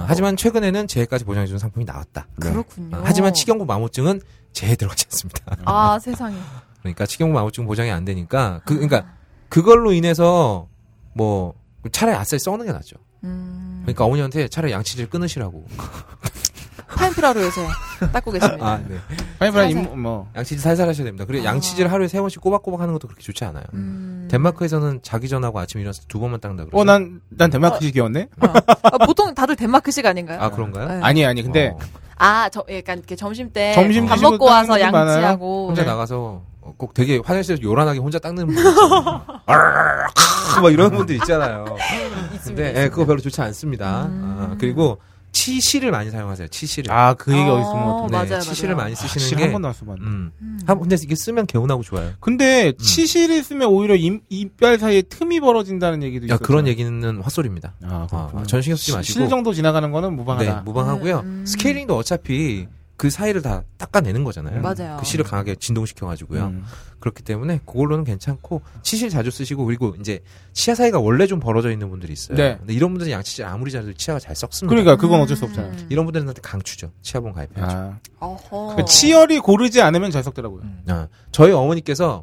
Speaker 6: 아, 하지만 최근에는 재해까지 보장해주는 상품이 나왔다.
Speaker 5: 그렇군요.
Speaker 6: 아, 하지만 치경구 마모증은 재해 들어가지 않습니다.
Speaker 5: 아, 세상에.
Speaker 6: 그러니까 치경구 마모증 보장이 안 되니까
Speaker 5: 아.
Speaker 6: 그 그러니까 그걸로 인해서 뭐 차라리 아싸리 써는 게 낫죠.
Speaker 5: 음.
Speaker 6: 그러니까 어머니한테 차라리 양치질 끊으시라고.
Speaker 5: 파인프라로 요새 닦고 계십니다.
Speaker 6: 그- 아, 네.
Speaker 4: 파이브라
Speaker 5: 살살.
Speaker 4: 임, 뭐
Speaker 6: 양치질 살살 하셔야 됩니다. 그리고
Speaker 5: 아.
Speaker 6: 양치질 하루에 세 번씩 꼬박꼬박 하는 것도 그렇게 좋지 않아요.
Speaker 5: 음.
Speaker 6: 덴마크에서는 자기 전하고 아침 에 일어나서 두 번만 닦는다 그러죠.
Speaker 4: 어, 난, 난 덴마크식이었네?
Speaker 5: 어. 아, 보통 다들 덴마크식 아닌가요?
Speaker 6: 아, 그런가요?
Speaker 5: 네.
Speaker 4: 아니, 아니, 근데,
Speaker 6: 어,
Speaker 5: 아, 저 약간 이렇게 점심 때
Speaker 4: 점심
Speaker 5: 밥
Speaker 4: 드시고
Speaker 5: 먹고 와서
Speaker 4: 닦는 분들
Speaker 5: 양치하고
Speaker 6: 혼자 나가서 어, 꼭 되게 화장실에서 요란하게 혼자 닦는 분들 있잖아요. 아르르르르 막 이런 분들 있잖아요.
Speaker 5: 있습니다. 음.
Speaker 6: 근데 예, 그거 별로 좋지 않습니다. 아, 그리고 치실을 많이 사용하세요. 치실을.
Speaker 4: 아, 그 얘기
Speaker 5: 어,
Speaker 4: 어디서 뭐,
Speaker 5: 맞아요, 맞아요.
Speaker 6: 치실을 많이 쓰시는
Speaker 4: 확실히
Speaker 6: 게
Speaker 4: 한번 나왔어 봤네.
Speaker 6: 음. 한- 근데 이게 쓰면 개운하고 좋아요.
Speaker 4: 근데, 치실을 쓰면 오히려 입, 이빨 사이에 틈이 벌어진다는 얘기도 있어요.
Speaker 6: 야, 그런 얘기는 헛소리입니다.
Speaker 4: 아,
Speaker 6: 아,
Speaker 4: 그렇죠. 그렇구나.
Speaker 6: 전신경 쓰지 마시고
Speaker 4: 실 정도 지나가는 거는 무방하다.
Speaker 6: 네, 무방하고요.
Speaker 5: 음, 음.
Speaker 6: 스케일링도 어차피 그 사이를 다 닦아내는 거잖아요.
Speaker 5: 맞아요.
Speaker 6: 그 실을 강하게 진동시켜 가지고요.
Speaker 4: 음.
Speaker 6: 그렇기 때문에 그걸로는 괜찮고 치실 자주 쓰시고 그리고 이제 치아 사이가 원래 좀 벌어져 있는 분들이 있어요.
Speaker 4: 네.
Speaker 6: 근데 이런 분들은 양치질 아무리 잘해도 치아가 잘 썩습니다.
Speaker 4: 그러니까, 그건 어쩔 수 없잖아요.
Speaker 5: 음.
Speaker 6: 이런 분들한테 강추죠. 치아본 가입해야죠.
Speaker 4: 아.
Speaker 5: 어허.
Speaker 4: 그 치열이 고르지 않으면 잘 섞더라고요.
Speaker 6: 아, 저희 어머니께서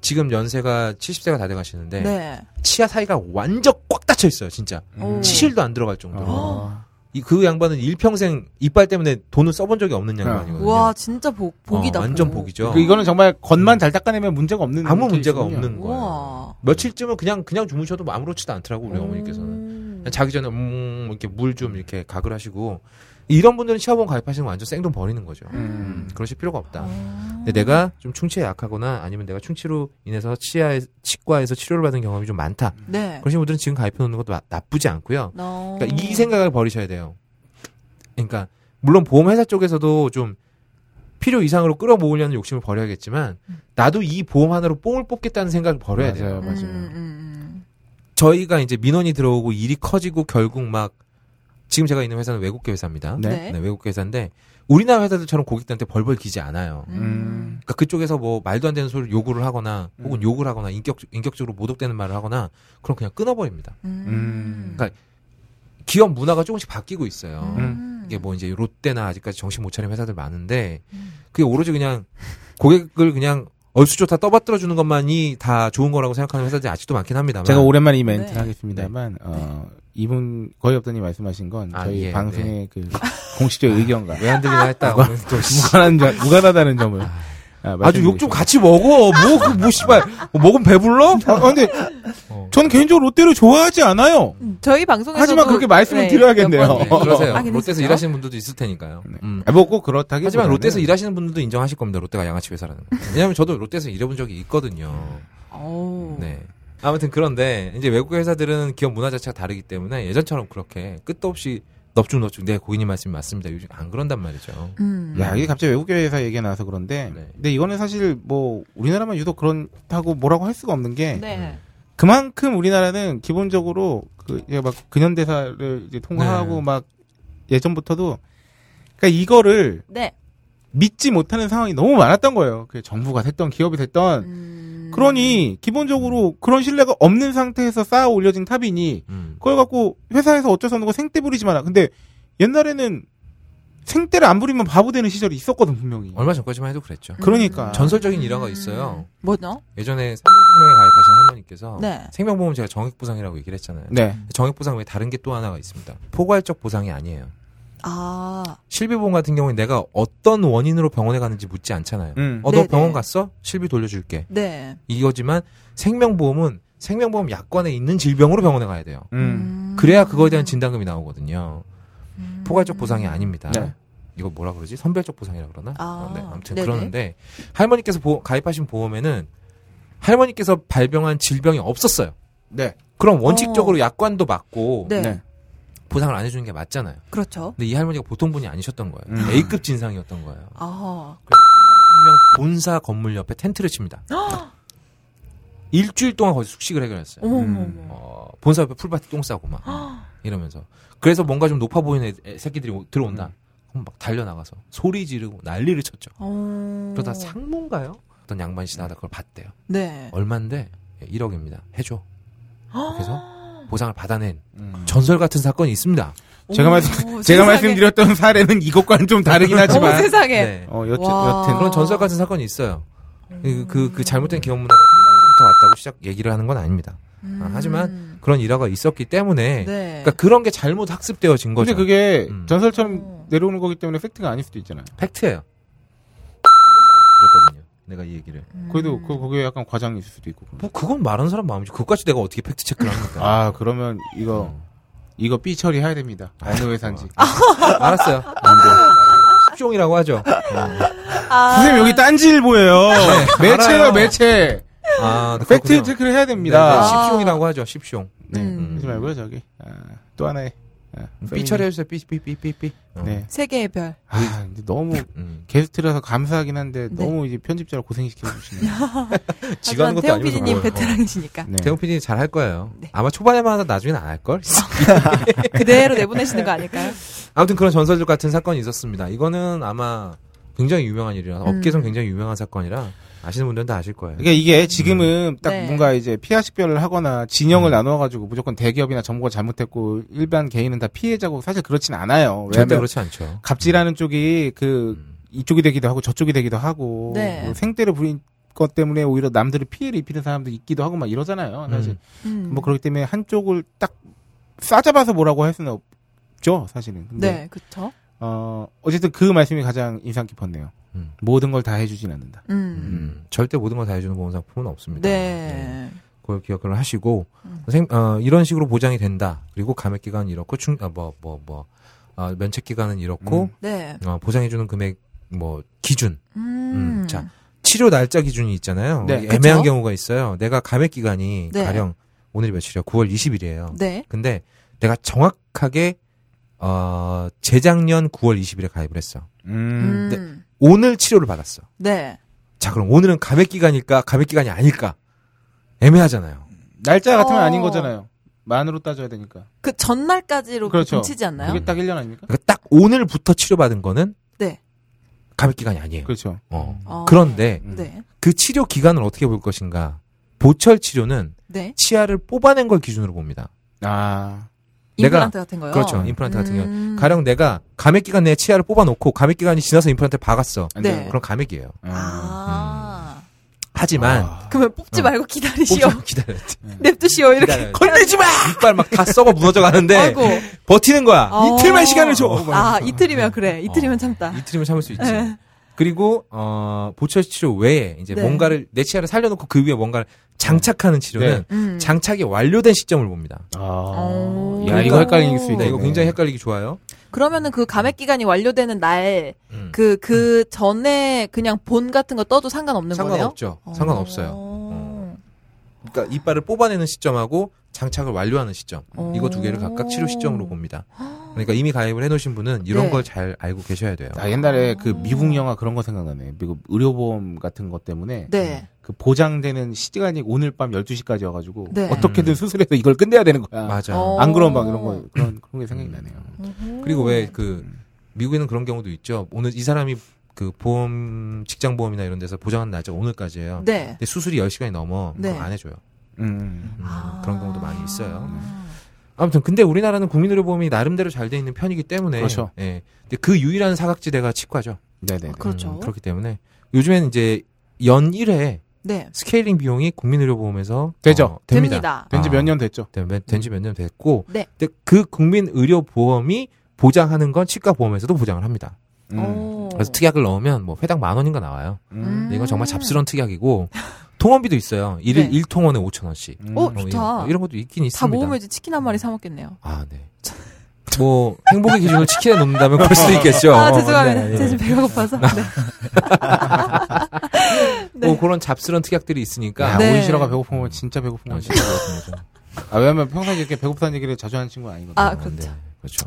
Speaker 6: 지금 연세가 70세가 다 돼가시는데
Speaker 5: 네.
Speaker 6: 치아 사이가 완전 꽉 닫혀 있어요, 진짜.
Speaker 5: 오.
Speaker 6: 치실도 안 들어갈 정도로.
Speaker 5: 아.
Speaker 4: 어.
Speaker 6: 이, 그 양반은 일평생 이빨 때문에 돈을 써본 적이 없는 양반이거든요.
Speaker 5: 와, 진짜 복, 복이다.
Speaker 6: 어, 완전
Speaker 5: 복.
Speaker 6: 복이죠.
Speaker 4: 네. 그 이거는 정말 겉만 잘 닦아내면 문제가 없는
Speaker 6: 아무 문제가
Speaker 4: 케이스군요.
Speaker 6: 없는 거예요.
Speaker 5: 우와.
Speaker 6: 며칠쯤은 그냥 그냥 주무셔도 뭐 아무렇지도 않더라고 우리 어머니께서는.
Speaker 5: 음.
Speaker 6: 그냥 자기 전에 음 이렇게 물 좀 이렇게 가글 하시고 이런 분들은 치아보험 가입하시는 거 완전 생돈 버리는 거죠. 음, 그러실 필요가
Speaker 5: 아.
Speaker 6: 없다. 근데 내가 좀 충치에 약하거나 아니면 내가 충치로 인해서 치아에 치과에서 치료를 받은 경험이 좀 많다.
Speaker 5: 네.
Speaker 6: 그러신 분들은 지금 가입해 놓는 것도 나- 나쁘지 않고요.
Speaker 5: 어.
Speaker 6: 그러니까 이 생각을 버리셔야 돼요. 그러니까 물론 보험회사 쪽에서도 좀 필요 이상으로 끌어모으려는 욕심을 버려야겠지만
Speaker 5: 음.
Speaker 6: 나도 이 보험 하나로 뽕을 뽑겠다는 생각을 버려야 돼요.
Speaker 4: 맞아요, 맞아요.
Speaker 5: 음, 음,
Speaker 6: 저희가 이제 민원이 들어오고 일이 커지고 결국 막 지금 제가 있는 회사는 외국계 회사입니다.
Speaker 5: 네.
Speaker 6: 네, 외국계 회사인데 우리나라 회사들처럼 고객들한테 벌벌 기지 않아요.
Speaker 5: 음.
Speaker 4: 음.
Speaker 6: 그러니까 그쪽에서 뭐 말도 안 되는 소리를 요구를 하거나 혹은 욕을 하거나 인격 인격적으로 모독되는 말을 하거나 그럼 그냥 끊어버립니다.
Speaker 5: 음.
Speaker 6: 그러니까 기업 문화가 조금씩 바뀌고 있어요.
Speaker 5: 음.
Speaker 6: 이게 뭐 이제 롯데나 아직까지 정신 못 차린 회사들 많은데
Speaker 5: 음.
Speaker 6: 그게 오로지 그냥 고객을 그냥 얼쑤 좋다 떠받들어 주는 것만이 다 좋은 거라고 생각하는 회사들이 아직도 많긴 합니다만
Speaker 4: 제가 오랜만에 이 멘트를
Speaker 5: 네.
Speaker 4: 하겠습니다만 어, 이분 거의 없더니 말씀하신 건
Speaker 6: 아,
Speaker 4: 저희
Speaker 6: 예,
Speaker 4: 방송의 그 공식적 의견과
Speaker 6: 왜 안 들리나 했다
Speaker 5: 아,
Speaker 4: 누가-
Speaker 6: 오늘
Speaker 5: 뭐
Speaker 6: 또 씨.
Speaker 4: 무관한 점, 무관하다는 점을 아,
Speaker 6: 아주 욕 좀 같이 먹어 뭐그뭐 씨발 뭐 먹으면 배불러
Speaker 4: 아, 근데
Speaker 6: 어.
Speaker 4: 저는 개인적으로 롯데를 좋아하지 않아요.
Speaker 5: 음. 저희 방송에서
Speaker 4: 하지만 그렇게 말씀을 드려야겠네요.
Speaker 6: 네, 그러세요
Speaker 5: 아, 괜찮습니다.
Speaker 6: 롯데에서 일하시는 분들도 있을 테니까요 음.
Speaker 4: 뭐꼭 그렇다기
Speaker 6: 하지만 롯데에서 일하시는 분들도 인정하실 겁니다 롯데가 양아치 회사라는 거 왜냐하면 저도 롯데에서 일해본 적이 있거든요
Speaker 5: 어.
Speaker 6: 네. 아무튼 그런데 이제 외국 회사들은 기업 문화 자체가 다르기 때문에 예전처럼 그렇게 끝도 없이 넙죽넙죽 네 고객님 말씀이 맞습니다. 요즘 안 그런단 말이죠.
Speaker 5: 음.
Speaker 4: 야 이게 갑자기 외국계 회사 얘기가 나와서 그런데
Speaker 6: 네.
Speaker 4: 근데 이거는 사실 뭐 우리나라만 유독 그렇다고 뭐라고 할 수가 없는 게
Speaker 5: 네.
Speaker 4: 그만큼 우리나라는 기본적으로 그 이제 막 근현대사를 이제 통과하고
Speaker 6: 네.
Speaker 4: 막 예전부터도 그러니까 이거를
Speaker 5: 네.
Speaker 4: 믿지 못하는 상황이 너무 많았던 거예요. 그 정부가 됐던 기업이 됐던
Speaker 5: 음.
Speaker 4: 그러니 기본적으로 그런 신뢰가 없는 상태에서 쌓아 올려진 탑이니
Speaker 6: 음.
Speaker 4: 그걸 갖고 회사에서 어쩔 수 없는 거 생떼 부리지 마라. 근데 옛날에는 생떼를 안 부리면 바보 되는 시절이 있었거든 분명히.
Speaker 6: 얼마 전까지만 해도 그랬죠.
Speaker 4: 그러니까.
Speaker 6: 전설적인 일화가 있어요.
Speaker 5: 뭐죠?
Speaker 6: 예전에 생명보험에 가입하신 할머니께서
Speaker 5: 네.
Speaker 6: 생명보험 제가 정액보상이라고 얘기를 했잖아요.
Speaker 4: 네.
Speaker 6: 정액보상 외에 다른 게 또 하나가 있습니다. 포괄적 보상이 아니에요.
Speaker 5: 아.
Speaker 6: 실비보험 같은 경우에 내가 어떤 원인으로 병원에 가는지 묻지 않잖아요.
Speaker 4: 음.
Speaker 6: 어, 너
Speaker 5: 네네.
Speaker 6: 병원 갔어? 실비 돌려줄게.
Speaker 5: 네.
Speaker 6: 이거지만 생명보험은 생명보험 약관에 있는 질병으로 병원에 가야 돼요.
Speaker 4: 음.
Speaker 6: 그래야 그거에 대한 진단금이 나오거든요. 포괄적 보상이 아닙니다.
Speaker 4: 네.
Speaker 6: 이거 뭐라 그러지? 선별적 보상이라 그러나?
Speaker 5: 아,
Speaker 6: 어, 네. 아무튼
Speaker 5: 네네.
Speaker 6: 그러는데 할머니께서 보- 가입하신 보험에는 할머니께서 발병한 질병이 없었어요.
Speaker 4: 네.
Speaker 6: 그럼 원칙적으로 약관도 맞고
Speaker 5: 어. 네.
Speaker 4: 네.
Speaker 6: 보상을 안 해주는 게 맞잖아요.
Speaker 5: 그렇죠.
Speaker 6: 근데 이 할머니가 보통 분이 아니셨던 거예요.
Speaker 4: 음.
Speaker 6: A급 진상이었던 거예요.
Speaker 5: 아.
Speaker 6: 분명 본사 건물 옆에 텐트를 칩니다. 일주일 동안 거기서 숙식을 해결했어요.
Speaker 5: 어머 어머
Speaker 4: 음.
Speaker 5: 어머.
Speaker 6: 어, 본사 옆에 풀밭에 똥 싸고 막 이러면서 그래서 뭔가 좀 높아 보이는 애- 애- 새끼들이 오- 들어온다. 그럼 막 달려 나가서 소리 지르고 난리를 쳤죠.
Speaker 5: 어.
Speaker 4: 음.
Speaker 6: 그러다 상무인가요? 어떤 양반이 지나다 그걸 봤대요.
Speaker 5: 네.
Speaker 6: 얼만데 1억입니다. 해줘. 어, 그래서 보상을 받아낸
Speaker 4: 음.
Speaker 6: 전설 같은 사건이 있습니다.
Speaker 4: 제가
Speaker 5: 어, 오,
Speaker 4: 말씀
Speaker 5: 오,
Speaker 4: 제가
Speaker 5: 세상에.
Speaker 4: 말씀드렸던 사례는 이것과는 좀 다르긴
Speaker 5: 어머
Speaker 4: 하지만
Speaker 5: 세상에.
Speaker 6: 네.
Speaker 4: 어 여튼
Speaker 5: 와.
Speaker 4: 여튼
Speaker 6: 그런 전설 같은 사건이 있어요. 그, 그, 그 잘못된 기업 문화가 한강에서부터 왔다고 시작 얘기를 하는 건 아닙니다. 아, 하지만 그런 일화가 있었기 때문에
Speaker 5: 음. 네.
Speaker 6: 그러니까 그런 게 잘못 학습되어진
Speaker 4: 근데
Speaker 6: 거죠.
Speaker 4: 그게
Speaker 6: 음.
Speaker 5: 어.
Speaker 4: 전설처럼 내려오는 거기 때문에 팩트가 아닐 수도 있잖아요.
Speaker 6: 팩트예요. 그렇거든요. 내가 이 얘기를.
Speaker 5: 음.
Speaker 4: 그래도 그 거기에 약간 과장이 있을 수도 있고.
Speaker 6: 뭐 그건 말하는 사람 마음이지. 그것까지 내가 어떻게 팩트 체크를 합니까?
Speaker 4: 아 그러면 이거
Speaker 6: 음.
Speaker 4: 이거 삐 처리해야 됩니다. 어느 회사인지. 아,
Speaker 6: 알았어요. 숙종이라고 하죠.
Speaker 4: 아,
Speaker 6: 음.
Speaker 4: 선생님 여기 딴지일보예요. 네, 매체요
Speaker 6: 알아요.
Speaker 4: 매체.
Speaker 6: 아,
Speaker 4: 팩트
Speaker 6: 그렇군요.
Speaker 4: 체크를 해야
Speaker 6: 네, 네,
Speaker 4: 됩니다.
Speaker 6: 십숑이라고 하죠. 십숑.
Speaker 4: 네.
Speaker 5: 음.
Speaker 4: 그러지 말고요 저기 아, 또 하나의 아,
Speaker 6: 삐 처리해주세요. 삐, 삐, 삐, 삐, 삐. 어.
Speaker 4: 네.
Speaker 5: 세계의 별.
Speaker 4: 아 근데 너무
Speaker 6: 음.
Speaker 4: 게스트라서 감사하긴 한데
Speaker 5: 네.
Speaker 4: 너무 이제 편집자를 고생시켜 주시네요.
Speaker 5: 하지만
Speaker 6: 지가 하는 것도
Speaker 5: 태용
Speaker 6: 아니면서
Speaker 5: PD님
Speaker 6: 뭘.
Speaker 5: 베테랑이시니까
Speaker 4: 네.
Speaker 6: 대웅 PD 잘할 거예요.
Speaker 5: 네.
Speaker 6: 아마 초반에만 하다 나중엔 안 할걸?
Speaker 5: 그대로 내보내시는 거 아닐까요?
Speaker 6: 아무튼 그런 전설들 같은 사건이 있었습니다. 이거는 아마 굉장히 유명한 일이라,
Speaker 5: 음.
Speaker 6: 업계에선 굉장히 유명한 사건이라 아시는 분들은 다 아실 거예요.
Speaker 4: 그러니까 이게 지금은 딱
Speaker 5: 네.
Speaker 4: 뭔가 이제 피아식별을 하거나
Speaker 6: 음.
Speaker 4: 진영을 나눠가지고 무조건 대기업이나 정부가 잘못했고 일반 개인은 다 피해자고 사실 그렇진 않아요.
Speaker 6: 절대
Speaker 4: 왜냐면
Speaker 6: 그렇지 않죠.
Speaker 4: 갑질하는 쪽이 그
Speaker 6: 음.
Speaker 4: 이쪽이 되기도 하고 저쪽이 되기도 하고
Speaker 5: 네.
Speaker 4: 뭐 생떼를 부린 것 때문에 오히려 남들을 피해를 입히는 사람도 있기도 하고 막 이러잖아요. 사실
Speaker 6: 음.
Speaker 5: 음.
Speaker 4: 뭐 그렇기 때문에 한쪽을 딱 싸잡아서 뭐라고 할 수는 없죠, 사실은. 근데
Speaker 5: 네, 그쵸.
Speaker 4: 어 어쨌든 그 말씀이 가장 인상 깊었네요.
Speaker 6: 음.
Speaker 4: 모든 걸 다 해주진 않는다.
Speaker 5: 음.
Speaker 6: 음. 절대 모든 걸 다 해주는 보험상품은 없습니다. 네.
Speaker 5: 네.
Speaker 6: 그걸 기억을 하시고 생- 어, 이런 식으로 보장이 된다. 그리고 감액 기간은 이렇고 충 아, 뭐, 뭐, 뭐, 아, 면책 기간은 이렇고
Speaker 5: 네.
Speaker 6: 어, 보상해주는 금액 뭐 기준
Speaker 5: 음.
Speaker 6: 음, 자. 치료 날짜 기준이 있잖아요.
Speaker 4: 네.
Speaker 6: 이게 애매한
Speaker 5: 그쵸?
Speaker 6: 경우가 있어요. 내가 감액 기간이
Speaker 5: 네.
Speaker 6: 가령 오늘이 며칠이야? 9월 20일이에요.
Speaker 5: 네.
Speaker 6: 근데 내가 정확하게 어 재작년 9월 20일에 가입을 했어.
Speaker 5: 음.
Speaker 6: 오늘 치료를 받았어.
Speaker 5: 네.
Speaker 6: 자 그럼 오늘은 감액 기간일까? 감액 기간이 아닐까? 애매하잖아요.
Speaker 4: 날짜 같으면
Speaker 5: 어.
Speaker 4: 아닌 거잖아요. 만으로 따져야 되니까.
Speaker 5: 그 전날까지로
Speaker 4: 그렇죠.
Speaker 5: 치지 않나요?
Speaker 4: 그게 딱 1년 아닙니까?
Speaker 6: 그러니까 딱 오늘부터 치료받은 거는
Speaker 5: 네.
Speaker 6: 감액 기간이 아니에요.
Speaker 4: 그렇죠. 음.
Speaker 6: 어.
Speaker 5: 어.
Speaker 6: 그런데
Speaker 5: 네.
Speaker 6: 그 치료 기간을 어떻게 볼 것인가? 보철 치료는
Speaker 5: 네.
Speaker 6: 치아를 뽑아낸 걸 기준으로 봅니다.
Speaker 4: 아.
Speaker 6: 내가-
Speaker 5: 임플란트 같은 거요.
Speaker 6: 그렇죠. 임플란트 같은 경우
Speaker 5: 음.
Speaker 6: 가령 내가 감액 기간 내에 치아를 뽑아놓고 감액 기간이 지나서 임플란트 박았어.
Speaker 4: 안
Speaker 5: 네.
Speaker 4: 되는 거.
Speaker 6: 그럼 감액이에요.
Speaker 5: 아.
Speaker 6: 하지만
Speaker 4: 아.
Speaker 5: 그러면 뽑지
Speaker 6: 어.
Speaker 5: 말고 기다리시오.
Speaker 6: 뽑자 기다렸지.
Speaker 5: 냅두시오. 이렇게.
Speaker 6: 기다려요. 건들지 마. 이빨 막 다 썩어 무너져 가는데
Speaker 5: 아이고.
Speaker 6: 버티는 거야.
Speaker 5: 어.
Speaker 6: 이틀만 시간을 줘.
Speaker 5: 아, 이틀이면 그래. 이틀이면
Speaker 6: 어.
Speaker 5: 참다.
Speaker 6: 이틀이면 참을 수 있지.
Speaker 5: 네.
Speaker 6: 그리고 어 보철 치료 외에 이제
Speaker 5: 네.
Speaker 6: 뭔가를 내 치아를 살려놓고 그 위에 뭔가를 장착하는 치료는
Speaker 5: 음.
Speaker 6: 장착이 완료된 시점을 봅니다.
Speaker 5: 오.
Speaker 4: 아.
Speaker 5: 그러니까.
Speaker 4: 야, 이거 헷갈릴 수 있네.
Speaker 6: 네, 이거
Speaker 5: 어.
Speaker 4: 네.
Speaker 6: 굉장히 헷갈리기 좋아요.
Speaker 5: 그러면은 그 감액 기간이 완료되는 날
Speaker 6: 음.
Speaker 5: 그 그 전에 그냥 본 같은 거 떠도 상관없는 거네요.
Speaker 6: 상관없죠. 상관없어요.
Speaker 5: 어.
Speaker 6: 그러니까 이빨을 뽑아내는 시점하고 장착을 완료하는 시점
Speaker 5: 어.
Speaker 6: 이거 두 개를 각각 치료 시점으로 봅니다. 그러니까 이미 가입을 해놓으신 분은 이런
Speaker 5: 네.
Speaker 6: 걸 잘 알고 계셔야 돼요.
Speaker 4: 나 옛날에 그 미국 영화 그런 거 생각나네. 미국 의료보험 같은 것 때문에
Speaker 5: 네.
Speaker 4: 그 보장되는 시간이 오늘 밤 12시까지여 가지고
Speaker 5: 네.
Speaker 4: 어떻게든 수술해서 이걸 끝내야 되는 거야.
Speaker 6: 맞아.
Speaker 5: 어.
Speaker 4: 안 그러면 막 이런 거 그런 그런 게 생각이 나네요.
Speaker 5: 음.
Speaker 6: 그리고 왜 그 미국에는 그런 경우도 있죠. 오늘 이 사람이 그 보험 직장 보험이나 이런 데서 보장한 날짜가 오늘까지예요.
Speaker 5: 네.
Speaker 6: 근데 수술이 10시간이 넘어
Speaker 5: 네.
Speaker 6: 그럼 안 해줘요.
Speaker 4: 음.
Speaker 6: 음,
Speaker 5: 아.
Speaker 6: 그런 경우도 많이 있어요.
Speaker 5: 음.
Speaker 6: 아무튼 근데 우리나라는 국민의료보험이 나름대로 잘 돼 있는 편이기 때문에
Speaker 4: 그렇죠.
Speaker 6: 예. 근데 그 유일한 사각지대가 치과죠.
Speaker 4: 네, 네.
Speaker 5: 아, 그렇죠.
Speaker 6: 음, 그렇기 때문에 요즘에는 이제 연 1회
Speaker 5: 네.
Speaker 6: 스케일링 비용이 국민의료보험에서
Speaker 4: 되죠.
Speaker 6: 어, 됩니다.
Speaker 5: 됩니다.
Speaker 4: 된지
Speaker 6: 아.
Speaker 4: 몇 년 됐죠.
Speaker 6: 된지 몇 년 됐고
Speaker 5: 네.
Speaker 6: 근데 그 국민의료보험이 보장하는 건 치과 보험에서도 보장을 합니다.
Speaker 4: 음.
Speaker 5: 오.
Speaker 6: 그래서 특약을 넣으면 뭐 회당 만 원인가 나와요.
Speaker 5: 어. 음.
Speaker 6: 근데 이건 정말 잡스러운 특약이고 통원비도 있어요. 일일
Speaker 5: 네.
Speaker 6: 1통원에 5천 원씩.
Speaker 4: 음.
Speaker 5: 어,
Speaker 6: 뭐
Speaker 5: 좋다.
Speaker 6: 이런- 뭐 이런 것도 있긴
Speaker 5: 다
Speaker 6: 있습니다.
Speaker 5: 모으면 이제 치킨 한 마리 사 먹겠네요.
Speaker 6: 아, 네. 뭐 행복의 기준을 치킨에 놓는다면 그럴 수도 있겠죠.
Speaker 5: 아, 죄송합니다.
Speaker 6: 네, 네.
Speaker 5: 제가 지금 배가 고파서. 네. 네.
Speaker 6: 뭐 그런 잡스러운 특약들이 있으니까
Speaker 4: 야,
Speaker 5: 네.
Speaker 4: 오이시러가 배고프면 진짜 배고픈
Speaker 6: 어,
Speaker 4: 거지.
Speaker 6: 진짜 그러니까 그렇군요. 좀.
Speaker 4: 아, 왜냐면 평소에 이렇게 배고프다는 얘기를 자주 하는 친구는 아니거든요.
Speaker 5: 아,
Speaker 6: 네,
Speaker 5: 그렇죠.
Speaker 6: 그렇죠.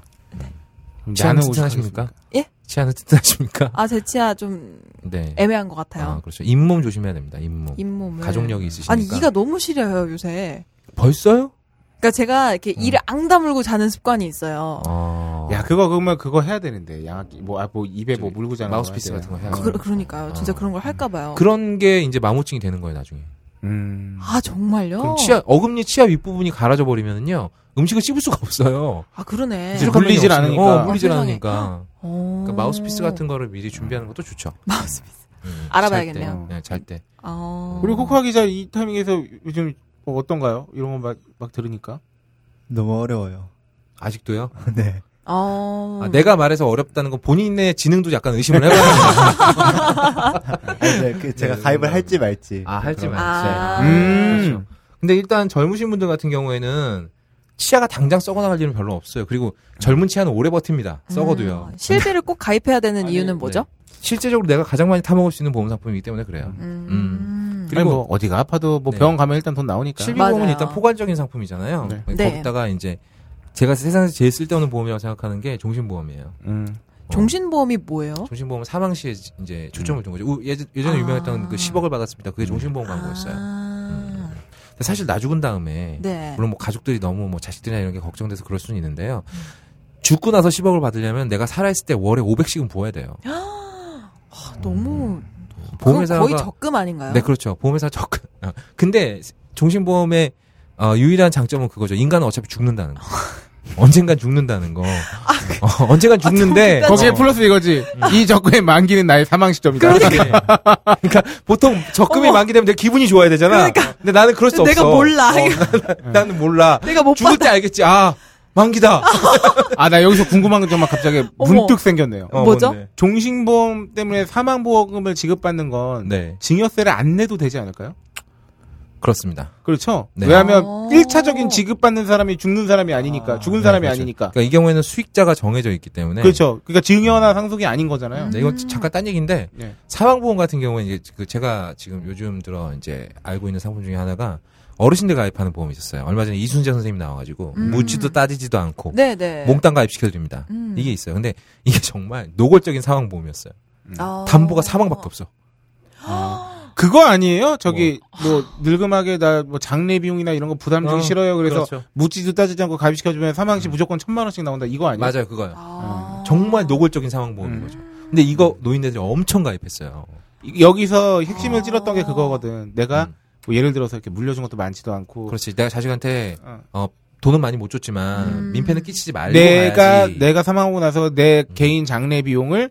Speaker 4: 그럼
Speaker 6: 치아는
Speaker 4: 나는 오직
Speaker 6: 튼튼하십니까?
Speaker 5: 예?
Speaker 6: 치아는 튼튼하십니까?
Speaker 5: 아, 제 치아 좀
Speaker 6: 네.
Speaker 5: 애매한 것
Speaker 6: 아,
Speaker 5: 같아요.
Speaker 6: 그렇죠. 잇몸 조심해야 됩니다. 잇몸.
Speaker 5: 잇몸을.
Speaker 6: 가족력이
Speaker 5: 아니,
Speaker 6: 있으시니까.
Speaker 5: 이가 너무 시려요, 요새.
Speaker 6: 벌써요?
Speaker 5: 그러니까 제가 이렇게
Speaker 6: 음.
Speaker 5: 이를 앙다물고 자는 습관이 있어요.
Speaker 6: 어.
Speaker 4: 야 그거 그러면 그거 해야 되는데 양악기 뭐, 아, 뭐 입에 뭐
Speaker 6: 저기
Speaker 4: 물고 자는
Speaker 6: 마우스피스
Speaker 4: 거 해야
Speaker 6: 같은 거
Speaker 4: 되나?
Speaker 6: 해야
Speaker 5: 그, 러니까요 진짜
Speaker 6: 어.
Speaker 5: 그런 걸 할까 봐요.
Speaker 6: 아, 그런 게 이제 마모증이 되는 거예요 나중에.
Speaker 4: 음.
Speaker 5: 아 정말요?
Speaker 6: 그럼 치아 어금니 치아 윗부분이 갈아져 버리면은요 음식을 씹을 수가 없어요.
Speaker 5: 아 그러네.
Speaker 4: 이제 물리질
Speaker 6: 없으면.
Speaker 4: 않으니까.
Speaker 6: 어, 물리질
Speaker 5: 아, 세상에.
Speaker 6: 않으니까.
Speaker 5: 어.
Speaker 6: 그러니까 마우스피스 같은 거를 미리 준비하는 것도 좋죠.
Speaker 5: 마우스피스.
Speaker 6: 음,
Speaker 5: 알아봐야겠네요.
Speaker 6: 잘 때. 네, 잘 때.
Speaker 5: 어.
Speaker 4: 그리고 코코아 기자 이 타이밍에서 요즘 뭐 어떤가요? 이런 거 막 막 들으니까.
Speaker 1: 너무 어려워요.
Speaker 6: 아직도요?
Speaker 1: 네.
Speaker 5: 어.
Speaker 6: 아, 내가 말해서 어렵다는 건 본인의 지능도 약간 의심을 해봐요.
Speaker 1: 아니, 네, 그렇죠. 그 제가
Speaker 6: 네,
Speaker 1: 가입을
Speaker 6: 네.
Speaker 1: 할지 말지.
Speaker 6: 아, 할지
Speaker 1: 그런-
Speaker 6: 말지.
Speaker 5: 아.
Speaker 4: 음.
Speaker 6: 근데 일단 젊으신 분들 같은 경우에는 치아가 당장 썩어나갈 일은 별로 없어요. 그리고 젊은 치아는 오래 버팁니다. 썩어도요.
Speaker 5: 아, 실비를 꼭 가입해야 되는
Speaker 6: 아니,
Speaker 5: 이유는 뭐죠?
Speaker 6: 네. 실제적으로 내가 가장 많이 타먹을 수 있는 보험 상품이기 때문에 그래요.
Speaker 5: 음.
Speaker 4: 그리고
Speaker 6: 네. 그리고-
Speaker 4: 뭐 어디가 아파도 뭐
Speaker 6: 네.
Speaker 4: 병원 가면 일단 돈 나오니까.
Speaker 6: 실비보험은
Speaker 5: 맞아요.
Speaker 6: 일단 포괄적인 상품이잖아요. 그러니까
Speaker 4: 네.
Speaker 5: 네.
Speaker 6: 거기다가 이제 제가 세상에서 제일 쓸데없는 보험이라고 생각하는 게 종신보험이에요.
Speaker 4: 음.
Speaker 5: 정신보험이 뭐예요?
Speaker 6: 종신보험은 사망 시에 이제 초점을 둔 거죠. 우- 예전, 예전에
Speaker 5: 아.
Speaker 6: 유명했던 그 10억을 받았습니다. 그게 종신보험 광고였어요. 음.
Speaker 5: 아.
Speaker 6: 근데 사실 나 죽은 다음에
Speaker 5: 네.
Speaker 6: 물론 뭐 가족들이 너무 뭐 자식들이나 이런 게 걱정돼서 그럴 수는 있는데요.
Speaker 5: 음.
Speaker 6: 죽고 나서 10억을 받으려면 내가 살아있을 때 월에 500씩은 부어야 돼요.
Speaker 5: 아, 너무 그건
Speaker 6: 음. 보험회사가
Speaker 5: 거의 적금 아닌가요?
Speaker 6: 네 그렇죠. 보험회사 적금. 어, 근데 종신보험의 어, 유일한 장점은 그거죠. 인간은 어차피 죽는다는 거. 언젠간 죽는다는 거. 어, 언젠간 죽는데
Speaker 5: 그 아,
Speaker 4: 거기에
Speaker 6: 어,
Speaker 4: 플러스 이거지. 이 적금의 만기는 나의 사망 시점이다.
Speaker 6: 그러니까 보통 적금이
Speaker 5: 어머. 그러니까.
Speaker 6: 만기되면 내 기분이 좋아야 되잖아. 근데 나는 그럴 수
Speaker 5: 내가
Speaker 6: 없어.
Speaker 5: 몰라. 네.
Speaker 6: 어, 나는 몰라.
Speaker 5: 내가 못
Speaker 6: 죽을
Speaker 5: 받아.
Speaker 6: 때 알겠지. 아 만기다.
Speaker 4: 아, 나 여기서 궁금한 게 정말 갑자기 문득 생겼네요.
Speaker 6: 어,
Speaker 5: 뭐죠?
Speaker 6: 뭔데?
Speaker 4: 종신보험 때문에 사망보험을 지급받는 건
Speaker 6: 네
Speaker 4: 증여세를 안 내도 되지 않을까요?
Speaker 6: 그렇습니다.
Speaker 4: 그렇죠.
Speaker 6: 네.
Speaker 4: 왜냐하면
Speaker 5: 어.
Speaker 4: 1차적인 지급받는 사람이 죽는 사람이 아니니까 죽은 사람이
Speaker 6: 그렇죠.
Speaker 4: 아니니까.
Speaker 6: 그러니까 이 경우에는 수익자가 정해져 있기 때문에
Speaker 4: 그렇죠. 그러니까 증여나 상속이 아닌 거잖아요.
Speaker 6: 음. 네, 이건 잠깐 딴 얘기인데
Speaker 4: 음. 네.
Speaker 6: 사망보험 같은 경우는 이제 그 제가 지금 요즘 들어 이제 알고 있는 상품 중에 하나가 어르신들 가입하는 보험이 있었어요. 얼마 전에 이순재 선생님 나와가지고
Speaker 5: 음.
Speaker 6: 묻지도 따지지도 않고
Speaker 5: 네, 네.
Speaker 6: 몽땅 가입시켜드립니다.
Speaker 5: 음.
Speaker 6: 이게 있어요. 근데 이게 정말 노골적인 사망보험이었어요.
Speaker 5: 아.
Speaker 6: 담보가 사망밖에 없어.
Speaker 4: 그거 아니에요? 저기 뭐 늙음하게 나 뭐 장례 비용이나 이런 거 부담 주기
Speaker 6: 어,
Speaker 4: 싫어요. 그래서
Speaker 6: 그렇죠. 음.
Speaker 4: 묻지도 따지지 않고 가입시켜주면 사망시 무조건 천만 원씩 나온다. 이거 아니에요?
Speaker 6: 맞아요, 그거요.
Speaker 5: 아.
Speaker 6: 음. 정말 노골적인 사망보험인
Speaker 4: 음.
Speaker 6: 거죠. 근데 이거 노인네들이 엄청 가입했어요.
Speaker 4: 이- 여기서 핵심을 찔렀던 게 그거거든. 내가
Speaker 6: 아. 음.
Speaker 4: 뭐 예를 들어서 이렇게 물려준 것도 많지도 않고
Speaker 6: 그렇지. 내가 자식한테
Speaker 4: 어.
Speaker 6: 어, 돈은 많이 못 줬지만
Speaker 5: 음.
Speaker 6: 민폐는 끼치지 말고
Speaker 4: 내가
Speaker 6: 가야지. 음.
Speaker 4: 내가 사망하고 나서 내 개인 장례 비용을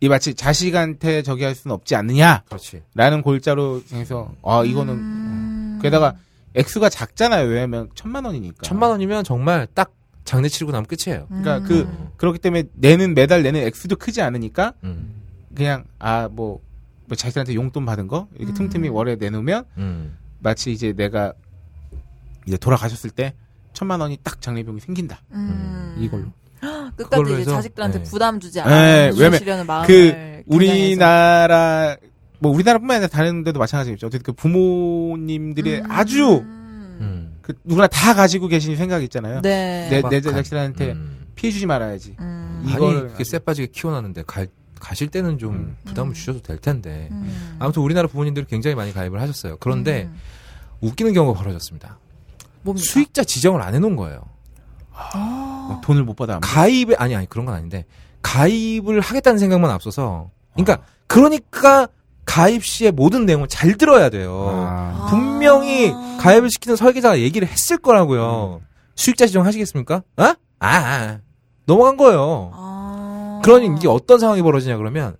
Speaker 4: 이 마치 자식한테 저기 할 수는 없지 않느냐라는
Speaker 6: 그렇지.
Speaker 4: 골자로 해서 아 이거는
Speaker 5: 음.
Speaker 4: 게다가 액수가 작잖아요. 왜냐면 천만 원이니까.
Speaker 6: 천만 원이면 정말 딱 장례 치르고 나면 끝이에요.
Speaker 4: 그러니까
Speaker 5: 음.
Speaker 4: 그 그렇기 때문에 내는 매달 내는 액수도 크지 않으니까
Speaker 6: 음.
Speaker 4: 그냥 아 뭐 뭐 자식한테 용돈 받은 거 이렇게
Speaker 5: 음.
Speaker 4: 틈틈이 월에 내놓으면
Speaker 6: 음.
Speaker 4: 마치 이제 내가 이제 돌아가셨을 때 천만 원이 딱 장례 비용이 생긴다.
Speaker 5: 음.
Speaker 4: 이걸로.
Speaker 5: 끝까지
Speaker 6: 그걸로
Speaker 5: 이제
Speaker 6: 해서,
Speaker 5: 자식들한테
Speaker 6: 네.
Speaker 5: 부담 주지
Speaker 4: 네,
Speaker 5: 않으려는 마음을 네.
Speaker 4: 그
Speaker 5: 굉장히 해서.
Speaker 4: 우리나라 뭐 우리나라뿐만 아니라 다른 데도 마찬가지겠죠. 어쨌든 그 부모님들이
Speaker 5: 음.
Speaker 4: 아주
Speaker 6: 음.
Speaker 4: 그 누구나 다 가지고 계신 생각 있잖아요.
Speaker 5: 네.
Speaker 4: 내, 내
Speaker 6: 빡빡한.
Speaker 4: 자식들한테
Speaker 6: 음.
Speaker 4: 피해주지 말아야지.
Speaker 5: 음.
Speaker 4: 이-
Speaker 6: 아니
Speaker 4: 이걸
Speaker 6: 그렇게
Speaker 4: 아주-
Speaker 6: 쎄빠지게 키워놨는데 갈, 가실 때는 좀
Speaker 4: 음.
Speaker 6: 부담을 주셔도 될 텐데
Speaker 5: 음.
Speaker 6: 아무튼 우리나라 부모님들이 굉장히 많이 가입을 하셨어요. 그런데
Speaker 5: 음.
Speaker 6: 웃기는 경우가 벌어졌습니다.
Speaker 5: 뭡니까?
Speaker 6: 수익자 지정을 안 해놓은 거예요.
Speaker 5: 아.
Speaker 4: 뭐 돈을 못 받아.
Speaker 6: 가입을 아니 아니 그런 건 아닌데 가입을 하겠다는 생각만 앞서서 그러니까 그러니까 가입 시에 모든 내용을 잘 들어야 돼요.
Speaker 4: 아.
Speaker 6: 분명히
Speaker 5: 아.
Speaker 6: 가입을 시키는 설계자가 얘기를 했을 거라고요. 수익자 지정 하시겠습니까? 어? 아, 아, 넘어간 거예요.
Speaker 5: 아.
Speaker 6: 그러니 이게 어떤 상황이 벌어지냐 그러면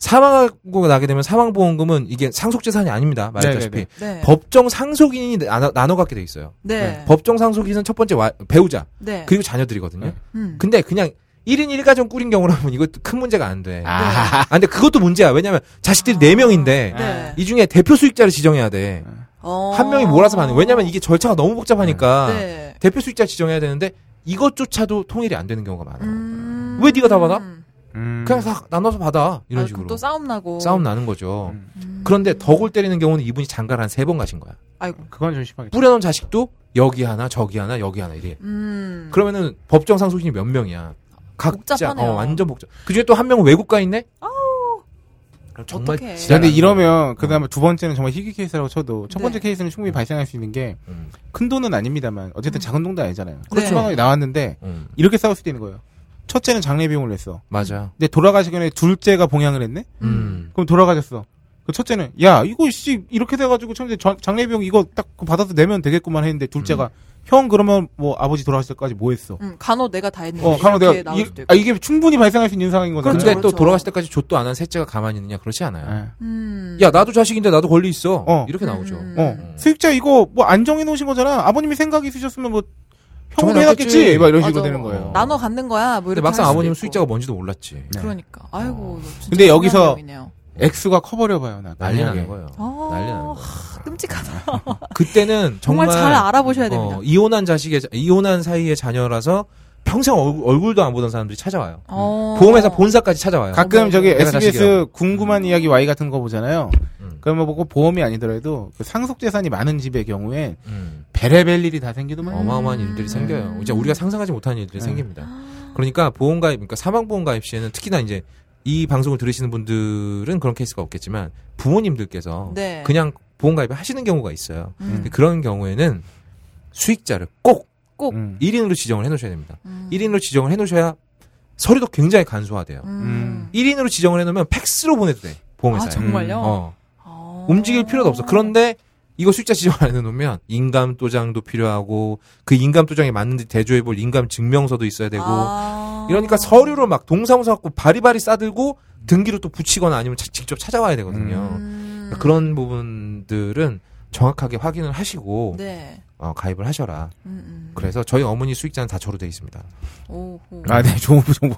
Speaker 6: 사망하고 나게 되면 사망보험금은 이게 상속재산이 아닙니다. 말했다시피
Speaker 4: 네네네.
Speaker 5: 네.
Speaker 6: 법정 상속인이 나눠, 나눠갖게 돼 있어요.
Speaker 5: 네.
Speaker 6: 법정 상속인은 첫 번째 와- 배우자
Speaker 5: 네.
Speaker 6: 그리고 자녀들이거든요.
Speaker 4: 네.
Speaker 5: 음.
Speaker 6: 근데 그냥 1인 1가정 꾸린 경우라면 이것도 큰 문제가 안 돼. 아,
Speaker 4: 아.
Speaker 6: 근데 그것도 문제야. 왜냐면 자식들이 네 4명인데
Speaker 5: 네.
Speaker 6: 이 중에 대표 수익자를 지정해야 돼.
Speaker 5: 어.
Speaker 6: 한 명이 몰아서 받는 거예요. 왜냐면 이게 절차가 너무 복잡하니까
Speaker 5: 네.
Speaker 6: 대표 수익자 지정해야 되는데 이것조차도 통일이 안 되는 경우가 많아요.
Speaker 5: 음.
Speaker 6: 왜 네가 다 받아?
Speaker 5: 음.
Speaker 4: 음.
Speaker 6: 그냥 다 나눠서 받아
Speaker 5: 아,
Speaker 6: 이런
Speaker 5: 그럼
Speaker 6: 식으로
Speaker 5: 또 싸움 나고.
Speaker 6: 싸움 나는 거죠.
Speaker 4: 음.
Speaker 5: 음.
Speaker 6: 그런데 덕을 때리는 경우는 이분이 장가를 한 세 번 가신 거야.
Speaker 5: 아이고.
Speaker 4: 그건 좀 심하게.
Speaker 6: 뿌려놓은 자식도 여기 하나 저기 하나 여기 하나 이래.
Speaker 5: 음.
Speaker 6: 그러면은 법정 상속인이 몇 명이야? 각자
Speaker 5: 복잡하네요.
Speaker 6: 어, 완전 복잡. 그중에 또 한 명은 외국 가 있네. 정말
Speaker 5: 어떡해.
Speaker 6: 지랄
Speaker 4: 근데
Speaker 6: 안
Speaker 4: 이러면
Speaker 6: 나요.
Speaker 4: 그다음에 두 번째는 정말 희귀 케이스라고 쳐도 첫
Speaker 5: 네.
Speaker 4: 번째 케이스는 충분히 발생할 수 있는 게 큰
Speaker 6: 음,
Speaker 4: 돈은 아닙니다만
Speaker 5: 음.
Speaker 4: 어쨌든 작은 돈도 아니잖아요.
Speaker 5: 그렇죠.
Speaker 4: 수만 원이 나왔는데
Speaker 6: 음,
Speaker 4: 이렇게 싸울 수도 있는 거예요. 첫째는 장례 비용을 냈어.
Speaker 6: 맞아.
Speaker 4: 근데 돌아가시기 전에 둘째가 봉양을 했네.
Speaker 6: 음.
Speaker 4: 그럼 돌아가셨어. 그 첫째는 야 이거 씨 이렇게 돼가지고 처음에 전- 장례비용 이거 딱 그거 받아서 내면 되겠구만 했는데 둘째가
Speaker 6: 음.
Speaker 4: 형 그러면 뭐 아버지 돌아가실 때까지 뭐 했어?
Speaker 5: 음, 간호 내가 다 했는데.
Speaker 4: 어 간호 내가
Speaker 5: 이렇게 나올
Speaker 4: 이,
Speaker 5: 수도 있고.
Speaker 4: 아 이게 충분히 발생할 수 있는 상황인 거잖아요.
Speaker 5: 그렇죠,
Speaker 6: 근데 또
Speaker 5: 그렇죠.
Speaker 6: 돌아가실 때까지 좆도 안 한 셋째가 가만히 있느냐 그렇지 않아요.
Speaker 4: 예.
Speaker 5: 음.
Speaker 6: 야 나도 자식인데 나도 권리 있어.
Speaker 4: 어.
Speaker 6: 이렇게 나오죠.
Speaker 5: 음.
Speaker 4: 어 수익자 이거 뭐 안정해 놓으신 거잖아. 아버님이 생각이 있으셨으면 뭐 형으로
Speaker 6: 정해놨겠지.
Speaker 4: 해놨겠지. 막 이런 식으로
Speaker 5: 맞아.
Speaker 4: 되는 거예요.
Speaker 5: 나눠 갖는 거야. 뭐
Speaker 6: 근데
Speaker 5: 이렇게
Speaker 6: 막상
Speaker 5: 할 수도
Speaker 6: 아버님
Speaker 5: 있고.
Speaker 6: 수익자가 어. 뭔지도 몰랐지.
Speaker 4: 네.
Speaker 5: 그러니까. 아이고. 이거 진짜
Speaker 4: 근데 여기서-
Speaker 5: 중요한 내용이네요.
Speaker 4: X가 커버려봐요 나.
Speaker 6: 난리 나는
Speaker 4: 만약에.
Speaker 6: 거예요.
Speaker 5: 아,
Speaker 6: 난리 나는 거예요.
Speaker 5: 끔찍하다.
Speaker 6: 어. 그때는 정말,
Speaker 5: 정말, 잘 알아보셔야 됩니다.
Speaker 6: 어, 이혼한 자식의 자- 이혼한 사이의 자녀라서 평생 얼굴, 얼굴도 안 보던 사람들이 찾아와요.
Speaker 5: 어.
Speaker 6: 보험회사 본사까지 찾아와요.
Speaker 4: 가끔 저기
Speaker 6: 내가
Speaker 4: SBS
Speaker 6: 자식이라고.
Speaker 4: 궁금한 이야기 Y 같은 거 보잖아요.
Speaker 6: 음.
Speaker 4: 그러면 보고 보험이 아니더라도 그 상속 재산이 많은 집의 경우에
Speaker 6: 음.
Speaker 4: 베레벨 일이 다
Speaker 5: 음.
Speaker 4: 생기더만.
Speaker 6: 어마어마한 일들이 생겨요. 이제 우리가 상상하지 못한 일들이
Speaker 4: 네.
Speaker 6: 생깁니다. 그러니까 보험가입, 그러니까 사망보험가입 시에는 특히나 이제 이 방송을 들으시는 분들은 그런 케이스가 없겠지만 부모님들께서
Speaker 5: 네.
Speaker 6: 그냥 보험가입을 하시는 경우가 있어요.
Speaker 5: 음.
Speaker 6: 근데 그런 경우에는 수익자를 꼭
Speaker 4: 음.
Speaker 6: 1인으로 지정을 해놓으셔야 됩니다.
Speaker 5: 음.
Speaker 6: 1인으로 지정을 해놓으셔야 서류도 굉장히 간소화돼요.
Speaker 5: 음.
Speaker 6: 1인으로 지정을 해놓으면 팩스로 보내도 돼. 보험회사에.
Speaker 5: 아, 정말요?
Speaker 6: 어.
Speaker 5: 아.
Speaker 6: 움직일 필요도 없어. 그런데 이거 숫자 지정 안 해놓으면 인감 도장도 필요하고 그 인감 도장에 맞는지 대조해볼 인감 증명서도 있어야 되고
Speaker 5: 아.
Speaker 6: 이러니까 서류로 막 동사무소 갖고 바리바리 싸들고 등기로 또 붙이거나 아니면 자- 직접 찾아와야 되거든요. 그러니까
Speaker 5: 음.
Speaker 6: 그런 부분들은 정확하게 확인을 하시고
Speaker 5: 네.
Speaker 6: 어, 가입을 하셔라.
Speaker 5: 음, 음.
Speaker 6: 그래서 저희 어머니 수익자는 다 저로 돼 있습니다.
Speaker 5: 오호.
Speaker 4: 아, 네, 좋은 정보.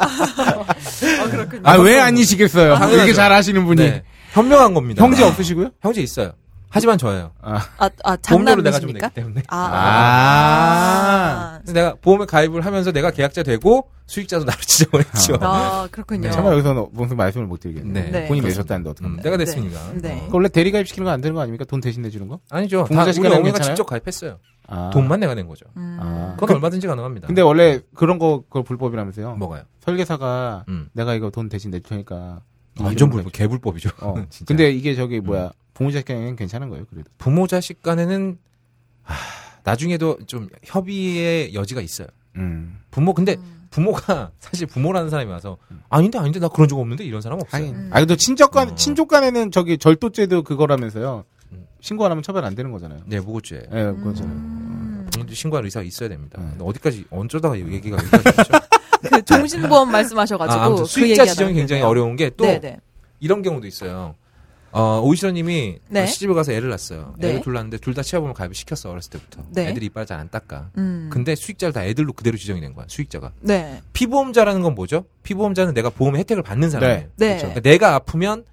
Speaker 5: 아, 그렇군요.
Speaker 4: 아, 왜 아니시겠어요?
Speaker 6: 당연하죠.
Speaker 4: 이렇게 잘 아시는 분이.
Speaker 6: 네. 현명한 겁니다. 아.
Speaker 4: 형제 없으시고요?
Speaker 6: 형제 있어요. 하지만 저예요.
Speaker 5: 아, 아
Speaker 6: 보험료를 내가 좀
Speaker 5: 장남이십니까?
Speaker 6: 내기 때문에.
Speaker 5: 아.
Speaker 4: 아.
Speaker 5: 아.
Speaker 6: 그래서 내가 보험에 가입을 하면서 내가 계약자 되고 수익자도 나를 지정을 했죠.
Speaker 5: 아, 그렇군요.
Speaker 6: 네.
Speaker 4: 정말 여기서 는 무슨 말씀을 못 드리겠네요.
Speaker 6: 네.
Speaker 5: 네.
Speaker 4: 본인 내셨다는데
Speaker 6: 음,
Speaker 4: 어떡합니까?
Speaker 6: 내가 됐으니까.
Speaker 5: 네.
Speaker 6: 어.
Speaker 4: 그거 원래 대리 가입시키는 거 안 되는 거 아닙니까? 돈 대신 내주는 거?
Speaker 6: 아니죠. 다 우리
Speaker 4: 공자식은
Speaker 6: 어머니가
Speaker 4: 괜찮아요?
Speaker 6: 직접 가입했어요.
Speaker 4: 아.
Speaker 6: 돈만 내가 낸 거죠.
Speaker 5: 음.
Speaker 4: 아.
Speaker 6: 그건 얼마든지 가능합니다.
Speaker 4: 근데 원래 그런 거, 그걸 불법이라면서요.
Speaker 6: 뭐가요?
Speaker 4: 설계사가
Speaker 6: 음.
Speaker 4: 내가 이거 돈 대신 내줄 테니까.
Speaker 6: 완전 불법, 개불법이죠.
Speaker 4: 아, 어.
Speaker 6: 진짜. 음.
Speaker 4: 근데 이게 저기 뭐야. 보호자식에는 괜찮은 거예요, 그래도.
Speaker 6: 부모 자식 간에는 하, 나중에도 좀 협의의 여지가 있어요.
Speaker 4: 음.
Speaker 6: 부모 근데 부모가 사실 부모라는 사람이 와서 아닌데 아닌데 나 그런 적 없는데 이런 사람 없어요.
Speaker 4: 하긴.
Speaker 5: 음.
Speaker 4: 아, 근데 친족 간,
Speaker 6: 어.
Speaker 4: 친족 간에는 저기 절도죄도 그거라면서요.
Speaker 6: 음.
Speaker 4: 신고 안 하면 처벌 안 되는 거잖아요.
Speaker 6: 네, 무고죄.
Speaker 4: 예, 그거잖아요.
Speaker 5: 음.
Speaker 6: 본인도 신고할 의사가 있어야 됩니다.
Speaker 4: 음.
Speaker 6: 근데 어디까지 언쩌다가 얘기가 여기까지 됐죠?
Speaker 5: 그 종신보험
Speaker 6: 아,
Speaker 5: 말씀하셔가지고
Speaker 6: 아무튼
Speaker 5: 그
Speaker 6: 수익자
Speaker 5: 얘기하다가
Speaker 6: 지정이 굉장히
Speaker 5: 그랬네요.
Speaker 6: 어려운 게 또
Speaker 5: 네네.
Speaker 6: 이런 경우도 있어요. 어, 오이시러님이
Speaker 5: 네.
Speaker 6: 시집을 가서 애를 낳았어요.
Speaker 5: 네.
Speaker 6: 애를 둘 낳았는데 둘 다 치아보험 가입을 시켰어 어렸을 때부터.
Speaker 5: 네.
Speaker 6: 애들이 이빨 잘 안 닦아.
Speaker 5: 음.
Speaker 6: 근데 수익자를 다 애들로 그대로 지정이 된 거야. 수익자가
Speaker 5: 네.
Speaker 6: 피보험자라는 건 뭐죠? 피보험자는 내가 보험의 혜택을 받는 사람이에요.
Speaker 4: 네.
Speaker 5: 네.
Speaker 6: 그러니까 내가 아프면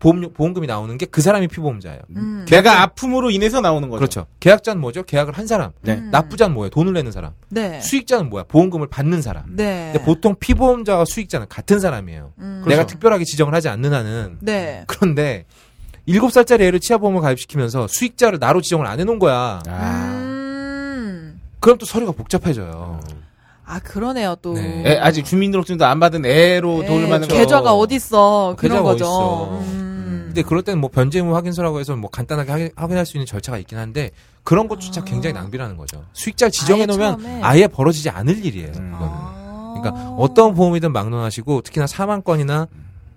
Speaker 6: 보험 보험금이 나오는 게 그 사람이 피보험자예요.
Speaker 5: 음.
Speaker 4: 내가 아픔으로 인해서 나오는 거죠.
Speaker 6: 그렇죠. 계약자는 뭐죠? 계약을 한 사람.
Speaker 4: 네.
Speaker 5: 음.
Speaker 6: 납부자는 뭐예요? 돈을 내는 사람.
Speaker 5: 네.
Speaker 6: 수익자는 뭐야? 보험금을 받는 사람.
Speaker 5: 네.
Speaker 6: 근데 보통 피보험자와 수익자는 같은 사람이에요.
Speaker 5: 음.
Speaker 6: 내가
Speaker 4: 그렇죠.
Speaker 6: 특별하게 지정을 하지 않는 한은
Speaker 5: 네.
Speaker 6: 그런데 일곱 살짜리 애를 치아보험을 가입시키면서 수익자를 나로 지정을 안 해놓은 거야.
Speaker 4: 아.
Speaker 5: 음.
Speaker 6: 그럼 또 서류가 복잡해져요.
Speaker 4: 음.
Speaker 5: 아 그러네요 또.
Speaker 6: 네.
Speaker 4: 애, 아직 주민등록증도 안 받은 애로 돈을
Speaker 5: 예,
Speaker 4: 받는 거.
Speaker 5: 계좌가 어디 있어
Speaker 6: 계좌가
Speaker 5: 그런 거죠.
Speaker 6: 어딨어.
Speaker 5: 음.
Speaker 6: 근데 그럴 때는 뭐 변제의무 확인서라고 해서 뭐 간단하게 확인- 확인할 수 있는 절차가 있긴 한데 그런 것조차
Speaker 5: 아.
Speaker 6: 굉장히 낭비라는 거죠. 수익자를 지정해
Speaker 5: 아예
Speaker 6: 놓으면
Speaker 5: 처음에.
Speaker 6: 아예 벌어지지 않을 일이에요.
Speaker 4: 음.
Speaker 6: 그거는.
Speaker 5: 아.
Speaker 6: 그러니까 어떤 보험이든 막론하시고 특히나 사망권이나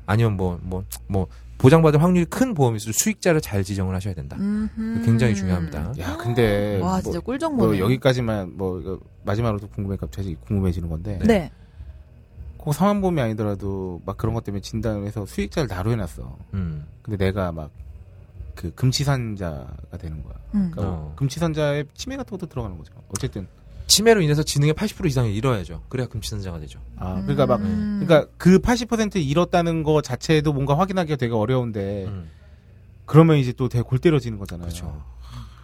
Speaker 6: 아니면 뭐 뭐 뭐 보장받을 확률이 큰 보험일수록 수익자를 잘 지정을 하셔야 된다.
Speaker 5: 음흠.
Speaker 6: 굉장히 중요합니다.
Speaker 4: 야, 근데
Speaker 5: 와
Speaker 4: 뭐,
Speaker 5: 진짜 꿀정보.
Speaker 4: 뭐 여기까지만 뭐 이거 마지막으로 또 궁금해 갑자기 궁금해지는 건데.
Speaker 5: 네.
Speaker 4: 꼭그 상환보험이 아니더라도 막 그런 것 때문에 진단을 해서 수익자를 나로 해놨어.
Speaker 6: 음.
Speaker 4: 근데 내가 막 그 금치산자가 되는 거야.
Speaker 5: 음.
Speaker 4: 그러니까
Speaker 6: 어.
Speaker 4: 금치산자의 치매 같은 것도 들어가는 거죠. 어쨌든
Speaker 6: 치매로 인해서 지능의 80% 이상을 잃어야죠. 그래야 금치산자가 되죠.
Speaker 4: 아 그러니까 막
Speaker 5: 음.
Speaker 4: 그러니까 그 80% 잃었다는 거 자체도 뭔가 확인하기가 되게 어려운데
Speaker 6: 음.
Speaker 4: 그러면 이제 또 되게 골 때려지는 거잖아요.
Speaker 6: 그렇죠.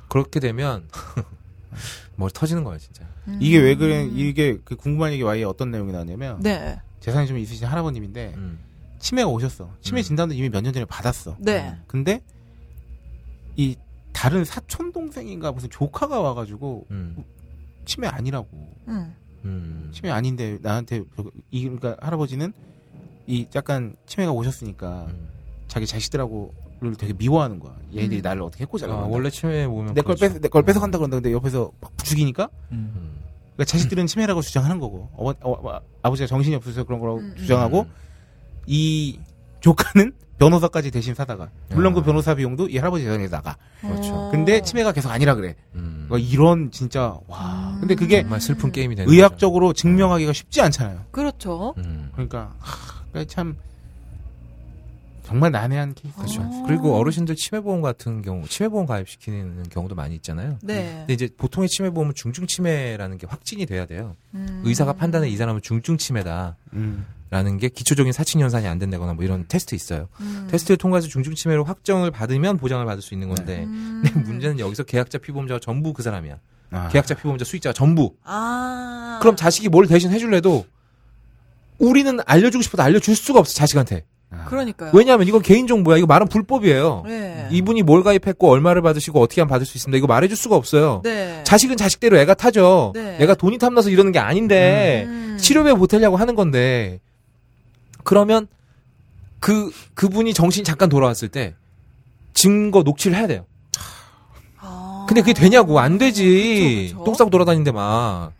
Speaker 6: 그렇게 되면 머리 터지는 거예요, 진짜.
Speaker 5: 음.
Speaker 4: 이게 왜 그래? 이게 그 궁금한 얘기 와이에 어떤 내용이 나왔냐면
Speaker 5: 네.
Speaker 4: 재산이 좀 있으신 할아버님인데
Speaker 6: 음.
Speaker 4: 치매가 오셨어. 치매
Speaker 6: 음.
Speaker 4: 진단도 이미 몇 년 전에 받았어.
Speaker 5: 네.
Speaker 4: 근데 이 다른 사촌 동생인가 무슨 조카가 와가지고
Speaker 6: 음.
Speaker 4: 치매 아니라고
Speaker 5: 음.
Speaker 6: 음.
Speaker 4: 그, 치매 아닌데 나한테 이 그러니까 할아버지는 이 약간 치매가 오셨으니까
Speaker 6: 음.
Speaker 4: 자기 자식들하고를 되게 미워하는 거야.
Speaker 5: 음.
Speaker 4: 얘들이 나를 어떻게
Speaker 6: 아,
Speaker 4: 해코지라.
Speaker 6: 원래 치매 보면
Speaker 4: 내걸
Speaker 6: 그렇죠.
Speaker 4: 뺏, 내걸 뺏어간다 그런다. 근데 옆에서 막 죽이니까?
Speaker 1: 음.
Speaker 6: 음.
Speaker 4: 그러니까 자식들은 치매라고 주장하는 거고. 어머, 어, 어, 아버지가 정신이 없어서 그런 거라고
Speaker 5: 음, 음.
Speaker 4: 주장하고, 이 조카는 변호사까지 대신 사다가. 물론
Speaker 6: 아.
Speaker 4: 그 변호사 비용도 이 할아버지 재산에 나가.
Speaker 5: 어.
Speaker 6: 그렇죠.
Speaker 4: 근데 치매가 계속 아니라 그래.
Speaker 6: 음.
Speaker 4: 그러니까 이런 진짜, 와.
Speaker 5: 음.
Speaker 4: 근데 그게
Speaker 6: 정말 슬픈 게임이 되는
Speaker 4: 의학적으로 증명하기가 쉽지 않잖아요.
Speaker 5: 그렇죠.
Speaker 6: 거죠. 음.
Speaker 4: 그러니까, 하, 그러니까 참 정말 난해한 케이스.
Speaker 6: 그렇죠.
Speaker 5: 아.
Speaker 6: 그리고 어르신들 치매 보험 같은 경우 치매 보험 가입시키는 경우도 많이 있잖아요.
Speaker 5: 네.
Speaker 6: 음. 근데 이제 보통의 치매 보험은 중증 치매라는 게 확진이 돼야 돼요.
Speaker 5: 음.
Speaker 6: 의사가 판단해 이 사람은 중증 치매다라는
Speaker 1: 음.
Speaker 6: 게 기초적인 사칭 연산이 안 된다거나 뭐 이런 테스트 있어요.
Speaker 5: 음.
Speaker 6: 테스트를 통과해서 중증 치매로 확정을 받으면 보장을 받을 수 있는 건데
Speaker 5: 음.
Speaker 6: 근데 네, 문제는 여기서 계약자 피보험자가 전부 그 사람이야.
Speaker 4: 아.
Speaker 6: 계약자 피보험자 수익자가 전부.
Speaker 5: 아.
Speaker 6: 그럼 자식이 뭘 대신 해줄래도 우리는 알려주고 싶어도 알려줄 수가 없어 자식한테.
Speaker 5: 그러니까요.
Speaker 6: 왜냐하면 이건 개인 정보야. 이거 말은 불법이에요.
Speaker 5: 네.
Speaker 6: 이분이 뭘 가입했고 얼마를 받으시고 어떻게 하면 받을 수 있습니다. 이거 말해줄 수가 없어요.
Speaker 5: 네.
Speaker 6: 자식은 자식대로 애가 타죠.
Speaker 5: 네.
Speaker 6: 애가 돈이 탐나서 이러는 게 아닌데
Speaker 5: 음.
Speaker 6: 치료비에 보태려고 하는 건데 그러면 그 그분이 정신 이 잠깐 돌아왔을 때 증거 녹취를 해야 돼요.
Speaker 5: 아.
Speaker 6: 근데 그게 되냐고 안 되지.
Speaker 5: 그쵸, 그쵸.
Speaker 6: 똥 싸고 돌아다니는데 막.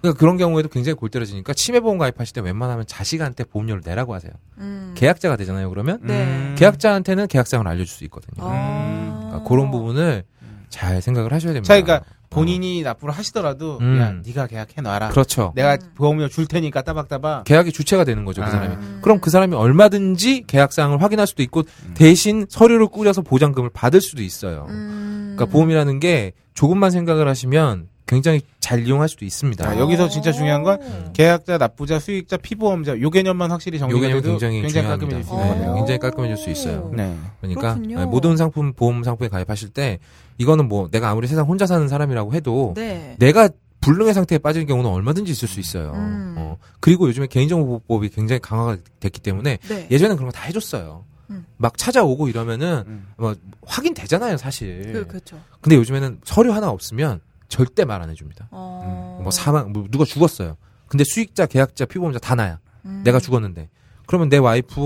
Speaker 6: 그러니까 그런 경우에도 굉장히 골때려지니까 치매보험 가입하실 때 웬만하면 자식한테 보험료를 내라고 하세요.
Speaker 5: 음.
Speaker 6: 계약자가 되잖아요.
Speaker 4: 음.
Speaker 6: 그러면
Speaker 5: 네.
Speaker 6: 계약자한테는 계약상을 알려줄 수 있거든요.
Speaker 5: 아.
Speaker 6: 그러니까 그런 부분을 잘 생각을 하셔야 됩니다.
Speaker 4: 음. 자, 그러니까 본인이 납부를 하시더라도
Speaker 6: 음.
Speaker 4: 그냥 네가 계약해 놔라.
Speaker 6: 어, 그렇죠.
Speaker 4: 내가
Speaker 5: 음.
Speaker 4: 보험료 줄 테니까 따박따박.
Speaker 6: 계약의 주체가 되는 거죠. 그
Speaker 4: 네. 아.
Speaker 6: 사람이. 그럼 그 사람이 얼마든지 계약상을 확인할 수도 있고
Speaker 4: 음.
Speaker 6: 대신 서류를 꾸려서 보장금을 받을 수도 있어요.
Speaker 5: 음.
Speaker 6: 그러니까 보험이라는 게 조금만 생각을 하시면 굉장히 잘 이용할 수도 있습니다.
Speaker 4: 아, 여기서 진짜 중요한 건
Speaker 5: 음.
Speaker 4: 계약자, 납부자, 수익자, 피보험자 요 개념만 확실히
Speaker 6: 요
Speaker 4: 정리가
Speaker 6: 개념이
Speaker 4: 돼도
Speaker 6: 굉장히,
Speaker 4: 굉장히,
Speaker 6: 중요합니다.
Speaker 4: 깔끔해질 수
Speaker 5: 네,
Speaker 4: 있는 거네요.
Speaker 6: 굉장히 깔끔해질 수 있어요.
Speaker 4: 네.
Speaker 6: 그러니까
Speaker 5: 그렇군요.
Speaker 6: 네, 모든 상품 보험 상품에 가입하실 때 이거는 뭐 내가 아무리 세상 혼자 사는 사람이라고 해도
Speaker 5: 네.
Speaker 6: 내가 불능의 상태에 빠질 경우는 얼마든지 있을 수 있어요.
Speaker 5: 음.
Speaker 6: 어, 그리고 요즘에 개인정보보호법이 굉장히 강화가 됐기 때문에
Speaker 5: 네.
Speaker 6: 예전에는 그런 거 다 해줬어요.
Speaker 5: 음.
Speaker 6: 막 찾아오고 이러면은
Speaker 4: 음.
Speaker 6: 뭐 확인되잖아요, 사실.
Speaker 5: 그, 그렇죠.
Speaker 6: 근데 요즘에는 서류 하나 없으면 절대 말 안 해줍니다.
Speaker 5: 어.
Speaker 6: 뭐 사망, 뭐 누가 죽었어요. 근데 수익자, 계약자, 피보험자 다 나야.
Speaker 5: 음.
Speaker 6: 내가 죽었는데 그러면 내 와이프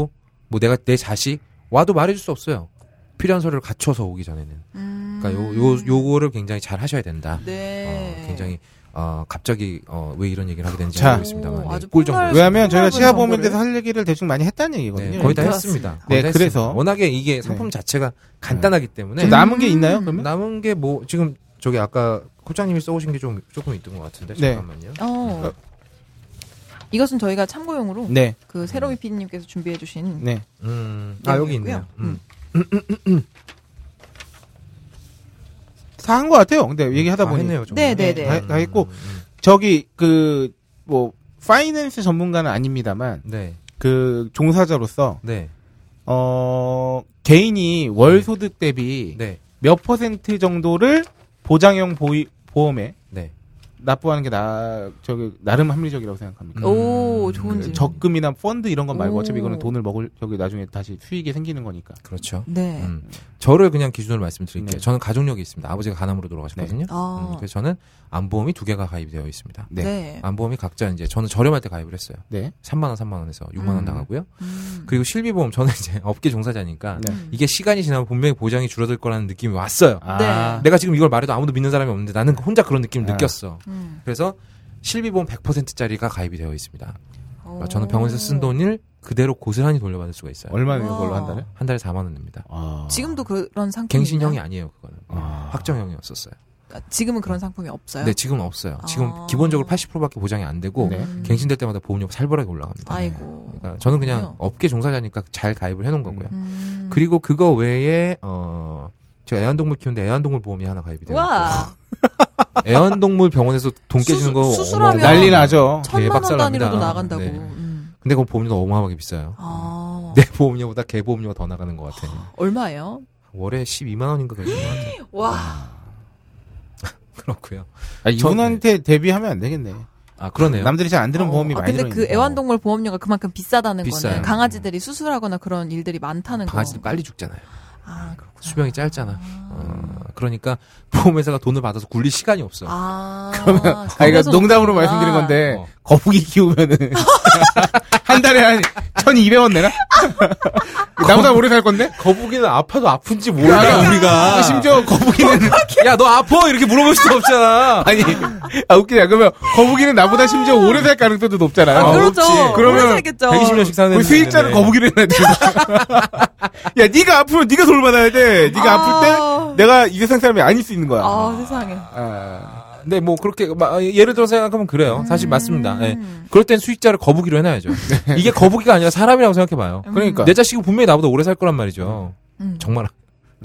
Speaker 6: 뭐 내가 내 자식 와도 말해줄 수 없어요 필요한 서류를 갖춰서 오기 전에는
Speaker 5: 음.
Speaker 6: 그러니까 요 요 요거를 굉장히 잘 하셔야 된다
Speaker 5: 네.
Speaker 6: 어, 굉장히 어 갑자기 어왜 이런 얘기를 하게 되는지
Speaker 4: 자.
Speaker 6: 모르겠습니다만 네,
Speaker 5: 오, 아주
Speaker 6: 꿀 정보
Speaker 5: 폭넓은-
Speaker 4: 왜냐하면 저희가
Speaker 5: 정보를-
Speaker 4: 치아보험에 대해서 할 얘기를 대충 많이 했다는
Speaker 6: 네,
Speaker 4: 얘기거든요.
Speaker 6: 거의 다
Speaker 5: 그렇습니다.
Speaker 6: 했습니다
Speaker 4: 네,
Speaker 6: 거의 다
Speaker 4: 그래서-
Speaker 6: 했습니다. 워낙에 이게 상품
Speaker 4: 네.
Speaker 6: 자체가 간단하기
Speaker 5: 네.
Speaker 6: 때문에
Speaker 4: 좀 남은
Speaker 5: 음.
Speaker 4: 게 있나요? 그러면?
Speaker 6: 남은 게 뭐 지금 저기 아까 코장님이 써오신 게 좀 조금 있던 것 같은데
Speaker 4: 네.
Speaker 6: 잠깐만요
Speaker 5: 어.
Speaker 6: 그러니까
Speaker 5: 이것은 저희가 참고용으로
Speaker 4: 네.
Speaker 5: 그 새로미 PD님께서 준비해 주신
Speaker 4: 네.
Speaker 6: 음아
Speaker 5: 네,
Speaker 6: 여기
Speaker 5: 있고요.
Speaker 6: 있네요 음.
Speaker 4: 다 한 것 같아요. 근데 얘기하다
Speaker 6: 아,
Speaker 4: 보니
Speaker 6: 했네요, 정말.
Speaker 5: 네, 네, 네.
Speaker 4: 다, 다 했고
Speaker 6: 음,
Speaker 4: 저기 그 뭐 파이낸스 전문가는 아닙니다만
Speaker 6: 음. 네
Speaker 4: 그 종사자로서
Speaker 6: 네,
Speaker 4: 어 개인이 월 소득 대비
Speaker 6: 네,
Speaker 4: 몇 퍼센트 정도를 보장형 보이, 보험에
Speaker 6: 네.
Speaker 4: 납부하는 게 나, 저기, 나름 합리적이라고 생각합니까?
Speaker 5: 오
Speaker 6: 음,
Speaker 5: 좋은
Speaker 4: 그
Speaker 5: 질문.
Speaker 4: 적금이나 펀드 이런 건 말고
Speaker 5: 오.
Speaker 4: 어차피 이거는 돈을 먹을, 저기 나중에 다시 수익이 생기는 거니까.
Speaker 6: 그렇죠.
Speaker 5: 네.
Speaker 6: 음. 저를 그냥 기준으로 말씀드릴게요.
Speaker 4: 네.
Speaker 6: 저는 가족력이 있습니다. 아버지가 간암으로 돌아가셨거든요.
Speaker 5: 아.
Speaker 6: 음, 그래서 저는 암보험이 두 개가 가입이 되어 있습니다.
Speaker 4: 네.
Speaker 5: 네.
Speaker 6: 암보험이 각자 이제 저는 저렴할 때 가입을 했어요.
Speaker 4: 네.
Speaker 6: 3만 원, 3만 원에서 6만 원
Speaker 4: 음.
Speaker 6: 나가고요.
Speaker 5: 음.
Speaker 6: 그리고 실비보험 저는 이제 업계 종사자니까
Speaker 4: 네.
Speaker 6: 이게 시간이 지나면 분명히 보장이 줄어들 거라는 느낌이 왔어요.
Speaker 4: 아.
Speaker 5: 네.
Speaker 6: 내가 지금 이걸 말해도 아무도 믿는 사람이 없는데 나는 혼자 그런 느낌을
Speaker 4: 아.
Speaker 6: 느꼈어.
Speaker 5: 음.
Speaker 6: 그래서 실비보험 100%짜리가 가입이 되어 있습니다.
Speaker 5: 오.
Speaker 6: 그러니까 아, 저는 병원에서 쓴 돈을 그대로 고스란히 돌려받을 수가 있어요.
Speaker 4: 네. 얼마나
Speaker 5: 와.
Speaker 4: 걸로 한 달에?
Speaker 6: 한 달에 4만 원입니다.
Speaker 4: 아.
Speaker 5: 지금도 그런 상품
Speaker 6: 갱신형이 아니에요, 그거는.
Speaker 4: 아.
Speaker 6: 확정형이었었어요.
Speaker 5: 아, 지금은 그런 상품이 없어요.
Speaker 6: 근데 네, 지금 없어요. 지금
Speaker 5: 네? 아.
Speaker 6: 기본적으로 80%밖에 보장이 안 되고
Speaker 4: 네.
Speaker 5: 음.
Speaker 6: 갱신될 때마다 보험료가 살벌하게 올라갑니다.
Speaker 5: 아이고.
Speaker 6: 그러니까 저는 그냥
Speaker 5: 그렇군요.
Speaker 6: 업계 종사자니까 잘 가입을 해놓은 거고요.
Speaker 5: 음.
Speaker 6: 그리고 그거 외에 어 제가 애완동물 키우는데 애완동물 보험이 하나 가입이 돼요.
Speaker 5: 와
Speaker 6: 애완동물 병원에서 돈
Speaker 5: 수술-
Speaker 6: 깨지는 거
Speaker 5: 수술하면
Speaker 6: 어마어마하게
Speaker 4: 난리 나죠.
Speaker 5: 천만 원 단위로도
Speaker 6: 네, 대박살납니다.
Speaker 5: 나간다고.
Speaker 6: 네.
Speaker 5: 음.
Speaker 6: 근데 그건 보험료가 어마어마하게 비싸요.
Speaker 5: 아
Speaker 6: 내 보험료보다 개 보험료가 더 나가는 것 같아요.
Speaker 5: 얼마예요?
Speaker 6: 월에 12만 원인가 그러는 것 같아요.
Speaker 5: 와
Speaker 6: 그렇고요.
Speaker 4: 아, 이분한테 대비하면 안 되겠네.
Speaker 6: 아 그러네요.
Speaker 4: 남들이 잘 안 들은
Speaker 5: 어,
Speaker 4: 보험이
Speaker 5: 아,
Speaker 4: 많이
Speaker 5: 근데
Speaker 4: 들어있네.
Speaker 5: 그 애완동물 보험료가 그만큼 비싸다는
Speaker 6: 비싸요.
Speaker 5: 거는 강아지들이 수술하거나 그런 일들이 많다는
Speaker 6: 강아지들
Speaker 5: 거.
Speaker 6: 빨리 죽잖아요.
Speaker 5: 아 그렇구나.
Speaker 6: 어. 수명이 짧잖아. 어, 그러니까 보험회사가 돈을 받아서 굴릴 시간이 없어.
Speaker 5: 아
Speaker 4: 그러면, 아, 그러니까 농담으로 말씀드린 건데,
Speaker 6: 어.
Speaker 4: 거북이 키우면은, 한 달 달에 한 1200원 내나? 나보다 오래 살 건데?
Speaker 6: 거북이는 아파도 아픈지 몰라
Speaker 4: 나가.
Speaker 6: 우리가.
Speaker 4: 심지어 거북이는
Speaker 6: 야 너 아파 이렇게 물어볼 수도 없잖아.
Speaker 4: 아니 아 웃기다 그러면 거북이는 나보다 심지어 오래 살 가능성도 높잖아요
Speaker 5: 아, 그렇죠.
Speaker 6: 없지.
Speaker 5: 오래
Speaker 4: 그러면
Speaker 5: 살겠죠.
Speaker 6: 120년씩 사는 네.
Speaker 1: 네,
Speaker 4: 우리 수익자는 거북이를 해야 돼. 야, 네가 아프면 네가 돌 받아야 돼. 네가
Speaker 5: 아.
Speaker 4: 아... 플때 네. 내가 이 세상 사람이 아닐 수 있는 거야.
Speaker 5: 아, 세상에.
Speaker 4: 아.
Speaker 6: 근데 뭐 그렇게 막 예를 들어 생각하면 그래요. 사실 맞습니다. 예. 그럴 땐 수익자를 거북이로 해놔야죠. 이게 거북이가 아니라 사람이라고 생각해봐요.
Speaker 4: 그러니까.
Speaker 6: 내 자식이 분명히 나보다 오래 살 거란 말이죠.
Speaker 5: 음.
Speaker 6: 정말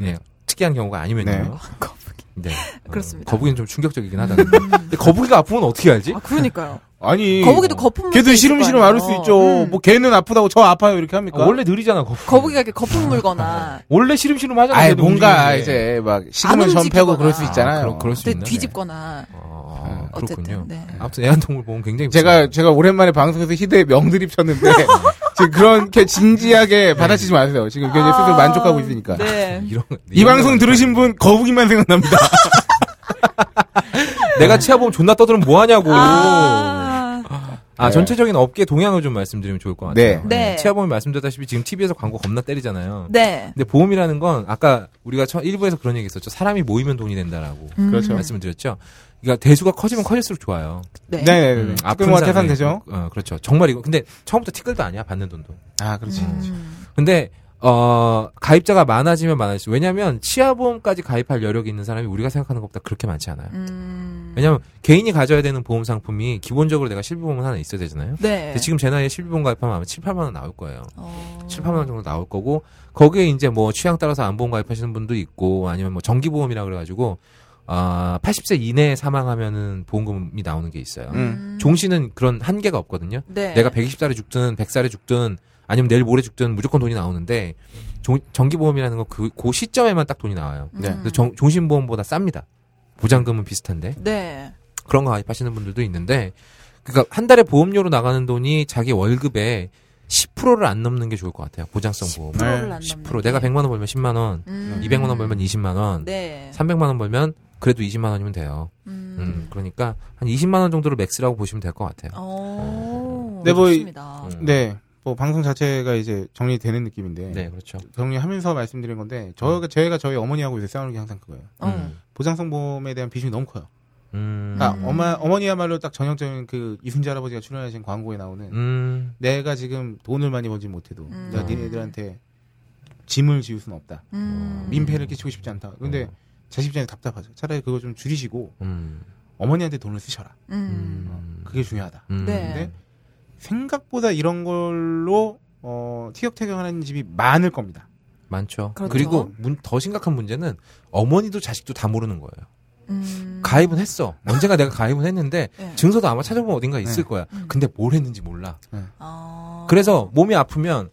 Speaker 6: 예, 특이한 경우가 아니면요.
Speaker 4: 네.
Speaker 5: 거북이.
Speaker 6: 네. 어,
Speaker 5: 그렇습니다. 음.
Speaker 6: 거북이는 좀 충격적이긴 하다. 근데 거북이가 아프면 어떻게 알지?
Speaker 5: 아, 그러니까요.
Speaker 4: 아니.
Speaker 5: 거북이도 거품. 음.
Speaker 4: 걔도 시름시름 앓을 수 있죠. 뭐 걔는 아프다고 저 아파요 이렇게 합니까?
Speaker 6: 아, 원래 느리잖아, 거북이.
Speaker 5: 거북이가 이렇게 거품 물거나
Speaker 6: 원래 시름시름 하잖아.
Speaker 4: 아예
Speaker 6: 걔도
Speaker 4: 뭔가
Speaker 6: 움직이는데.
Speaker 4: 이제 막 시름을
Speaker 5: 움직이거나.
Speaker 4: 전폐하고 그럴 수
Speaker 6: 아,
Speaker 4: 있잖아요.
Speaker 6: 그럴, 그럴 수
Speaker 5: 또
Speaker 4: 네.
Speaker 6: 있나?
Speaker 5: 네, 뒤집거나
Speaker 6: 아, 그렇군요.
Speaker 5: 어쨌든 네.
Speaker 6: 아무튼 애완동물 보면 굉장히
Speaker 4: 제가 제가 오랜만에 방송에서 희대의 명드립 쳤는데 지금 그렇게 진지하게 받아치지 마세요. 지금 굉장히 스스로
Speaker 5: 아,
Speaker 4: 만족하고 있으니까.
Speaker 5: 네.
Speaker 6: 이런
Speaker 4: 이 방송 들으신 분 거북이만 생각납니다.
Speaker 6: 내가 치아 보면 존나 떠들면 뭐 하냐고. 아,
Speaker 5: 아,
Speaker 4: 네.
Speaker 6: 전체적인 업계 동향을 좀 말씀드리면 좋을 것 같아요.
Speaker 4: 네.
Speaker 5: 네.
Speaker 6: 치아 보면 말씀드렸다시피 지금 TV에서 광고 겁나 때리잖아요.
Speaker 5: 네.
Speaker 6: 근데 보험이라는 건 아까 우리가 처, 1부에서 그런 얘기 했었죠. 사람이 모이면 돈이 된다라고
Speaker 4: 그렇죠.
Speaker 6: 말씀을 드렸죠. 그러니까 대수가 커지면 커질수록 좋아요.
Speaker 5: 네.
Speaker 4: 네,
Speaker 6: 음,
Speaker 4: 네.
Speaker 6: 아픈
Speaker 4: 아픈 거
Speaker 6: 사람이-
Speaker 4: 태산되죠.
Speaker 6: 어, 그렇죠. 정말 이거. 근데 처음부터 티끌도 아니야, 받는 돈도.
Speaker 4: 아, 그렇지.
Speaker 5: 음.
Speaker 6: 근데 어 가입자가 많아지면 많아질수록 왜냐하면 치아보험까지 가입할 여력이 있는 사람이 우리가 생각하는 것보다 그렇게 많지 않아요.
Speaker 5: 음.
Speaker 6: 왜냐하면 개인이 가져야 되는 보험 상품이 기본적으로 내가 실비보험은 하나 있어야 되잖아요.
Speaker 5: 네.
Speaker 6: 근데 지금 제 나이에 실비보험 가입하면 아마 7, 8만 원 나올 거예요.
Speaker 5: 어.
Speaker 6: 7, 8만 원 정도 나올 거고 거기에 이제 뭐 취향 따라서 안보험 가입하시는 분도 있고 아니면 뭐 정기보험이라 그래가지고 아 80세 이내에 사망하면은 보험금이 나오는 게 있어요.
Speaker 4: 음.
Speaker 6: 종신은 그런 한계가 없거든요.
Speaker 5: 네.
Speaker 6: 내가 120살에 죽든 100살에 죽든 아니면 내일 모레 죽든 무조건 돈이 나오는데 종- 정기보험이라는 건그 그 시점에만 딱 돈이 나와요.
Speaker 5: 네.
Speaker 6: 그래서 정- 종신보험보다 쌉니다. 보장금은 비슷한데
Speaker 5: 네.
Speaker 6: 그런 거 가입하시는 분들도 있는데 그러니까 한 달에 보험료로 나가는 돈이 자기 월급의 10%를 안 넘는 게 좋을 것 같아요. 보장성 보험.
Speaker 5: 10%를 안 음.
Speaker 6: 10% 내가 100만 원 벌면 10만 원, 200만 원 벌면 20만 원,
Speaker 5: 네.
Speaker 6: 300만 원 벌면 그래도 20만 원이면 돼요.
Speaker 5: 음.
Speaker 6: 음, 그러니까 한 20만 원 정도를 맥스라고 보시면 될 것 같아요.
Speaker 5: 어.
Speaker 4: 네, 뭐 이-
Speaker 5: 좋습니다.
Speaker 6: 음.
Speaker 4: 네. 뭐 방송 자체가 이제 정리되는 느낌인데
Speaker 6: 네, 음. 그렇죠.
Speaker 4: 정리하면서 말씀드린 건데 저희가 저희가 저희 어머니하고 이제 싸우는 게 항상 그거예요.
Speaker 5: 어.
Speaker 6: 음.
Speaker 4: 보장성보험에 대한 비중이 너무 커요.
Speaker 6: 음.
Speaker 4: 그러니까 엄마 어머니야말로 딱 전형적인 그 이순재 할아버지가 출연하신 광고에 나오는
Speaker 6: 음.
Speaker 4: 내가 지금 돈을 많이 벌지 못해도
Speaker 5: 음.
Speaker 4: 내가 니네들한테 짐을 지울 수는 없다.
Speaker 5: 음.
Speaker 4: 민폐를 끼치고 싶지 않다. 근데
Speaker 6: 어.
Speaker 4: 자식 입장에 답답하죠. 차라리 그거 좀 줄이시고
Speaker 6: 음.
Speaker 4: 어머니한테 돈을 쓰셔라.
Speaker 5: 음.
Speaker 6: 음.
Speaker 4: 그게 중요하다.
Speaker 6: 음.
Speaker 5: 네.
Speaker 4: 근데 생각보다 이런 걸로 어, 티격태격하는 집이 많을 겁니다.
Speaker 6: 많죠.
Speaker 5: 그렇죠.
Speaker 6: 그리고 문, 더 심각한 문제는 어머니도 자식도 다 모르는 거예요.
Speaker 5: 음.
Speaker 6: 가입은 했어. 언젠가 내가 가입은 했는데
Speaker 5: 네.
Speaker 6: 증서도 아마 찾아보면 어딘가 있을
Speaker 4: 네.
Speaker 6: 거야.
Speaker 5: 음.
Speaker 6: 근데 뭘 했는지 몰라.
Speaker 5: 아.
Speaker 6: 그래서 몸이 아프면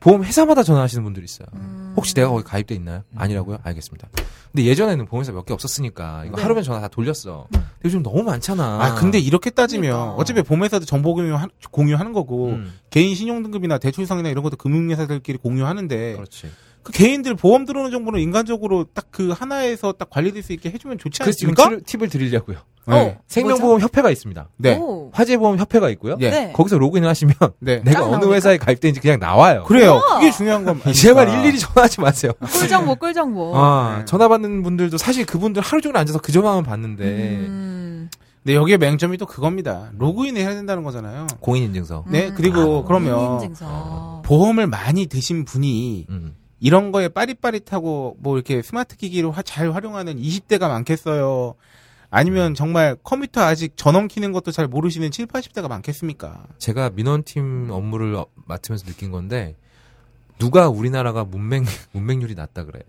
Speaker 6: 보험 회사마다 전화하시는 분들이 있어요.
Speaker 5: 음.
Speaker 6: 혹시 내가 거기 가입돼 있나요? 아니라고요? 알겠습니다. 근데 예전에는 보험회사 몇 개 없었으니까 이거
Speaker 5: 네. 음.
Speaker 6: 하루면 전화 다 돌렸어. 근데 요즘 너무 많잖아.
Speaker 4: 아, 근데 이렇게 따지면
Speaker 5: 그러니까.
Speaker 4: 어차피 보험회사도 정보 공유 하- 공유하는 거고
Speaker 6: 음,
Speaker 4: 개인 신용등급이나 대출상이나 이런 것도 금융회사들끼리 공유하는데 그
Speaker 6: 그렇지.
Speaker 4: 개인들 보험 들어오는 정보는 인간적으로 딱 그 하나에서 딱 관리될 수 있게 해주면 좋지
Speaker 6: 그래서 지금
Speaker 4: 않습니까?
Speaker 6: 팁을- 팁을 드리려고요.
Speaker 4: 네.
Speaker 5: 어.
Speaker 6: 생명보험 협회가 있습니다.
Speaker 4: 네.
Speaker 5: 오.
Speaker 6: 화재보험 협회가 있고요.
Speaker 4: 예.
Speaker 5: 네.
Speaker 6: 거기서 로그인을 하시면
Speaker 4: 네.
Speaker 6: 내가
Speaker 5: 딱
Speaker 6: 어느
Speaker 5: 나오니까?
Speaker 6: 회사에 가입된지 그냥 나와요.
Speaker 4: 그래요. 그게 중요한 건
Speaker 6: 제발
Speaker 4: 아닙니까?
Speaker 6: 일일이 전화하지 마세요.
Speaker 5: 꿀정보, 꿀정보.
Speaker 6: 아,
Speaker 4: 네.
Speaker 6: 전화 받는 분들도 사실 그분들 하루 종일 앉아서 그 전화만 받는데
Speaker 5: 음.
Speaker 4: 네, 여기에 맹점이 또 그겁니다. 로그인을 해야 된다는 거잖아요.
Speaker 6: 공인인증서.
Speaker 5: 음.
Speaker 4: 네,
Speaker 6: 아,
Speaker 4: 그리고 그러면
Speaker 5: 인증서.
Speaker 4: 보험을 많이 드신 분이
Speaker 6: 음.
Speaker 4: 이런 거에 빠릿빠릿하고 뭐 이렇게 스마트 기기로 화- 잘 활용하는 20대가 많겠어요. 아니면 정말 컴퓨터 아직 전원 키는 것도 잘 모르시는 7, 80대가 많겠습니까?
Speaker 6: 제가 민원팀 업무를 어- 맡으면서 느낀 건데 누가 우리나라가 문맹 문맹률이 낮다 그래.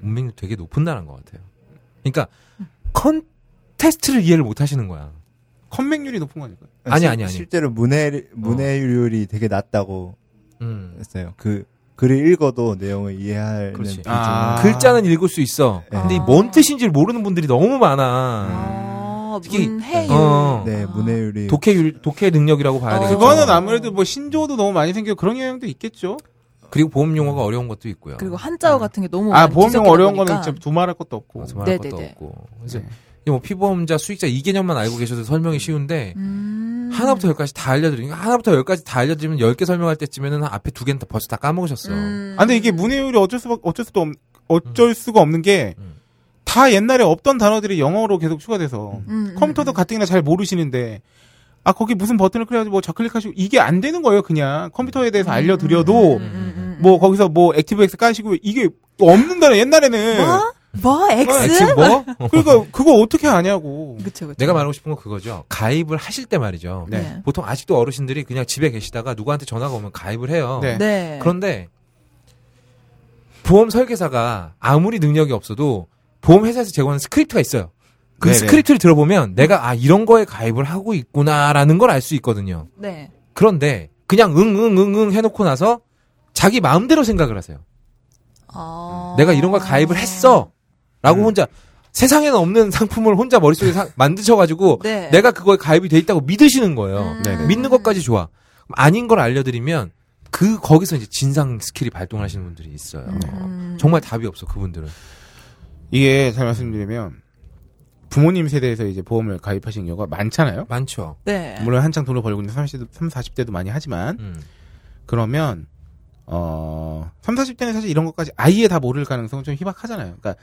Speaker 6: 문맹률 되게 높은 나라인 것 같아요. 그러니까 컨테스트를 이해를 못 하시는 거야.
Speaker 4: 컴맹률이 높은 거니까요.
Speaker 6: 아니 아니 아니.
Speaker 1: 실제로 문해 문해율이 되게 낮다고
Speaker 6: 음.
Speaker 1: 했어요. 그 글을 읽어도 내용을 이해할
Speaker 6: 그렇지.
Speaker 4: 아.
Speaker 6: 글자는 읽을 수 있어.
Speaker 1: 네.
Speaker 6: 근데 이 뭔 뜻인지 모르는 분들이 너무 많아.
Speaker 5: 아,
Speaker 6: 특히-
Speaker 5: 문해율. 아.
Speaker 6: 어.
Speaker 1: 네, 문해율이
Speaker 6: 독해 독해 능력이라고 봐야
Speaker 5: 어.
Speaker 6: 되겠죠.
Speaker 4: 음. 그거는 아무래도 뭐 신조어도 너무 많이 생기고 그런 영향도 있겠죠.
Speaker 6: 그리고 보험 용어가 어려운 것도 있고요.
Speaker 5: 그리고 한자어 같은 게 너무
Speaker 4: 아,
Speaker 5: 많이
Speaker 4: 보험용
Speaker 5: 뒤섞이다
Speaker 4: 어려운
Speaker 5: 음, 네, 보니까.
Speaker 4: 거는 진짜 두말할 것도 없고.
Speaker 6: 맞아, 말할 것도
Speaker 5: 뭐 네네네.
Speaker 6: 없고. 그래서 이게 뭐 피보험자, 수익자 이 개념만 알고 계셔도 설명이 쉬운데
Speaker 5: 음.
Speaker 6: 하나부터 열까지 다 알려드리니까 하나부터 열까지 다 알려드리면 열 개 설명할 때쯤에는 앞에 두 개는 다 벌써 다 까먹으셨어요.
Speaker 5: 음.
Speaker 4: 아, 근데 이게 문해율이 어쩔 수 어쩔 수도 없, 어쩔 수가 없는 게 다
Speaker 6: 음.
Speaker 4: 옛날에 없던 단어들이 영어로 계속 추가돼서
Speaker 5: 음, 음,
Speaker 4: 컴퓨터도 가뜩이나 잘 모르시는데 아 거기 무슨 버튼을 클릭하시고 뭐 좌클릭하시고 이게 안 되는 거예요 그냥 컴퓨터에 대해서 알려드려도
Speaker 5: 음, 음, 음.
Speaker 4: 뭐 거기서 뭐 액티브엑스 까시고 이게 없는 단어 옛날에는
Speaker 5: 뭐? 뭐? X?
Speaker 6: 지금 뭐?
Speaker 4: 그러니까 그거 어떻게 아냐고
Speaker 5: 그쵸, 그쵸.
Speaker 6: 내가 말하고 싶은 건 그거죠. 가입을 하실 때 말이죠.
Speaker 4: 네.
Speaker 6: 보통 아직도 어르신들이 그냥 집에 계시다가 누구한테 전화가 오면 가입을 해요.
Speaker 4: 네.
Speaker 5: 네.
Speaker 6: 그런데 보험 설계사가 아무리 능력이 없어도 보험 회사에서 제공하는 스크립트가 있어요. 그
Speaker 4: 네네.
Speaker 6: 스크립트를 들어보면 내가 아 이런 거에 가입을 하고 있구나라는 걸 알 수 있거든요.
Speaker 5: 네.
Speaker 6: 그런데 그냥 응응응응 해놓고 나서 자기 마음대로 생각을 하세요.
Speaker 5: 아.
Speaker 6: 내가 이런 걸 가입을 했어. 라고
Speaker 4: 음.
Speaker 6: 혼자 세상에는 없는 상품을 혼자 머릿속에 사- 만드셔가지고
Speaker 5: 네.
Speaker 6: 내가 그거에 가입이 돼 있다고 믿으시는 거예요.
Speaker 5: 음.
Speaker 4: 네네.
Speaker 6: 믿는 것까지 좋아. 그럼 아닌 걸 알려드리면 그 거기서 이제 진상 스킬이 발동하시는 분들이 있어요.
Speaker 5: 음.
Speaker 6: 정말 답이 없어 그분들은.
Speaker 4: 이게 잘 말씀드리면 부모님 세대에서 이제 보험을 가입하신 경우가 많잖아요
Speaker 6: 많죠.
Speaker 5: 네.
Speaker 4: 물론 한창 돈을 벌고 있는 30, 30, 40대도 많이 하지만
Speaker 6: 음.
Speaker 4: 그러면 어 30, 40대는 사실 이런 것까지 아예 다 모를 가능성은 좀 희박하잖아요. 그러니까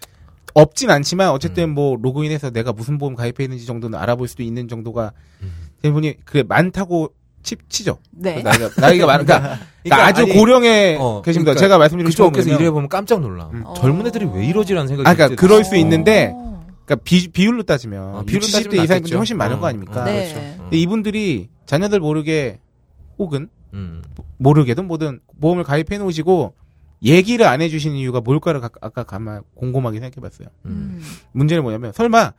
Speaker 4: 없진 않지만 어쨌든
Speaker 6: 음.
Speaker 4: 뭐 로그인해서 내가 무슨 보험 가입해 있는지 정도는 알아볼 수도 있는 정도가
Speaker 6: 음.
Speaker 4: 대부분이 그래 많다고 치, 치죠.
Speaker 5: 네.
Speaker 4: 나이가 나이가 많으니까
Speaker 6: 그러니까
Speaker 4: 아주
Speaker 6: 아니,
Speaker 4: 고령에
Speaker 6: 어,
Speaker 4: 계십니다.
Speaker 6: 그러니까
Speaker 4: 제가 말씀드리고 싶은
Speaker 6: 그쪽에서
Speaker 4: 거는
Speaker 6: 일해 보면 깜짝 놀라.
Speaker 4: 음.
Speaker 6: 젊은 애들이 왜 이러지라는 생각이.
Speaker 4: 아, 그러니까
Speaker 6: 들 때도
Speaker 4: 그럴
Speaker 6: 있어.
Speaker 4: 수 있는데
Speaker 5: 어.
Speaker 4: 그러니까 비, 비율로 따지면
Speaker 6: 어,
Speaker 4: 비율
Speaker 6: 비율로
Speaker 4: 70대
Speaker 6: 따지면
Speaker 4: 이상인 분이
Speaker 6: 낫겠죠.
Speaker 4: 훨씬 많은
Speaker 6: 어,
Speaker 4: 거 아닙니까?
Speaker 6: 어,
Speaker 5: 네.
Speaker 6: 그렇죠.
Speaker 4: 근데 이분들이 자녀들 모르게 혹은
Speaker 6: 음.
Speaker 4: 모르게든 뭐든 보험을 가입해 놓으시고 얘기를 안 해주시는 이유가 뭘까를 가- 아까 가만 곰곰하게 생각해봤어요.
Speaker 6: 음.
Speaker 4: 문제는 뭐냐면 설마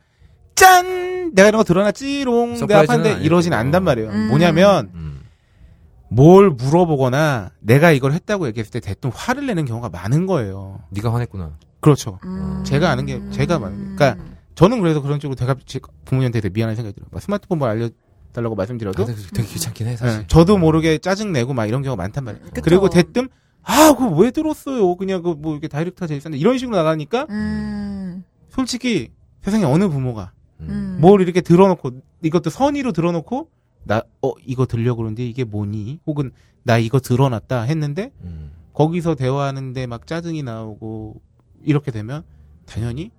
Speaker 4: 짠 내가 이런 거 드러났지롱 내가
Speaker 6: 서프라이즈는
Speaker 4: 판데
Speaker 6: 아니고.
Speaker 4: 이러진 않단 말이에요.
Speaker 5: 음.
Speaker 4: 뭐냐면
Speaker 6: 음.
Speaker 4: 뭘 물어보거나 내가 이걸 했다고 얘기했을 때 대뜸 화를 내는 경우가 많은 거예요.
Speaker 6: 네가 화냈구나.
Speaker 4: 그렇죠.
Speaker 5: 음.
Speaker 4: 제가 아는 게 제가 많은 게 그러니까 저는 그래서 그런 쪽으로 제가 제 부모님한테 되게 미안한 생각이 들어요. 막 스마트폰만 뭐 알려달라고 말씀드려도
Speaker 6: 아, 근데 되게 귀찮긴 해 사실.
Speaker 4: 예, 저도 모르게 짜증 내고 막 이런 경우가 많단 말이에요.
Speaker 5: 그쵸.
Speaker 4: 그리고 대뜸 아, 그거 왜 들었어요? 그냥 그 뭐 이렇게 다이렉트 하자 있었는데 이런 식으로 나가니까
Speaker 5: 음.
Speaker 4: 솔직히 세상에 어느 부모가
Speaker 6: 음.
Speaker 4: 뭘 이렇게 들어놓고 이것도 선의로 들어놓고 나 어 이거 들려고 그러는데 이게 뭐니? 혹은 나 이거 들어놨다 했는데
Speaker 6: 음.
Speaker 4: 거기서 대화하는데 막 짜증이 나오고 이렇게 되면 당연히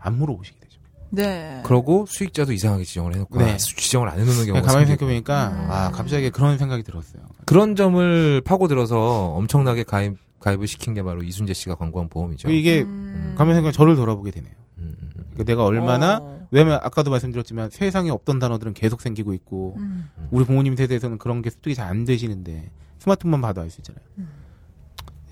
Speaker 4: 안 물어보시게 되죠.
Speaker 5: 네.
Speaker 6: 그러고 수익자도 이상하게 지정을 해놓고 아,
Speaker 4: 네.
Speaker 6: 지정을 안 해놓는 경우가
Speaker 4: 그러니까 가만히
Speaker 6: 생기고.
Speaker 4: 생각해보니까
Speaker 5: 음.
Speaker 4: 아 갑자기 그런 생각이 들었어요.
Speaker 6: 그런 점을 파고들어서 엄청나게 가입 가입을 시킨 게 바로 이순재 씨가 광고한 보험이죠.
Speaker 4: 그 이게
Speaker 5: 음.
Speaker 4: 가만히 생각하면 저를 돌아보게 되네요.
Speaker 6: 음, 음, 음.
Speaker 4: 그러니까 내가 얼마나
Speaker 5: 어.
Speaker 4: 왜냐면 아까도 말씀드렸지만 세상에 없던 단어들은 계속 생기고 있고
Speaker 5: 음.
Speaker 4: 우리 부모님 세대에서는 그런 게 습득이 잘 안 되시는데 스마트폰만 봐도 알 수 있잖아요.
Speaker 6: 음.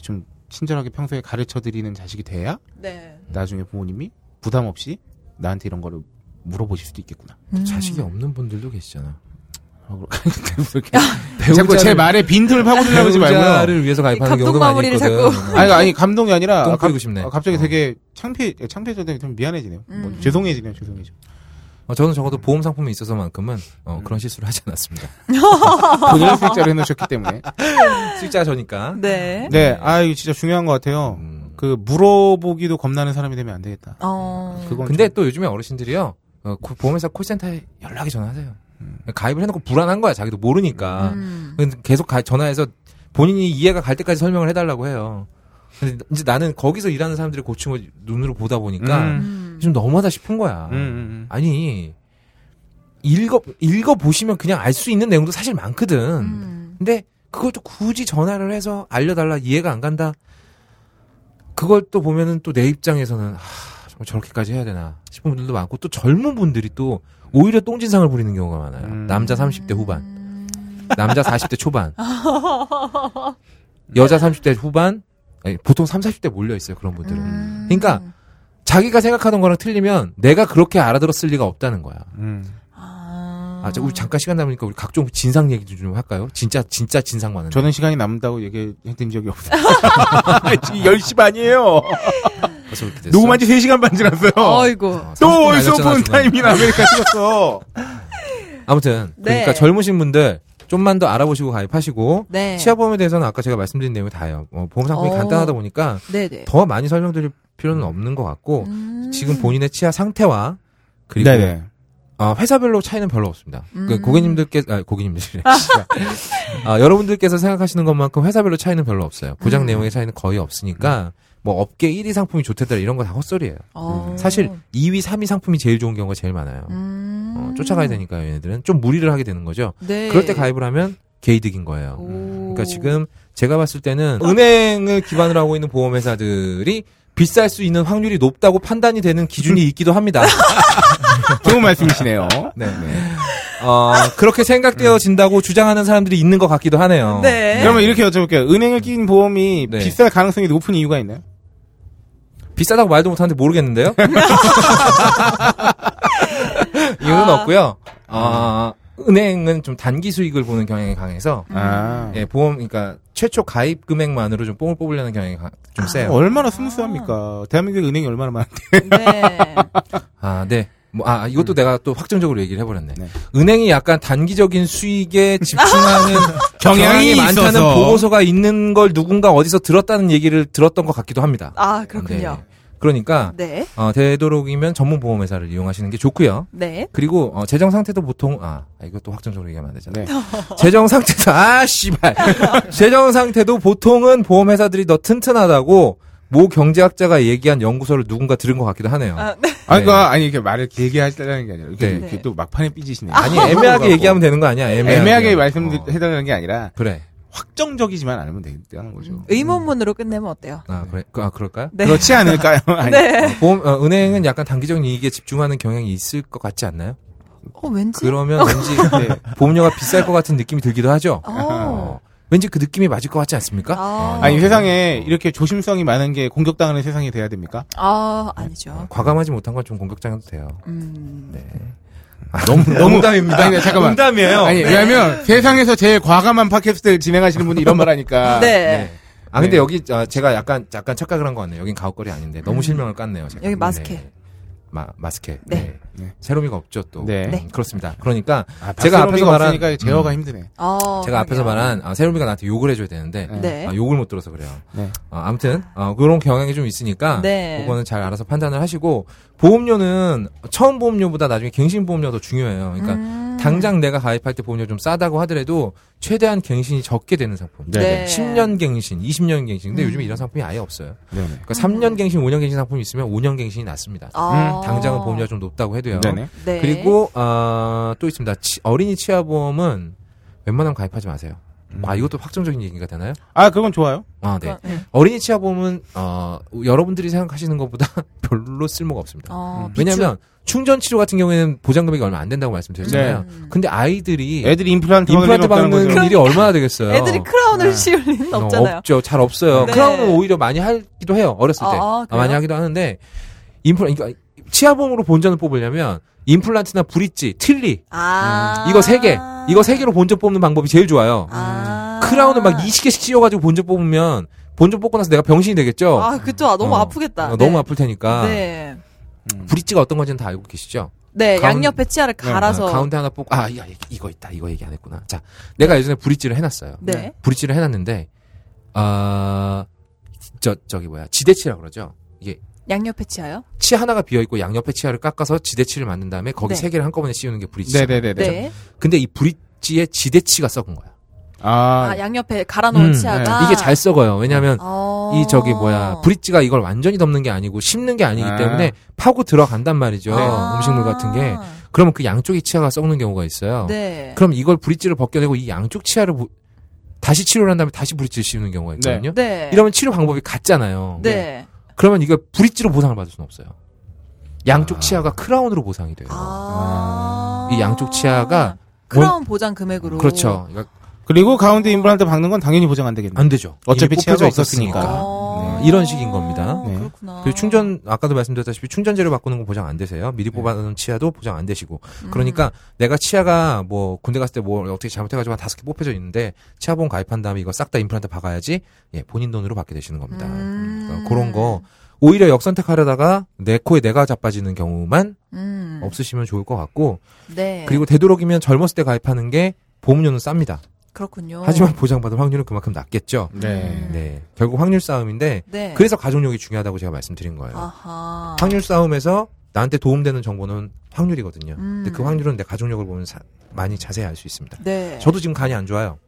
Speaker 4: 좀 친절하게 평소에 가르쳐 드리는 자식이 돼야
Speaker 6: 음.
Speaker 5: 네.
Speaker 4: 나중에 부모님이 부담 없이 나한테 이런 거를 물어보실 수도 있겠구나.
Speaker 5: 음.
Speaker 6: 음. 자식이 없는 분들도 계시잖아.
Speaker 4: 하고 이렇게 자꾸 제 말에 빈틈을 파고들려고 하지 말고요.
Speaker 6: 배우자를 위해서 가입하는
Speaker 5: 감동
Speaker 6: 경우도 많이
Speaker 5: 마무리를
Speaker 6: 있거든.
Speaker 4: 아니, 아니 감동이 아니라
Speaker 6: 똥
Speaker 4: 갑-
Speaker 6: 뿌리고 싶네.
Speaker 4: 아, 갑자기
Speaker 6: 어.
Speaker 4: 되게 창피해 창피해져서 좀 미안해지네요. 뭐
Speaker 5: 음.
Speaker 4: 죄송해지네요. 죄송해져.
Speaker 6: 어, 저는 적어도 보험 상품에 있어서만큼은 어, 그런 실수를 하지 않았습니다.
Speaker 5: 음.
Speaker 4: 본연 색자를 해놓으셨기 때문에.
Speaker 6: 수익자 저니까.
Speaker 5: 네.
Speaker 4: 네, 아 이거 진짜 중요한 것 같아요.
Speaker 6: 음.
Speaker 4: 그 물어보기도 겁나는 사람이 되면 안 되겠다.
Speaker 5: 어.
Speaker 4: 그건
Speaker 6: 근데
Speaker 4: 좀-
Speaker 6: 또 요즘에 어르신들이요. 어, 그 보험회사 콜센터에 연락이 전화하세요.
Speaker 4: 음.
Speaker 6: 가입을 해놓고 불안한 거야. 자기도 모르니까.
Speaker 5: 음.
Speaker 6: 근데 계속 가- 전화해서 본인이 이해가 갈 때까지 설명을 해달라고 해요. 근데 이제 나는 거기서 일하는 사람들의 고충을 눈으로 보다 보니까
Speaker 4: 음.
Speaker 5: 음.
Speaker 6: 좀 너무하다 싶은 거야.
Speaker 4: 음, 음, 음.
Speaker 6: 아니 읽어 읽어 보시면 그냥 알 수 있는 내용도 사실 많거든.
Speaker 5: 음.
Speaker 6: 근데 그걸 또 굳이 전화를 해서 알려달라 이해가 안 간다. 그걸 또 보면은 또 내 입장에서는 아, 정말 저렇게까지 해야 되나 싶은 분들도 많고 또 젊은 분들이 또 오히려 똥진상을 부리는 경우가 많아요.
Speaker 4: 음.
Speaker 6: 남자 30대 후반, 남자 40대 초반, 여자 30대 후반, 아니, 보통 3, 40대 몰려 있어요 그런 분들은.
Speaker 5: 음.
Speaker 6: 그러니까 자기가 생각하던 거랑 틀리면 내가 그렇게 알아들었을 리가 없다는 거야.
Speaker 4: 음.
Speaker 5: 아.
Speaker 6: 아, 저 우리 잠깐 시간 남으니까 우리 각종 진상 얘기 좀 할까요? 진짜 진짜 진상 많은데.
Speaker 4: 저는 시간이 남는다고 얘기했던 적이 없어요. 지금
Speaker 1: 아.
Speaker 4: 10시 반이에요.
Speaker 6: 벌써 그렇게 됐어.
Speaker 4: 녹음한 지 3시간 반 지났어요.
Speaker 5: 어이고.
Speaker 6: 어, 30분
Speaker 4: 또
Speaker 6: 알렸잖아,
Speaker 4: 얼쏘 폰
Speaker 6: 지금.
Speaker 4: 타임인 아메리카 찍었어.
Speaker 6: 아무튼 그러니까
Speaker 5: 네.
Speaker 6: 젊으신 분들 좀만 더 알아보시고 가입하시고
Speaker 5: 네.
Speaker 6: 치아보험에 대해서는 아까 제가 말씀드린 내용이 다예요. 어, 보험 상품이
Speaker 5: 어.
Speaker 6: 간단하다 보니까
Speaker 5: 네네.
Speaker 6: 더 많이 설명드릴 필요는 없는 것 같고
Speaker 5: 음.
Speaker 4: 네,
Speaker 6: 지금 본인의 치아 상태와 그리고 아, 회사별로 차이는 별로 없습니다. 그
Speaker 5: 음.
Speaker 6: 고객님들께, 아, 고객님들이. 아, 여러분들께서 생각하시는 것만큼 회사별로 차이는 별로 없어요. 보장
Speaker 5: 음.
Speaker 6: 내용의 차이는 거의 없으니까, 뭐, 업계 1위 상품이 좋다더라 이런 거 다 헛소리예요.
Speaker 5: 어.
Speaker 6: 사실 2위, 3위 상품이 제일 좋은 경우가 제일 많아요.
Speaker 5: 음.
Speaker 6: 어, 쫓아가야 되니까요, 얘네들은. 좀 무리를 하게 되는 거죠.
Speaker 5: 네.
Speaker 6: 그럴 때 가입을 하면 개이득인 거예요.
Speaker 5: 오. 아.
Speaker 6: 그러니까 지금 제가 봤을 때는 은행을 기반으로 하고 있는 보험회사들이 비쌀 수 있는 확률이 높다고 판단이 되는 기준이 있기도 합니다.
Speaker 4: 좋은 말씀이시네요.
Speaker 6: 네. 어, 그렇게 생각되어진다고 주장하는 사람들이 있는 것 같기도 하네요.
Speaker 5: 네.
Speaker 4: 그러면 이렇게 여쭤볼게요. 은행을 낀 보험이
Speaker 6: 네.
Speaker 4: 비쌀 가능성이 높은 이유가 있나요?
Speaker 6: 비싸다고 말도 못하는데 모르겠는데요? 이유는
Speaker 5: 아.
Speaker 6: 없고요. 어, 은행은 좀 단기 수익을 보는 경향이 강해서
Speaker 5: 음.
Speaker 4: 아.
Speaker 6: 예, 보험 그러니까 최초 가입 금액만으로 좀 뽕을 뽑으려는 경향이 가- 좀 세요.
Speaker 4: 아, 네. 얼마나 스무스합니까? 대한민국 은행이 얼마나 많은데.
Speaker 5: 네.
Speaker 6: 아, 네. 뭐, 아, 이것도 내가 또 확정적으로 얘기를 해버렸네.
Speaker 4: 음. 네.
Speaker 6: 은행이 약간 단기적인 수익에 집중하는 경향이
Speaker 4: 경향이
Speaker 6: 많다는
Speaker 4: 있어서.
Speaker 6: 보고서가 있는 걸 누군가 어디서 들었다는 얘기를 들었던 것 같기도 합니다.
Speaker 5: 아, 그렇군요.
Speaker 6: 네. 그러니까,
Speaker 5: 네.
Speaker 6: 어, 되도록이면 전문 보험회사를 이용하시는 게 좋고요.
Speaker 5: 네.
Speaker 6: 그리고, 어, 재정 상태도 보통, 아, 아, 이것도 확정적으로 얘기하면 안 되잖아.
Speaker 4: 네.
Speaker 6: 재정 상태도, 아, 씨발. 재정 상태도 보통은 보험회사들이 더 튼튼하다고 모 경제학자가 얘기한 연구서를 누군가 들은 것 같기도 하네요.
Speaker 5: 아, 네.
Speaker 4: 아,
Speaker 6: 네.
Speaker 4: 그러니까 아니 이렇게 말을 길게 하시라는 게 아니라 이렇게,
Speaker 6: 네.
Speaker 4: 이렇게 또 막판에 삐지시네요.
Speaker 6: 아니 애매하게 얘기하면 되는 거 아니야? 애매하게,
Speaker 4: 애매하게
Speaker 6: 어.
Speaker 4: 말씀해달라는 게 아니라
Speaker 6: 그래.
Speaker 4: 확정적이지만 않으면 되겠다는 거죠.
Speaker 5: 의문문으로 끝내면 어때요?
Speaker 6: 아 그래. 그- 아 그럴까요?
Speaker 5: 음. 네.
Speaker 4: 그렇지 않을까요? 아니,
Speaker 6: 어, 보험 어, 은행은 약간 단기적인 이익에 집중하는 경향이 있을 것 같지 않나요?
Speaker 5: 어, 왠지.
Speaker 6: 그러면 왠지 보험료가 비쌀 것 같은 느낌이 들기도 하죠.
Speaker 5: 어.
Speaker 6: 어, 왠지 그 느낌이 맞을 것 같지 않습니까?
Speaker 5: 아.
Speaker 4: 아니 세상에 이렇게 조심성이 많은 게 공격당하는 세상이 돼야 됩니까?
Speaker 5: 아,
Speaker 6: 어,
Speaker 5: 아니죠.
Speaker 6: 과감하지 못한 건 좀 공격장도 돼요. 아,
Speaker 5: 음.
Speaker 6: 네.
Speaker 4: 너무
Speaker 6: 농담입니다.
Speaker 4: 아니, 잠깐만.
Speaker 6: 농담이에요. 네.
Speaker 4: 아니 왜냐하면 세상에서 제일 과감한 팟캐스트를 진행하시는 분이 이런 말 하니까.
Speaker 5: 네.
Speaker 6: 아 근데
Speaker 4: 네.
Speaker 6: 여기 아, 제가 약간 약간 착각을 한 것 같네요. 여긴 가옥거리 아닌데 너무 실명을 깠네요. 제가.
Speaker 5: 음. 여기 마스케.
Speaker 6: 네. 마 마스케.
Speaker 5: 네.
Speaker 4: 네.
Speaker 6: 새로미가 없죠 또.
Speaker 4: 네.
Speaker 6: 음, 그렇습니다. 그러니까
Speaker 4: 아,
Speaker 6: 제가 앞에서 말한- 음.
Speaker 4: 니까 제어가 힘드네.
Speaker 5: 어,
Speaker 6: 제가 앞에서
Speaker 5: 그러게요.
Speaker 6: 말한 아, 세롬이가 나한테 욕을 해줘야 되는데
Speaker 5: 네.
Speaker 6: 아, 욕을 못 들어서 그래요.
Speaker 4: 네.
Speaker 6: 어, 아무튼 어, 그런 경향이 좀 있으니까
Speaker 5: 네.
Speaker 6: 그거는 잘 알아서 판단을 하시고 보험료는 처음 보험료보다 나중에 갱신 보험료 더 중요해요. 그러니까
Speaker 5: 음.
Speaker 6: 당장 내가 가입할 때 보험료 좀 싸다고 하더라도 최대한 갱신이 적게 되는 상품.
Speaker 4: 네.
Speaker 5: 네. 음.
Speaker 6: 10년 갱신, 20년 갱신. 근데 요즘에 이런 상품이 아예 없어요. 그러니까 3년 갱신, 5년 갱신 상품이 있으면 5년 갱신이 낫습니다.
Speaker 5: 아.
Speaker 6: 음, 당장은 보험료가 좀 높다고 해도요.
Speaker 4: 네네.
Speaker 5: 네.
Speaker 6: 그리고 아, 또 있습니다. 치- 어린이 치아보험은 웬만하면 가입하지 마세요.
Speaker 4: 음.
Speaker 6: 아 이것도 확정적인 얘기가 되나요?
Speaker 4: 아 그건 좋아요.
Speaker 6: 아 네.
Speaker 5: 네.
Speaker 6: 어린이 치아보험은 어, 여러분들이 생각하시는 것보다 별로 쓸모가 없습니다.
Speaker 5: 어,
Speaker 6: 음, 왜냐하면 충전 치료 같은 경우에는 보장 금액이 얼마 안 된다고 말씀드렸잖아요.
Speaker 5: 음.
Speaker 6: 근데 아이들이
Speaker 4: 네. 애들이 임플란트
Speaker 6: 임플란트
Speaker 4: 박는 일은
Speaker 6: 박는
Speaker 4: 없다는 거죠.
Speaker 6: 일이 얼마나 되겠어요?
Speaker 5: 비추- 그러니까 애들이 크라운을
Speaker 4: 네.
Speaker 5: 씌울 리는
Speaker 6: 어,
Speaker 5: 없잖아요.
Speaker 6: 없죠. 잘 없어요.
Speaker 5: 네.
Speaker 6: 크라운은 오히려 많이 하기도 해요. 어렸을
Speaker 5: 아,
Speaker 6: 때.
Speaker 5: 아,
Speaker 6: 많이
Speaker 5: 그래요?
Speaker 6: 하기도 하는데 임플란트 그러니까 치아보험으로 본전을 뽑으려면 임플란트나 브릿지, 틀리
Speaker 5: 아.
Speaker 6: 음, 이거 세개 이거 세개로 본전 뽑는 방법이 제일 좋아요.
Speaker 5: 아.
Speaker 6: 크라운을 막 20개씩 씌워가지고 본전 뽑으면 본전 뽑고 나서 내가 병신이 되겠죠?
Speaker 5: 아, 그쵸. 아, 너무
Speaker 6: 어.
Speaker 5: 아프겠다.
Speaker 6: 어, 너무
Speaker 5: 네.
Speaker 6: 아플 테니까.
Speaker 5: 네.
Speaker 6: 브릿지가 어떤 건지는 다 알고 계시죠?
Speaker 5: 네,
Speaker 6: 가운-
Speaker 5: 양옆에 치아를 갈아서.
Speaker 6: 아, 가운데 하나 뽑고, 아, 야, 이거 있다. 이거 얘기 안 했구나. 자, 내가 예전에 브릿지를 해놨어요.
Speaker 5: 네.
Speaker 6: 브릿지를 해놨는데, 아, 저, 저기 뭐야. 지대치라 그러죠? 이게
Speaker 5: 양옆에 치아요?
Speaker 6: 치 하나가 비어있고 양옆에 치아를 깎아서 지대치를 만든 다음에 거기
Speaker 5: 네.
Speaker 6: 세 개를 한꺼번에 씌우는 게 브릿지.
Speaker 4: 네네네네.
Speaker 5: 네.
Speaker 6: 근데 이 브릿지에 지대치가 썩은 거야.
Speaker 5: 아,
Speaker 4: 아,
Speaker 5: 양옆에 갈아놓은
Speaker 6: 음,
Speaker 5: 치아가.
Speaker 6: 이게 잘 썩어요. 왜냐면,
Speaker 5: 어.
Speaker 6: 이 저기 뭐야 브릿지가 이걸 완전히 덮는 게 아니고 씹는 게 아니기
Speaker 4: 아.
Speaker 6: 때문에 파고 들어간단 말이죠
Speaker 5: 아.
Speaker 6: 음식물 같은 게 그러면 그 양쪽이 치아가 썩는 경우가 있어요
Speaker 5: 네.
Speaker 6: 그럼 이걸 브릿지를 벗겨내고 이 양쪽 치아를 부- 다시 치료를 한 다음에 다시 브릿지를 씌우는 경우가 있거든요
Speaker 5: 네.
Speaker 6: 그 이러면 치료 방법이 같잖아요
Speaker 5: 네.
Speaker 6: 그러면 이거 브릿지로 보상을 받을 수는 없어요 양쪽
Speaker 4: 아.
Speaker 6: 치아가 크라운으로 보상이 돼요
Speaker 5: 아.
Speaker 6: 이 양쪽 치아가
Speaker 5: 크라운 보장 금액으로.
Speaker 6: 그렇죠 그러니까
Speaker 4: 그리고 가운데 임플란트 박는 건 당연히 보장 안 되겠네.
Speaker 6: 안 되죠
Speaker 4: 어차피
Speaker 6: 이미
Speaker 4: 치아가
Speaker 6: 뽑혀져
Speaker 4: 없었으니까.
Speaker 5: 어.
Speaker 6: 네, 이런 식인 겁니다.
Speaker 4: 네.
Speaker 5: 그렇구나.
Speaker 6: 그리고 충전 아까도 말씀드렸다시피 충전재료 바꾸는 건 보장 안 되세요. 미리
Speaker 4: 네.
Speaker 6: 뽑아놓은 치아도 보장 안 되시고.
Speaker 5: 음.
Speaker 6: 그러니까 내가 치아가 뭐 군대 갔을 때 뭐 어떻게 잘못해가지고 한 다섯 개 뽑혀져 있는데 치아보험 가입한 다음에 이거 싹 다 임플란트 박아야지 예 본인 돈으로 받게 되시는 겁니다.
Speaker 5: 음.
Speaker 6: 그러니까 그런 거 오히려 역선택하려다가 내 코에 내가 자빠지는 경우만
Speaker 5: 음.
Speaker 6: 없으시면 좋을 것 같고
Speaker 5: 네.
Speaker 6: 그리고 되도록이면 젊었을 때 가입하는 게 보험료는 쌉니다.
Speaker 5: 그렇군요. 음.
Speaker 6: 하지만 보장받을 확률은 그만큼 낮겠죠.
Speaker 4: 네.
Speaker 6: 네 결국 확률 싸움인데
Speaker 5: 네.
Speaker 6: 그래서 가족력이 중요하다고 제가 말씀드린 거예요.
Speaker 5: 아하.
Speaker 6: 확률 싸움에서 나한테 도움되는 정보는 확률이거든요.
Speaker 5: 음.
Speaker 6: 근데 그 확률은 내 가족력을 보면 사- 많이 자세히 알 수 있습니다.
Speaker 5: 네.
Speaker 6: 저도 지금 간이 안 좋아요.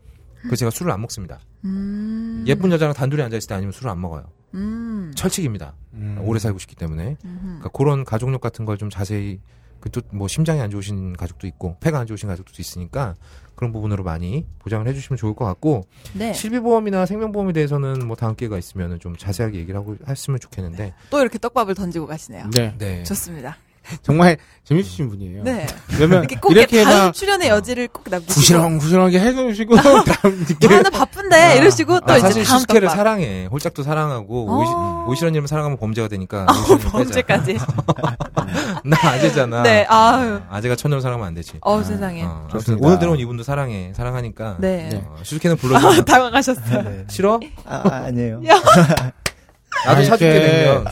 Speaker 6: 그래서 제가 술을 안 먹습니다.
Speaker 5: 음.
Speaker 6: 예쁜 여자랑 단둘이 앉아있을 때 아니면 술을 안 먹어요.
Speaker 5: 음.
Speaker 6: 철칙입니다.
Speaker 4: 음.
Speaker 6: 오래 살고 싶기 때문에.
Speaker 5: 음흠.
Speaker 6: 그러니까 그런 가족력 같은 걸 좀 자세히 그또뭐 심장이 안 좋으신 가족도 있고 폐가 안 좋으신 가족도 있으니까 그런 부분으로 많이 보장을 해주시면 좋을 것 같고
Speaker 5: 네.
Speaker 6: 실비보험이나 생명보험에 대해서는 뭐 다음 기회가 있으면 좀 자세하게 얘기를 하고 했으면 좋겠는데
Speaker 5: 또 이렇게 떡밥을 던지고 가시네요.
Speaker 4: 네.
Speaker 6: 네.
Speaker 5: 좋습니다.
Speaker 4: 정말 재밌으신 분이에요.
Speaker 5: 네.
Speaker 4: 그러면
Speaker 5: 이렇게 꼭
Speaker 4: 이렇게
Speaker 5: 이렇게
Speaker 4: 막
Speaker 5: 다음 출연의 여지를 꼭 남기시고.
Speaker 4: 구시렁구시렁하게 해주시고 다음
Speaker 5: 뭐
Speaker 4: 느낌.
Speaker 5: 하나 바쁜데 이러시고 또
Speaker 6: 아,
Speaker 5: 이제
Speaker 6: 사실
Speaker 5: 다음
Speaker 6: 슈스케를
Speaker 5: 떡밥.
Speaker 6: 사랑해. 홀짝도 사랑하고 오이시-
Speaker 5: 어.
Speaker 6: 오이시런님을 사랑하면 범죄가 되니까
Speaker 5: 어,
Speaker 6: 오이시런님 빼자.
Speaker 5: 범죄까지.
Speaker 6: 나 아재잖아.
Speaker 5: 네. 아유.
Speaker 6: 아재가 천년 사랑하면 안 되지.
Speaker 5: 어 세상에.
Speaker 6: 어, 아무튼
Speaker 1: 좋습니다.
Speaker 6: 오늘 들어온 이분도 사랑해. 사랑하니까.
Speaker 5: 네.
Speaker 6: 어, 슈스케는 불러주면
Speaker 5: 당황하셨어요.
Speaker 6: 싫어?
Speaker 1: 아, 아니에요.
Speaker 6: 나도
Speaker 4: 아,
Speaker 6: 사줄게
Speaker 4: 이제
Speaker 6: 되면.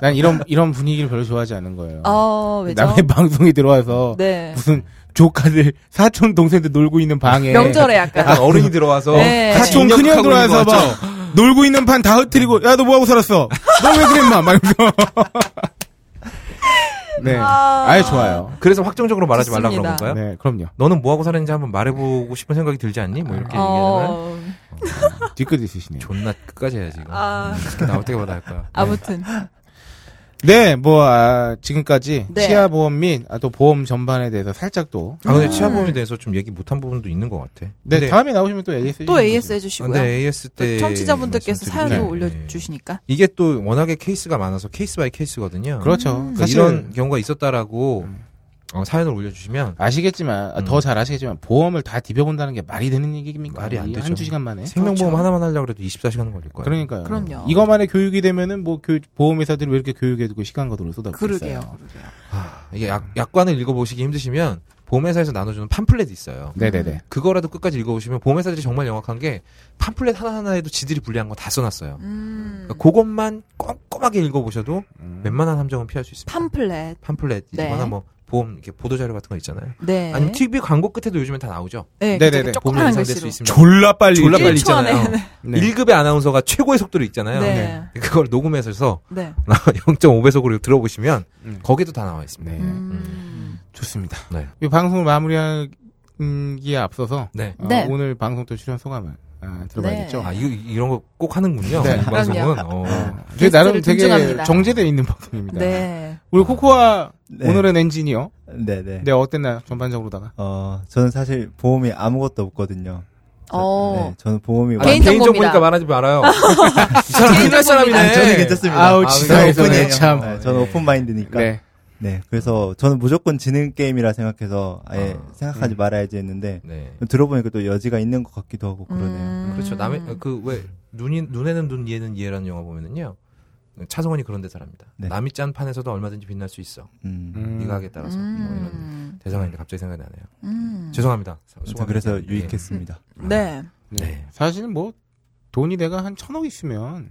Speaker 4: 난 이런 이런 분위기를 별로 좋아하지 않은 거예요.
Speaker 5: 어 왜죠?
Speaker 4: 남의 방송이 들어와서
Speaker 5: 네.
Speaker 4: 무슨 조카들 사촌 동생들 놀고 있는 방에
Speaker 5: 명절에 약간.
Speaker 6: 약간 어른이 들어와서
Speaker 5: 네.
Speaker 6: 같이
Speaker 4: 사촌 큰형
Speaker 6: 입력하고 있는
Speaker 4: 들어와서
Speaker 6: 것 같죠?
Speaker 4: 막 놀고 있는 판 다 흐트리고 야 너 뭐하고 살았어? 너 왜 그래 인마? 막 이러면서 네,
Speaker 5: 아.
Speaker 4: 아예 좋아요.
Speaker 6: 그래서 확정적으로 말하지 말라 그런
Speaker 5: 좋습니다.
Speaker 6: 건가요?
Speaker 4: 네, 그럼요.
Speaker 6: 너는 뭐하고 살았는지 한번 말해보고 싶은 생각이 들지 않니? 뭐 이렇게 얘기하면
Speaker 5: 어.
Speaker 4: 뒤끝 있으시네요.
Speaker 6: 존나 끝까지 해야지 이거.
Speaker 5: 아.
Speaker 6: 이렇게 나 어떻게 받아야 할 거야?
Speaker 5: 아무튼
Speaker 4: 네, 뭐 아, 지금까지
Speaker 5: 네.
Speaker 4: 치아 보험 및 또 보험 전반에 대해서 살짝 또
Speaker 6: 아 근데 치아보험에 대해서 좀 얘기 못한 부분도 있는 것 같아.
Speaker 4: 네,
Speaker 6: 근데-
Speaker 4: 다음에 나오시면 또 AS
Speaker 5: 또 AS 해주시고요.
Speaker 6: 근데 AS 때
Speaker 5: 또그 청취자분들께서 사연도
Speaker 6: 네. 말씀드리면-
Speaker 5: 올려주시니까.
Speaker 6: 네. 이게 또 워낙에 케이스가 많아서 케이스 바이 케이스거든요.
Speaker 4: 그렇죠.
Speaker 5: 음.
Speaker 6: 그러니까
Speaker 4: 사실 음.
Speaker 6: 이런 경우가 있었다라고 어, 사연을 올려주시면
Speaker 4: 아시겠지만
Speaker 6: 음.
Speaker 4: 더 잘 아시겠지만 보험을 다 디벼본다는 게 말이 되는 얘기입니까?
Speaker 6: 말이 안
Speaker 4: 이
Speaker 6: 되죠.
Speaker 4: 한두 시간 만에.
Speaker 6: 생명보험 하나만 하려고 해도 24시간은 걸릴 거예요.
Speaker 4: 네, 그렇죠. 그러니까요.
Speaker 5: 그럼요.
Speaker 4: 이것만의 교육이 되면은 뭐 교, 보험회사들이 왜 이렇게 교육에도 시간 거들어
Speaker 6: 네.
Speaker 4: 쏟아붓고
Speaker 5: 그러게요.
Speaker 4: 있어요.
Speaker 5: 그러게요.
Speaker 6: 이게 약, 약관을 읽어보시기 힘드시면 보험회사에서 나눠주는 팜플렛이 있어요.
Speaker 5: 음.
Speaker 4: 네네네.
Speaker 6: 그거라도 끝까지 읽어보시면 보험회사들이 정말 영악한 게 팜플렛 하나하나에도 지들이 불리한 거 다 써놨어요.
Speaker 5: 음.
Speaker 6: 그것만 꼼꼼하게 읽어보셔도
Speaker 4: 음.
Speaker 6: 웬만한 함정은 피할 수 있습니다.
Speaker 5: 팜플렛.
Speaker 6: 팜플렛이거나
Speaker 5: 네.
Speaker 6: 뭐 보험 이렇게 보도 자료 같은 거 있잖아요.
Speaker 5: 네.
Speaker 6: 아니면 TV 광고 끝에도 요즘엔 다 나오죠.
Speaker 5: 네,
Speaker 4: 네네네.
Speaker 5: 네네네.
Speaker 6: 보면
Speaker 5: 조그만
Speaker 6: 예상될 수
Speaker 5: 글씨로.
Speaker 6: 있습니다.
Speaker 4: 졸라 빨리.
Speaker 6: 졸라
Speaker 5: 일
Speaker 6: 빨리
Speaker 5: 초 안에.
Speaker 6: 있잖아요.
Speaker 4: 네.
Speaker 6: 1급의 아나운서가 최고의 속도로 있잖아요.
Speaker 5: 네.
Speaker 6: 그걸 녹음해서
Speaker 5: 네.
Speaker 6: 0.5배속으로 들어보시면
Speaker 4: 음.
Speaker 6: 거기도 다 나와 있습니다.
Speaker 4: 네.
Speaker 5: 음.
Speaker 4: 좋습니다.
Speaker 6: 네.
Speaker 4: 이 방송을 마무리하기에 앞서서
Speaker 6: 네.
Speaker 4: 어,
Speaker 5: 네.
Speaker 4: 오늘 방송 또 출연 소감을 아, 들어봐야겠죠.
Speaker 6: 아, 이거, 이런 거 꼭 하는군요.
Speaker 4: 네.
Speaker 6: 이 방송은. 어.
Speaker 4: 저희 나름 되게
Speaker 5: 존중합니다.
Speaker 4: 정제되어 있는 방송입니다.
Speaker 6: 그러니까
Speaker 5: 네.
Speaker 4: 우리 코코아
Speaker 1: 네.
Speaker 4: 오늘은 엔지니어.
Speaker 1: 네네.
Speaker 4: 네, 어땠나요? 전반적으로다가.
Speaker 1: 어, 저는 사실 보험이 아무것도 없거든요.
Speaker 5: 어.
Speaker 1: 네, 저는 보험이
Speaker 6: 아,
Speaker 1: 완-
Speaker 5: 개인정보입니다.
Speaker 6: 개인정보니까 말하지 말아요. 이 사람 큰일 사람이네.
Speaker 5: 개인정보입니다.
Speaker 1: 저는 괜찮습니다.
Speaker 4: 아우,
Speaker 6: 아,
Speaker 1: 저는
Speaker 4: 지사에서는
Speaker 1: 오픈이에요.
Speaker 4: 참.
Speaker 1: 네, 저는 오픈 마인드니까. 네.
Speaker 4: 네.
Speaker 1: 그래서 저는 무조건 지능 게임이라 생각해서 아예
Speaker 6: 아,
Speaker 4: 음.
Speaker 1: 생각하지 말아야지 했는데
Speaker 6: 네.
Speaker 1: 들어보니까 또 여지가 있는 것 같기도 하고 그러네요.
Speaker 5: 음.
Speaker 6: 그렇죠. 남의 그 왜 눈이 눈에는 눈, 이에는 이해라는 영화 보면은요. 차성원이 그런 대사를 합니다.
Speaker 1: 네.
Speaker 6: 남이 짠 판에서도 얼마든지 빛날 수 있어.
Speaker 1: 음.
Speaker 4: 음.
Speaker 6: 네가 하기에 따라서. 뭐 이런
Speaker 5: 음.
Speaker 6: 대사가 있는데 갑자기 생각이 나네요.
Speaker 5: 음.
Speaker 6: 죄송합니다.
Speaker 1: 아무튼 그래서 유익했습니다.
Speaker 5: 네.
Speaker 4: 네.
Speaker 6: 네.
Speaker 4: 사실 뭐 돈이 내가 한 천억 있으면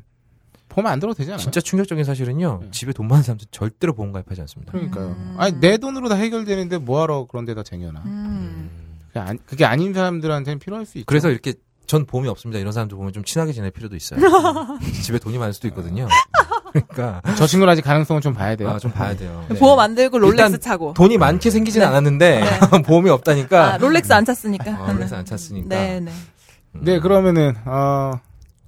Speaker 4: 보험 안 들어도 되잖아.
Speaker 6: 진짜 충격적인 사실은요.
Speaker 1: 음.
Speaker 4: 네.
Speaker 6: 집에 돈 많은 사람들 절대로 보험 가입하지 않습니다.
Speaker 4: 그러니까요.
Speaker 5: 음.
Speaker 4: 아니 내 돈으로 다 해결되는데 뭐하러 그런 데다 쟁여놔.
Speaker 5: 음.
Speaker 4: 그게, 안, 그게 아닌 사람들한테는 필요할 수 있죠.
Speaker 6: 그래서 이렇게 전 보험이 없습니다. 이런 사람들 보면 좀 친하게 지낼 필요도 있어요. 집에 돈이 많을 수도 있거든요. 그러니까
Speaker 4: 저 친구는 아직 가능성은 좀 봐야 돼요.
Speaker 6: 아, 좀 봐야 돼요.
Speaker 4: 네.
Speaker 5: 보험 안 들고 롤렉스
Speaker 6: 일단
Speaker 5: 차고.
Speaker 6: 돈이 많게 생기진 않았는데 보험이 없다니까.
Speaker 5: 네. 아, 롤렉스 안 찼으니까.
Speaker 6: 아, 롤렉스 안 찼으니까. 음.
Speaker 5: 네, 네.
Speaker 4: 네 그러면은 어,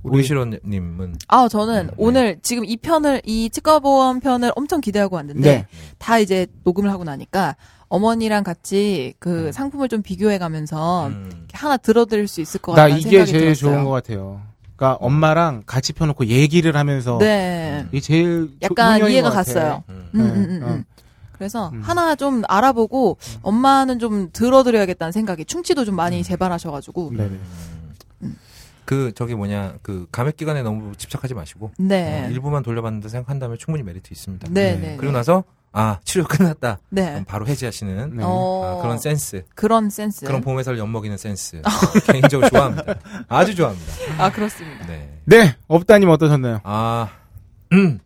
Speaker 6: 우리 시로님은
Speaker 5: 아, 저는
Speaker 6: 네.
Speaker 5: 오늘 지금 이 편을 이 치과보험 편을 엄청 기대하고 왔는데
Speaker 4: 네.
Speaker 5: 다 이제 녹음을 하고 나니까 어머니랑 같이 그 상품을 좀 비교해 가면서
Speaker 6: 음,
Speaker 5: 하나 들어드릴 수 있을 것
Speaker 4: 나
Speaker 5: 같다는
Speaker 4: 이게
Speaker 5: 생각이
Speaker 4: 제일
Speaker 5: 들었어요.
Speaker 4: 좋은 것 같아요. 그러니까 엄마랑 같이 펴놓고 얘기를 하면서
Speaker 5: 네.
Speaker 4: 이게 제일
Speaker 5: 약간
Speaker 4: 훌륭한
Speaker 5: 이해가
Speaker 4: 것 같아.
Speaker 5: 갔어요.
Speaker 6: 음.
Speaker 5: 음,
Speaker 4: 네.
Speaker 5: 음, 음, 음. 그래서 하나 좀 알아보고 엄마는 좀 들어드려야겠다는 생각이 충치도 좀 많이
Speaker 4: 어.
Speaker 5: 재발하셔가지고
Speaker 4: 네, 네.
Speaker 6: 그 저기 뭐냐 그 감액 기간에 너무 집착하지 마시고 어,
Speaker 5: 네.
Speaker 6: 일부만 돌려봤는데 생각한다면 충분히 메리트 있습니다.
Speaker 5: 네, 네.
Speaker 6: 그리고 나서 아 치료 끝났다.
Speaker 5: 네.
Speaker 6: 그럼 바로 해지하시는
Speaker 4: 네.
Speaker 5: 어, 네.
Speaker 6: 아, 그런 센스,
Speaker 5: 그런 센스.
Speaker 6: 그런 보험회사를 엿먹이는 센스
Speaker 5: 어.
Speaker 6: 개인적으로 좋아합니다. 아주 좋아합니다.
Speaker 5: 아, 그렇습니다.
Speaker 6: 네.
Speaker 4: 네, 업다님 어떠셨나요?
Speaker 6: 아, 음.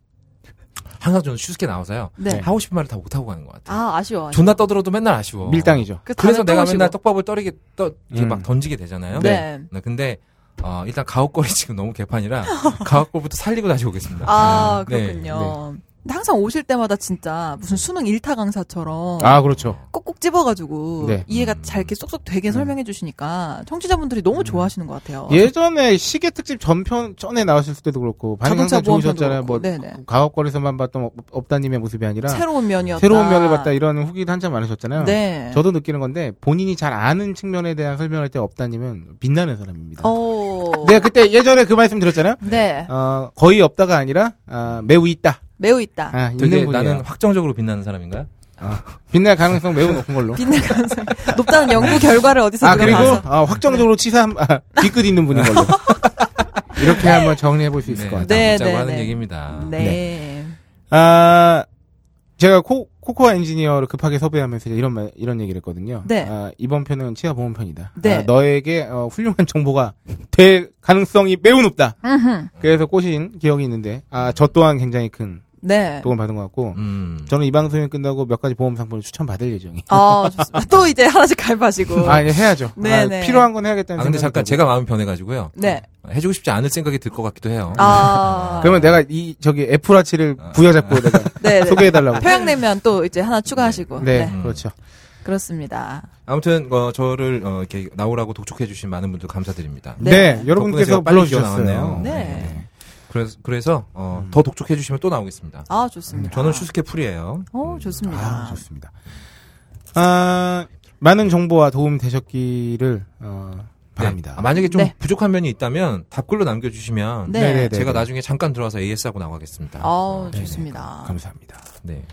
Speaker 6: 항상 저는 슈스케 나와서요.
Speaker 5: 네.
Speaker 6: 하고 싶은 말을 다 못하고 가는 것 같아요.
Speaker 5: 아, 아쉬워.
Speaker 6: 존나 떠들어도 맨날 아쉬워.
Speaker 4: 밀당이죠.
Speaker 5: 그
Speaker 6: 그래서
Speaker 5: 다음에
Speaker 6: 내가
Speaker 5: 또
Speaker 6: 맨날
Speaker 5: 오시고.
Speaker 6: 떡밥을 떨이게, 떠, 이렇게
Speaker 4: 음.
Speaker 6: 막 던지게 되잖아요.
Speaker 5: 네.
Speaker 6: 근데, 어, 일단 가옥걸이 지금 너무 개판이라, 가옥걸부터 살리고 다시 오겠습니다.
Speaker 5: 아,
Speaker 6: 네.
Speaker 5: 그렇군요. 네. 근데 항상 오실 때마다 진짜 무슨 수능 1타 강사처럼
Speaker 4: 아 그렇죠.
Speaker 5: 꼭꼭 집어가지고
Speaker 4: 네.
Speaker 5: 이해가 잘 이렇게 쏙쏙 되게 설명해 주시니까 청취자분들이 너무 좋아하시는 것 같아요.
Speaker 4: 예전에 시계 특집 전편 전에 나왔을 때도 그렇고 반응 항상
Speaker 5: 보험편도
Speaker 4: 좋으셨잖아요.
Speaker 5: 그렇고.
Speaker 4: 뭐
Speaker 5: 네네.
Speaker 4: 가옥거리에서만 봤던 업- 업다님의 모습이 아니라
Speaker 5: 새로운 면이었다.
Speaker 4: 새로운 면을 봤다 이런 후기도 한참 많으셨잖아요.
Speaker 5: 네.
Speaker 4: 저도 느끼는 건데 본인이 잘 아는 측면에 대한 설명할 때 업다님은 빛나는 사람입니다.
Speaker 5: 어.
Speaker 4: 내가 그때 예전에 그 말씀 드렸잖아요.
Speaker 5: 네.
Speaker 4: 어, 거의 없다가 아니라 아, 매우 있다.
Speaker 5: 매우 있다.
Speaker 4: 아, 있는
Speaker 6: 되게
Speaker 4: 분이에요.
Speaker 6: 나는 확정적으로 빛나는 사람인가요?
Speaker 4: 빛날 가능성 매우 높은 걸로.
Speaker 5: 빛날 가능성이 높다는 연구 결과를 어디서
Speaker 4: 아
Speaker 5: 누가
Speaker 4: 그리고
Speaker 5: 봐서.
Speaker 4: 아, 확정적으로 치사 아, 뒤끝 있는 분인 걸로. 이렇게 한번 정리해 볼 수 있을 것 같아요.
Speaker 5: 네,
Speaker 6: 자고
Speaker 5: 네,
Speaker 6: 하는
Speaker 5: 네.
Speaker 6: 얘기입니다.
Speaker 5: 네.
Speaker 4: 아, 제가 코, 코코아 엔지니어를 급하게 섭외하면서 이제 이런 말, 이런 얘기를 했거든요.
Speaker 5: 네.
Speaker 4: 아, 이번 편은 치아 보험 편이다.
Speaker 5: 네.
Speaker 4: 아, 너에게 어, 훌륭한 정보가 될 가능성이 매우 높다.
Speaker 5: 음흠.
Speaker 4: 그래서 꼬신 기억이 있는데, 아, 저 또한 굉장히 큰
Speaker 5: 네.
Speaker 4: 도움을 받은 것 같고,
Speaker 6: 음.
Speaker 4: 저는 이 방송이 끝나고 몇 가지 보험 상품을 추천받을 예정이.
Speaker 5: 아, 좋습니다. 또 이제 하나씩 갈바시고.
Speaker 4: 아, 이제 해야죠.
Speaker 5: 네,
Speaker 4: 아,
Speaker 5: 네.
Speaker 4: 필요한 건 해야겠다는
Speaker 6: 아 근데
Speaker 4: 생각이
Speaker 6: 잠깐
Speaker 4: 들고.
Speaker 6: 제가 마음이 변해가지고요. 어,
Speaker 5: 네.
Speaker 6: 해주고 싶지 않을 생각이 들 것 같기도 해요.
Speaker 5: 아.
Speaker 4: 그러면 내가 이, 저기, 애플아치를
Speaker 6: 아.
Speaker 4: 부여잡고 내가
Speaker 5: 네, 네.
Speaker 4: 소개해달라고.
Speaker 5: 평양냉면 또 이제 하나 추가하시고.
Speaker 4: 네,
Speaker 5: 네.
Speaker 4: 그렇죠.
Speaker 5: 그렇습니다.
Speaker 6: 아무튼 어, 저를 어, 이렇게 나오라고 독촉해주신 많은 분들 감사드립니다.
Speaker 4: 네,
Speaker 6: 덕분에 제가
Speaker 4: 여러분께서
Speaker 6: 빨리
Speaker 4: 불러주셨어요.
Speaker 6: 뛰어나왔네요.
Speaker 5: 네.
Speaker 6: 그래서, 그래서 어,
Speaker 4: 음.
Speaker 6: 더 독촉해주시면 또 나오겠습니다.
Speaker 5: 아, 좋습니다.
Speaker 6: 저는 슈스케 풀이에요.
Speaker 5: 어, 좋습니다.
Speaker 4: 아, 좋습니다. 아, 많은 정보와 도움 되셨기를 어, 바랍니다.
Speaker 6: 네. 아, 만약에 좀
Speaker 5: 네.
Speaker 6: 부족한 면이 있다면 답글로 남겨주시면
Speaker 5: 네.
Speaker 4: 네네네.
Speaker 6: 제가 나중에 잠깐 들어와서 AS하고 나가겠습니다.
Speaker 5: 아,
Speaker 4: 네네.
Speaker 5: 좋습니다.
Speaker 4: 감사합니다.
Speaker 6: 네.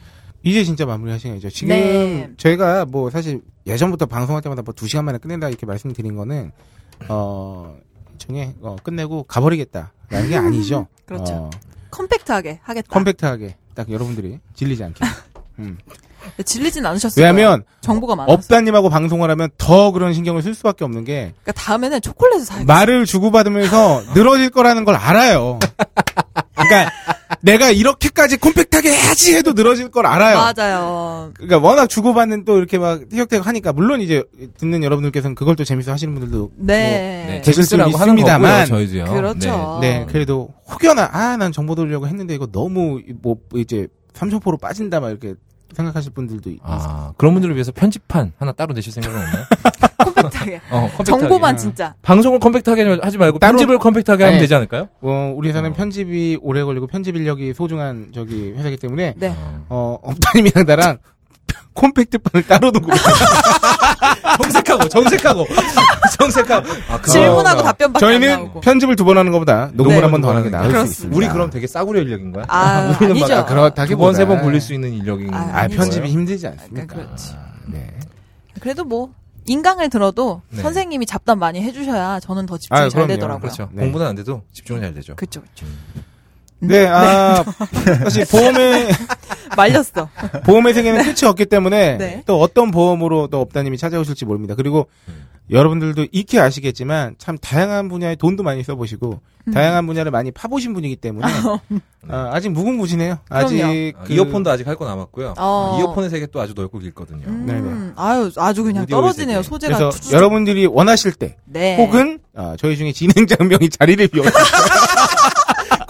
Speaker 4: 이제 진짜 마무리 하시겠죠. 지금
Speaker 5: 네.
Speaker 4: 저희가 뭐 사실 예전부터 방송할 때마다 뭐 2시간 만에 끝낸다 이렇게 말씀드린 거는 어, 중에 어, 끝내고 가버리겠다라는 게 아니죠.
Speaker 5: 그렇죠.
Speaker 4: 어,
Speaker 5: 컴팩트하게 하겠다.
Speaker 4: 컴팩트하게 딱 여러분들이 질리지 않게.
Speaker 5: 네, 질리진 않으셨어요.
Speaker 4: 왜냐면
Speaker 5: 정보가 많아서.
Speaker 4: 업다님하고 방송을 하면 더 그런 신경을 쓸 수밖에 없는 게
Speaker 5: 그러니까 다음에는 초콜릿을 사야겠다.
Speaker 4: 말을 주고받으면서 늘어질 거라는 걸 알아요. 그러니까 내가 이렇게까지 콤팩트하게 해야지 해도 늘어질 걸 알아요.
Speaker 5: 맞아요.
Speaker 4: 그러니까 워낙 주고받는 또 이렇게 막 티격태격 하니까 물론 이제 듣는 여러분들께서는 그걸 또 재밌어 하시는 분들도 뭐
Speaker 5: 네.
Speaker 6: 네.
Speaker 4: 되실 수
Speaker 6: 재밌으라고 하는
Speaker 4: 있습니다만.
Speaker 6: 거고요, 저희도요.
Speaker 5: 그렇죠.
Speaker 4: 네 그래도 혹여나 아 난 정보 돌려고 했는데 이거 너무 뭐 이제 삼천포로 빠진다 막 이렇게 생각하실 분들도 있-
Speaker 6: 아, 그런 분들을 위해서 편집판 하나 따로 내실 생각은 없나요?
Speaker 5: 컴팩트하게.
Speaker 6: 어, 컴팩트하게.
Speaker 5: 정보만 진짜.
Speaker 6: 방송을 컴팩트하게 하지 말고
Speaker 4: 따로-
Speaker 6: 편집을 컴팩트하게 하면
Speaker 4: 네.
Speaker 6: 되지 않을까요?
Speaker 4: 어, 우리 회사는
Speaker 6: 어.
Speaker 4: 편집이 오래 걸리고 편집 인력이 소중한 저기 회사기 때문에
Speaker 5: 네.
Speaker 6: 어.
Speaker 4: 어 업다님이랑 나랑 콤팩트판을 따로 두고
Speaker 6: 정색하고 정색하고 정색하고 아, 그거-
Speaker 5: 질문하고
Speaker 6: 어,
Speaker 5: 답변밖에 안
Speaker 4: 저희는
Speaker 5: 나오고.
Speaker 4: 편집을 두 번 하는 것보다 녹음을
Speaker 6: 네.
Speaker 4: 한 번 더 하는 게
Speaker 6: 그렇습니다.
Speaker 4: 나을 수 있습니다.
Speaker 6: 우리 그럼 되게 싸구려 인력인가요?
Speaker 5: 아,
Speaker 6: 우리는 막
Speaker 5: 아니죠.
Speaker 6: 아,
Speaker 4: 그렇다기보다
Speaker 6: 두 번, 세 번 굴릴 수 있는 인력인 아,
Speaker 5: 아,
Speaker 4: 아,
Speaker 5: 아니죠.
Speaker 4: 편집이 힘들지
Speaker 5: 그러니까
Speaker 4: 않습니까?
Speaker 5: 그렇지.
Speaker 4: 네.
Speaker 5: 그래도 뭐 인강을 들어도
Speaker 6: 네.
Speaker 5: 선생님이 잡담 많이 해주셔야 저는 더 집중이
Speaker 4: 아,
Speaker 5: 잘
Speaker 4: 그럼요.
Speaker 5: 되더라고요.
Speaker 6: 그렇죠.
Speaker 4: 네.
Speaker 6: 공부는 안 돼도 집중은 잘 되죠.
Speaker 5: 그쵸, 그쵸.
Speaker 6: 그러니까.
Speaker 4: 네, 아, 사실 보험의,
Speaker 5: 말렸어.
Speaker 4: 보험의 세계는 끝이 없기 때문에
Speaker 5: 네.
Speaker 4: 또 어떤 보험으로 또 업다님이 찾아오실지 모릅니다. 그리고
Speaker 6: 음.
Speaker 4: 여러분들도 익히 아시겠지만 참 다양한 분야에 돈도 많이 써보시고 다양한 분야를 많이 파보신 분이기 때문에 아, 아직 무궁무진해요. 아직
Speaker 6: 아,
Speaker 4: 그-
Speaker 6: 이어폰도 아직 할 거 남았고요.
Speaker 5: 어.
Speaker 6: 이어폰의 세계 또 아주 넓고 길거든요.
Speaker 5: 음,
Speaker 4: 네네.
Speaker 5: 아유, 아주 그냥
Speaker 6: 오디오의
Speaker 5: 떨어지네요.
Speaker 6: 세계.
Speaker 5: 소재가.
Speaker 4: 그래서
Speaker 5: 추-
Speaker 4: 여러분들이 원하실 때
Speaker 5: 네.
Speaker 4: 혹은 아, 저희 중에 진행자 한 명이 자리를 비워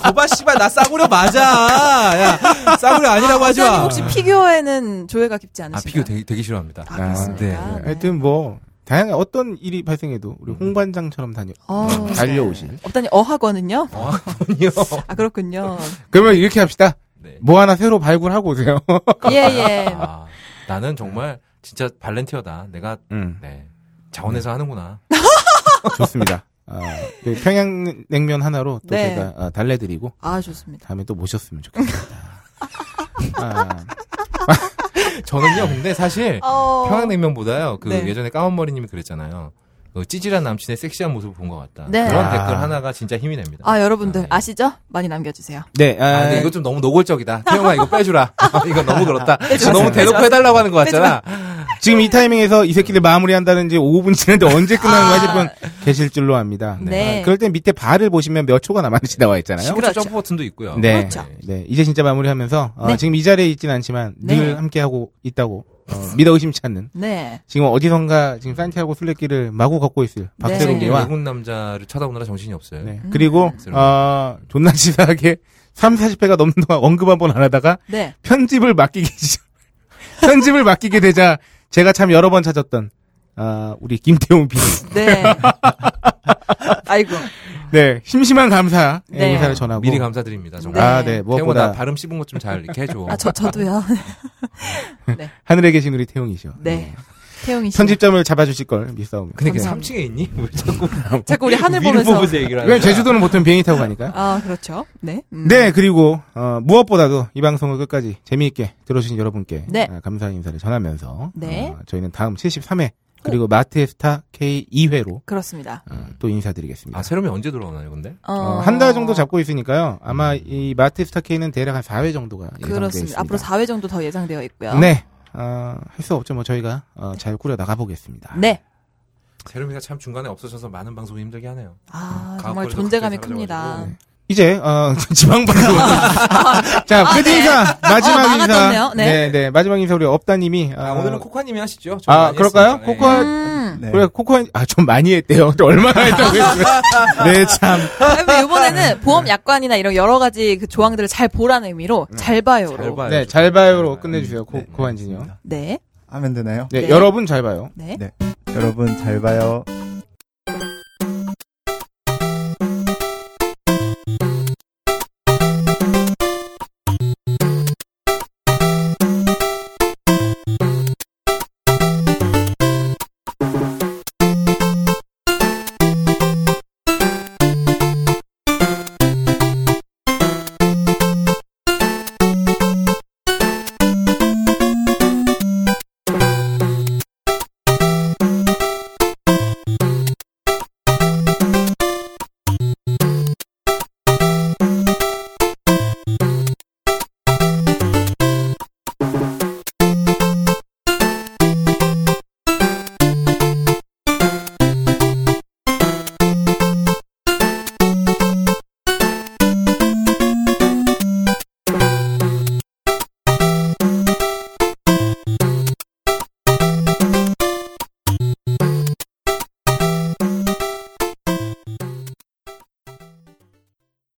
Speaker 6: 거봐 씨발 나 싸구려 맞아. 야 싸구려 아니라고 하지
Speaker 5: 원장님
Speaker 6: 마.
Speaker 5: 혹시 피규어에는 조회가 깊지
Speaker 6: 아
Speaker 5: 않으신가요?
Speaker 6: 피규어 되게, 되게 싫어합니다.
Speaker 5: 아, 그렇습니까?
Speaker 6: 네, 네.
Speaker 4: 하여튼 뭐 다양한 어떤 일이 발생해도
Speaker 6: 음.
Speaker 4: 우리 홍반장처럼 다녀
Speaker 5: 어,
Speaker 4: 음, 달려오실.
Speaker 5: 업다니 어학원은요?
Speaker 6: 어, 아니요.
Speaker 5: 아 그렇군요.
Speaker 4: 그러면 이렇게 합시다.
Speaker 6: 네.
Speaker 4: 뭐 하나 새로 발굴하고 오세요.
Speaker 5: 예예.
Speaker 6: 아, 나는 정말 진짜 발렌티어다. 내가
Speaker 4: 음,
Speaker 6: 네. 자원에서 하는구나.
Speaker 4: 좋습니다. 아, 그 평양냉면 하나로 또
Speaker 5: 네.
Speaker 4: 제가 아, 달래드리고
Speaker 5: 아 좋습니다.
Speaker 4: 다음에 또 모셨으면 좋겠습니다. 아,
Speaker 6: 저는요. 근데 사실
Speaker 5: 어.
Speaker 6: 평양냉면보다요. 그
Speaker 5: 네.
Speaker 6: 예전에 까만머리님이 그랬잖아요. 그 찌질한 남친의 섹시한 모습을 본 것 같다.
Speaker 5: 네.
Speaker 6: 그런
Speaker 4: 아.
Speaker 6: 댓글 하나가 진짜 힘이 됩니다.
Speaker 5: 아 여러분들
Speaker 6: 네.
Speaker 5: 아시죠? 많이 남겨주세요.
Speaker 4: 네, 아,
Speaker 6: 아, 근데 이거 좀 너무 노골적이다. 태영아 이거 빼주라. 이거 너무 그렇다.
Speaker 5: 빼주라.
Speaker 6: 너무 대놓고 해달라고 하는 것
Speaker 5: 네,
Speaker 6: 같잖아.
Speaker 4: 네, 지금 이 타이밍에서 이 새끼들 마무리한다는지 5분 지났는데 언제 끝나는 거 하실 분 계실 줄로 압니다.
Speaker 5: 아. 네.
Speaker 4: 아, 그럴 때 밑에 발을 보시면 몇 초가 남았는지 나와 있잖아요.
Speaker 6: 그렇죠.
Speaker 5: 그렇죠.
Speaker 6: 점프 버튼도 있고요.
Speaker 4: 네.
Speaker 5: 그렇죠.
Speaker 4: 네, 이제 진짜 마무리하면서 어,
Speaker 5: 네.
Speaker 4: 지금 이 자리에 있진 않지만
Speaker 5: 네.
Speaker 4: 늘 함께 하고 있다고 어, 믿어 의심치 않는
Speaker 5: 네.
Speaker 4: 지금 어디선가 지금 산티아고 순례길을 마구 걷고 있을
Speaker 5: 네.
Speaker 6: 지금
Speaker 4: 박세롬이와
Speaker 6: 외국 남자를 쳐다보느라 정신이 없어요.
Speaker 4: 네. 그리고
Speaker 6: 음.
Speaker 4: 어, 존나 치사하게 3, 40회가 넘는 동안 언급 한 번 안 하다가
Speaker 5: 네.
Speaker 4: 편집을 맡기게 되죠. 편집을 맡기게 되자 제가 참 여러 번 찾았던 아, 우리 김태훈 PD.
Speaker 5: 네. 아이고.
Speaker 4: 네, 심심한 감사
Speaker 5: 네.
Speaker 4: 인사를 전하고
Speaker 6: 미리 감사드립니다. 정말.
Speaker 4: 아,
Speaker 5: 네.
Speaker 6: 태훈아
Speaker 4: 네, 무엇보다
Speaker 6: 발음 씹은 것 좀 잘 이렇게 해줘.
Speaker 5: 아, 저, 저도요.
Speaker 4: 하늘에 계신 우리 태웅이죠.
Speaker 5: 네. 태용이 씨.
Speaker 4: 편집점을 잡아주실 걸 믿사옵니다.
Speaker 6: 근데 이게
Speaker 5: 감사합니다.
Speaker 6: 3층에 있니? 왜 자꾸
Speaker 5: 자꾸 우리 하늘
Speaker 6: 위로
Speaker 5: 보면서.
Speaker 6: 보면서 얘기를 하는
Speaker 4: 왜냐면
Speaker 6: 거야?
Speaker 4: 제주도는 보통 비행기 타고 가니까.
Speaker 5: 아, 그렇죠. 네. 음.
Speaker 4: 네, 그리고 어, 무엇보다도 이 방송을 끝까지 재미있게 들어주신 여러분께
Speaker 5: 네.
Speaker 4: 아, 감사 인사를 전하면서
Speaker 5: 네.
Speaker 4: 어, 저희는 다음 73회 그리고 마트의 스타 K 2회로 어,
Speaker 5: 그렇습니다.
Speaker 4: 또 인사드리겠습니다.
Speaker 6: 아 새롬이 언제 돌아오나요, 근데?
Speaker 5: 어,
Speaker 4: 한 달 정도 잡고 있으니까요. 아마 이 마트 스타 K는 대략 한 4회 정도가 예상되어
Speaker 5: 그렇습니다.
Speaker 4: 있습니다.
Speaker 5: 앞으로 4회 정도 더 예상되어 있고요.
Speaker 4: 네, 할 수 없죠. 뭐 저희가 어, 잘 꾸려 나가 보겠습니다.
Speaker 5: 네.
Speaker 6: 새롬이가 참 중간에 없어져서 많은 방송 힘들게 하네요.
Speaker 5: 아,
Speaker 6: 음,
Speaker 5: 정말
Speaker 6: 가옥걸이도
Speaker 5: 존재감이
Speaker 6: 갑자기
Speaker 5: 큽니다.
Speaker 6: 사라져가지고.
Speaker 4: 이제 어, 지방 방송 자
Speaker 5: 아,
Speaker 4: 끝
Speaker 5: 네.
Speaker 4: 인사 마지막
Speaker 5: 마음이
Speaker 4: 인사
Speaker 5: 떴네요. 네.
Speaker 4: 네, 네, 마지막 인사 우리 업다님이
Speaker 6: 아,
Speaker 4: 어,
Speaker 6: 오늘은 코코아님이 하시죠. 저는
Speaker 4: 아
Speaker 6: 많이
Speaker 4: 그럴까요?
Speaker 6: 했으니까. 네.
Speaker 4: 코코아
Speaker 5: 음.
Speaker 1: 네.
Speaker 4: 우리가 코코아 아좀 많이 했대요. 얼마나 했다고 했어요? 네 참.
Speaker 5: 아니, 이번에는 보험 약관이나 이런 여러 가지 그 조항들을 잘 보라는 의미로
Speaker 4: 음.
Speaker 5: 잘 봐요로.
Speaker 6: 잘 봐요.
Speaker 4: 네 잘 봐요로 끝내주세요. 코 코한진이요.
Speaker 5: 네.
Speaker 1: 하면 되나요?
Speaker 4: 네,
Speaker 5: 네.
Speaker 4: 여러분 잘 봐요.
Speaker 5: 네.
Speaker 1: 여러분 잘 봐요.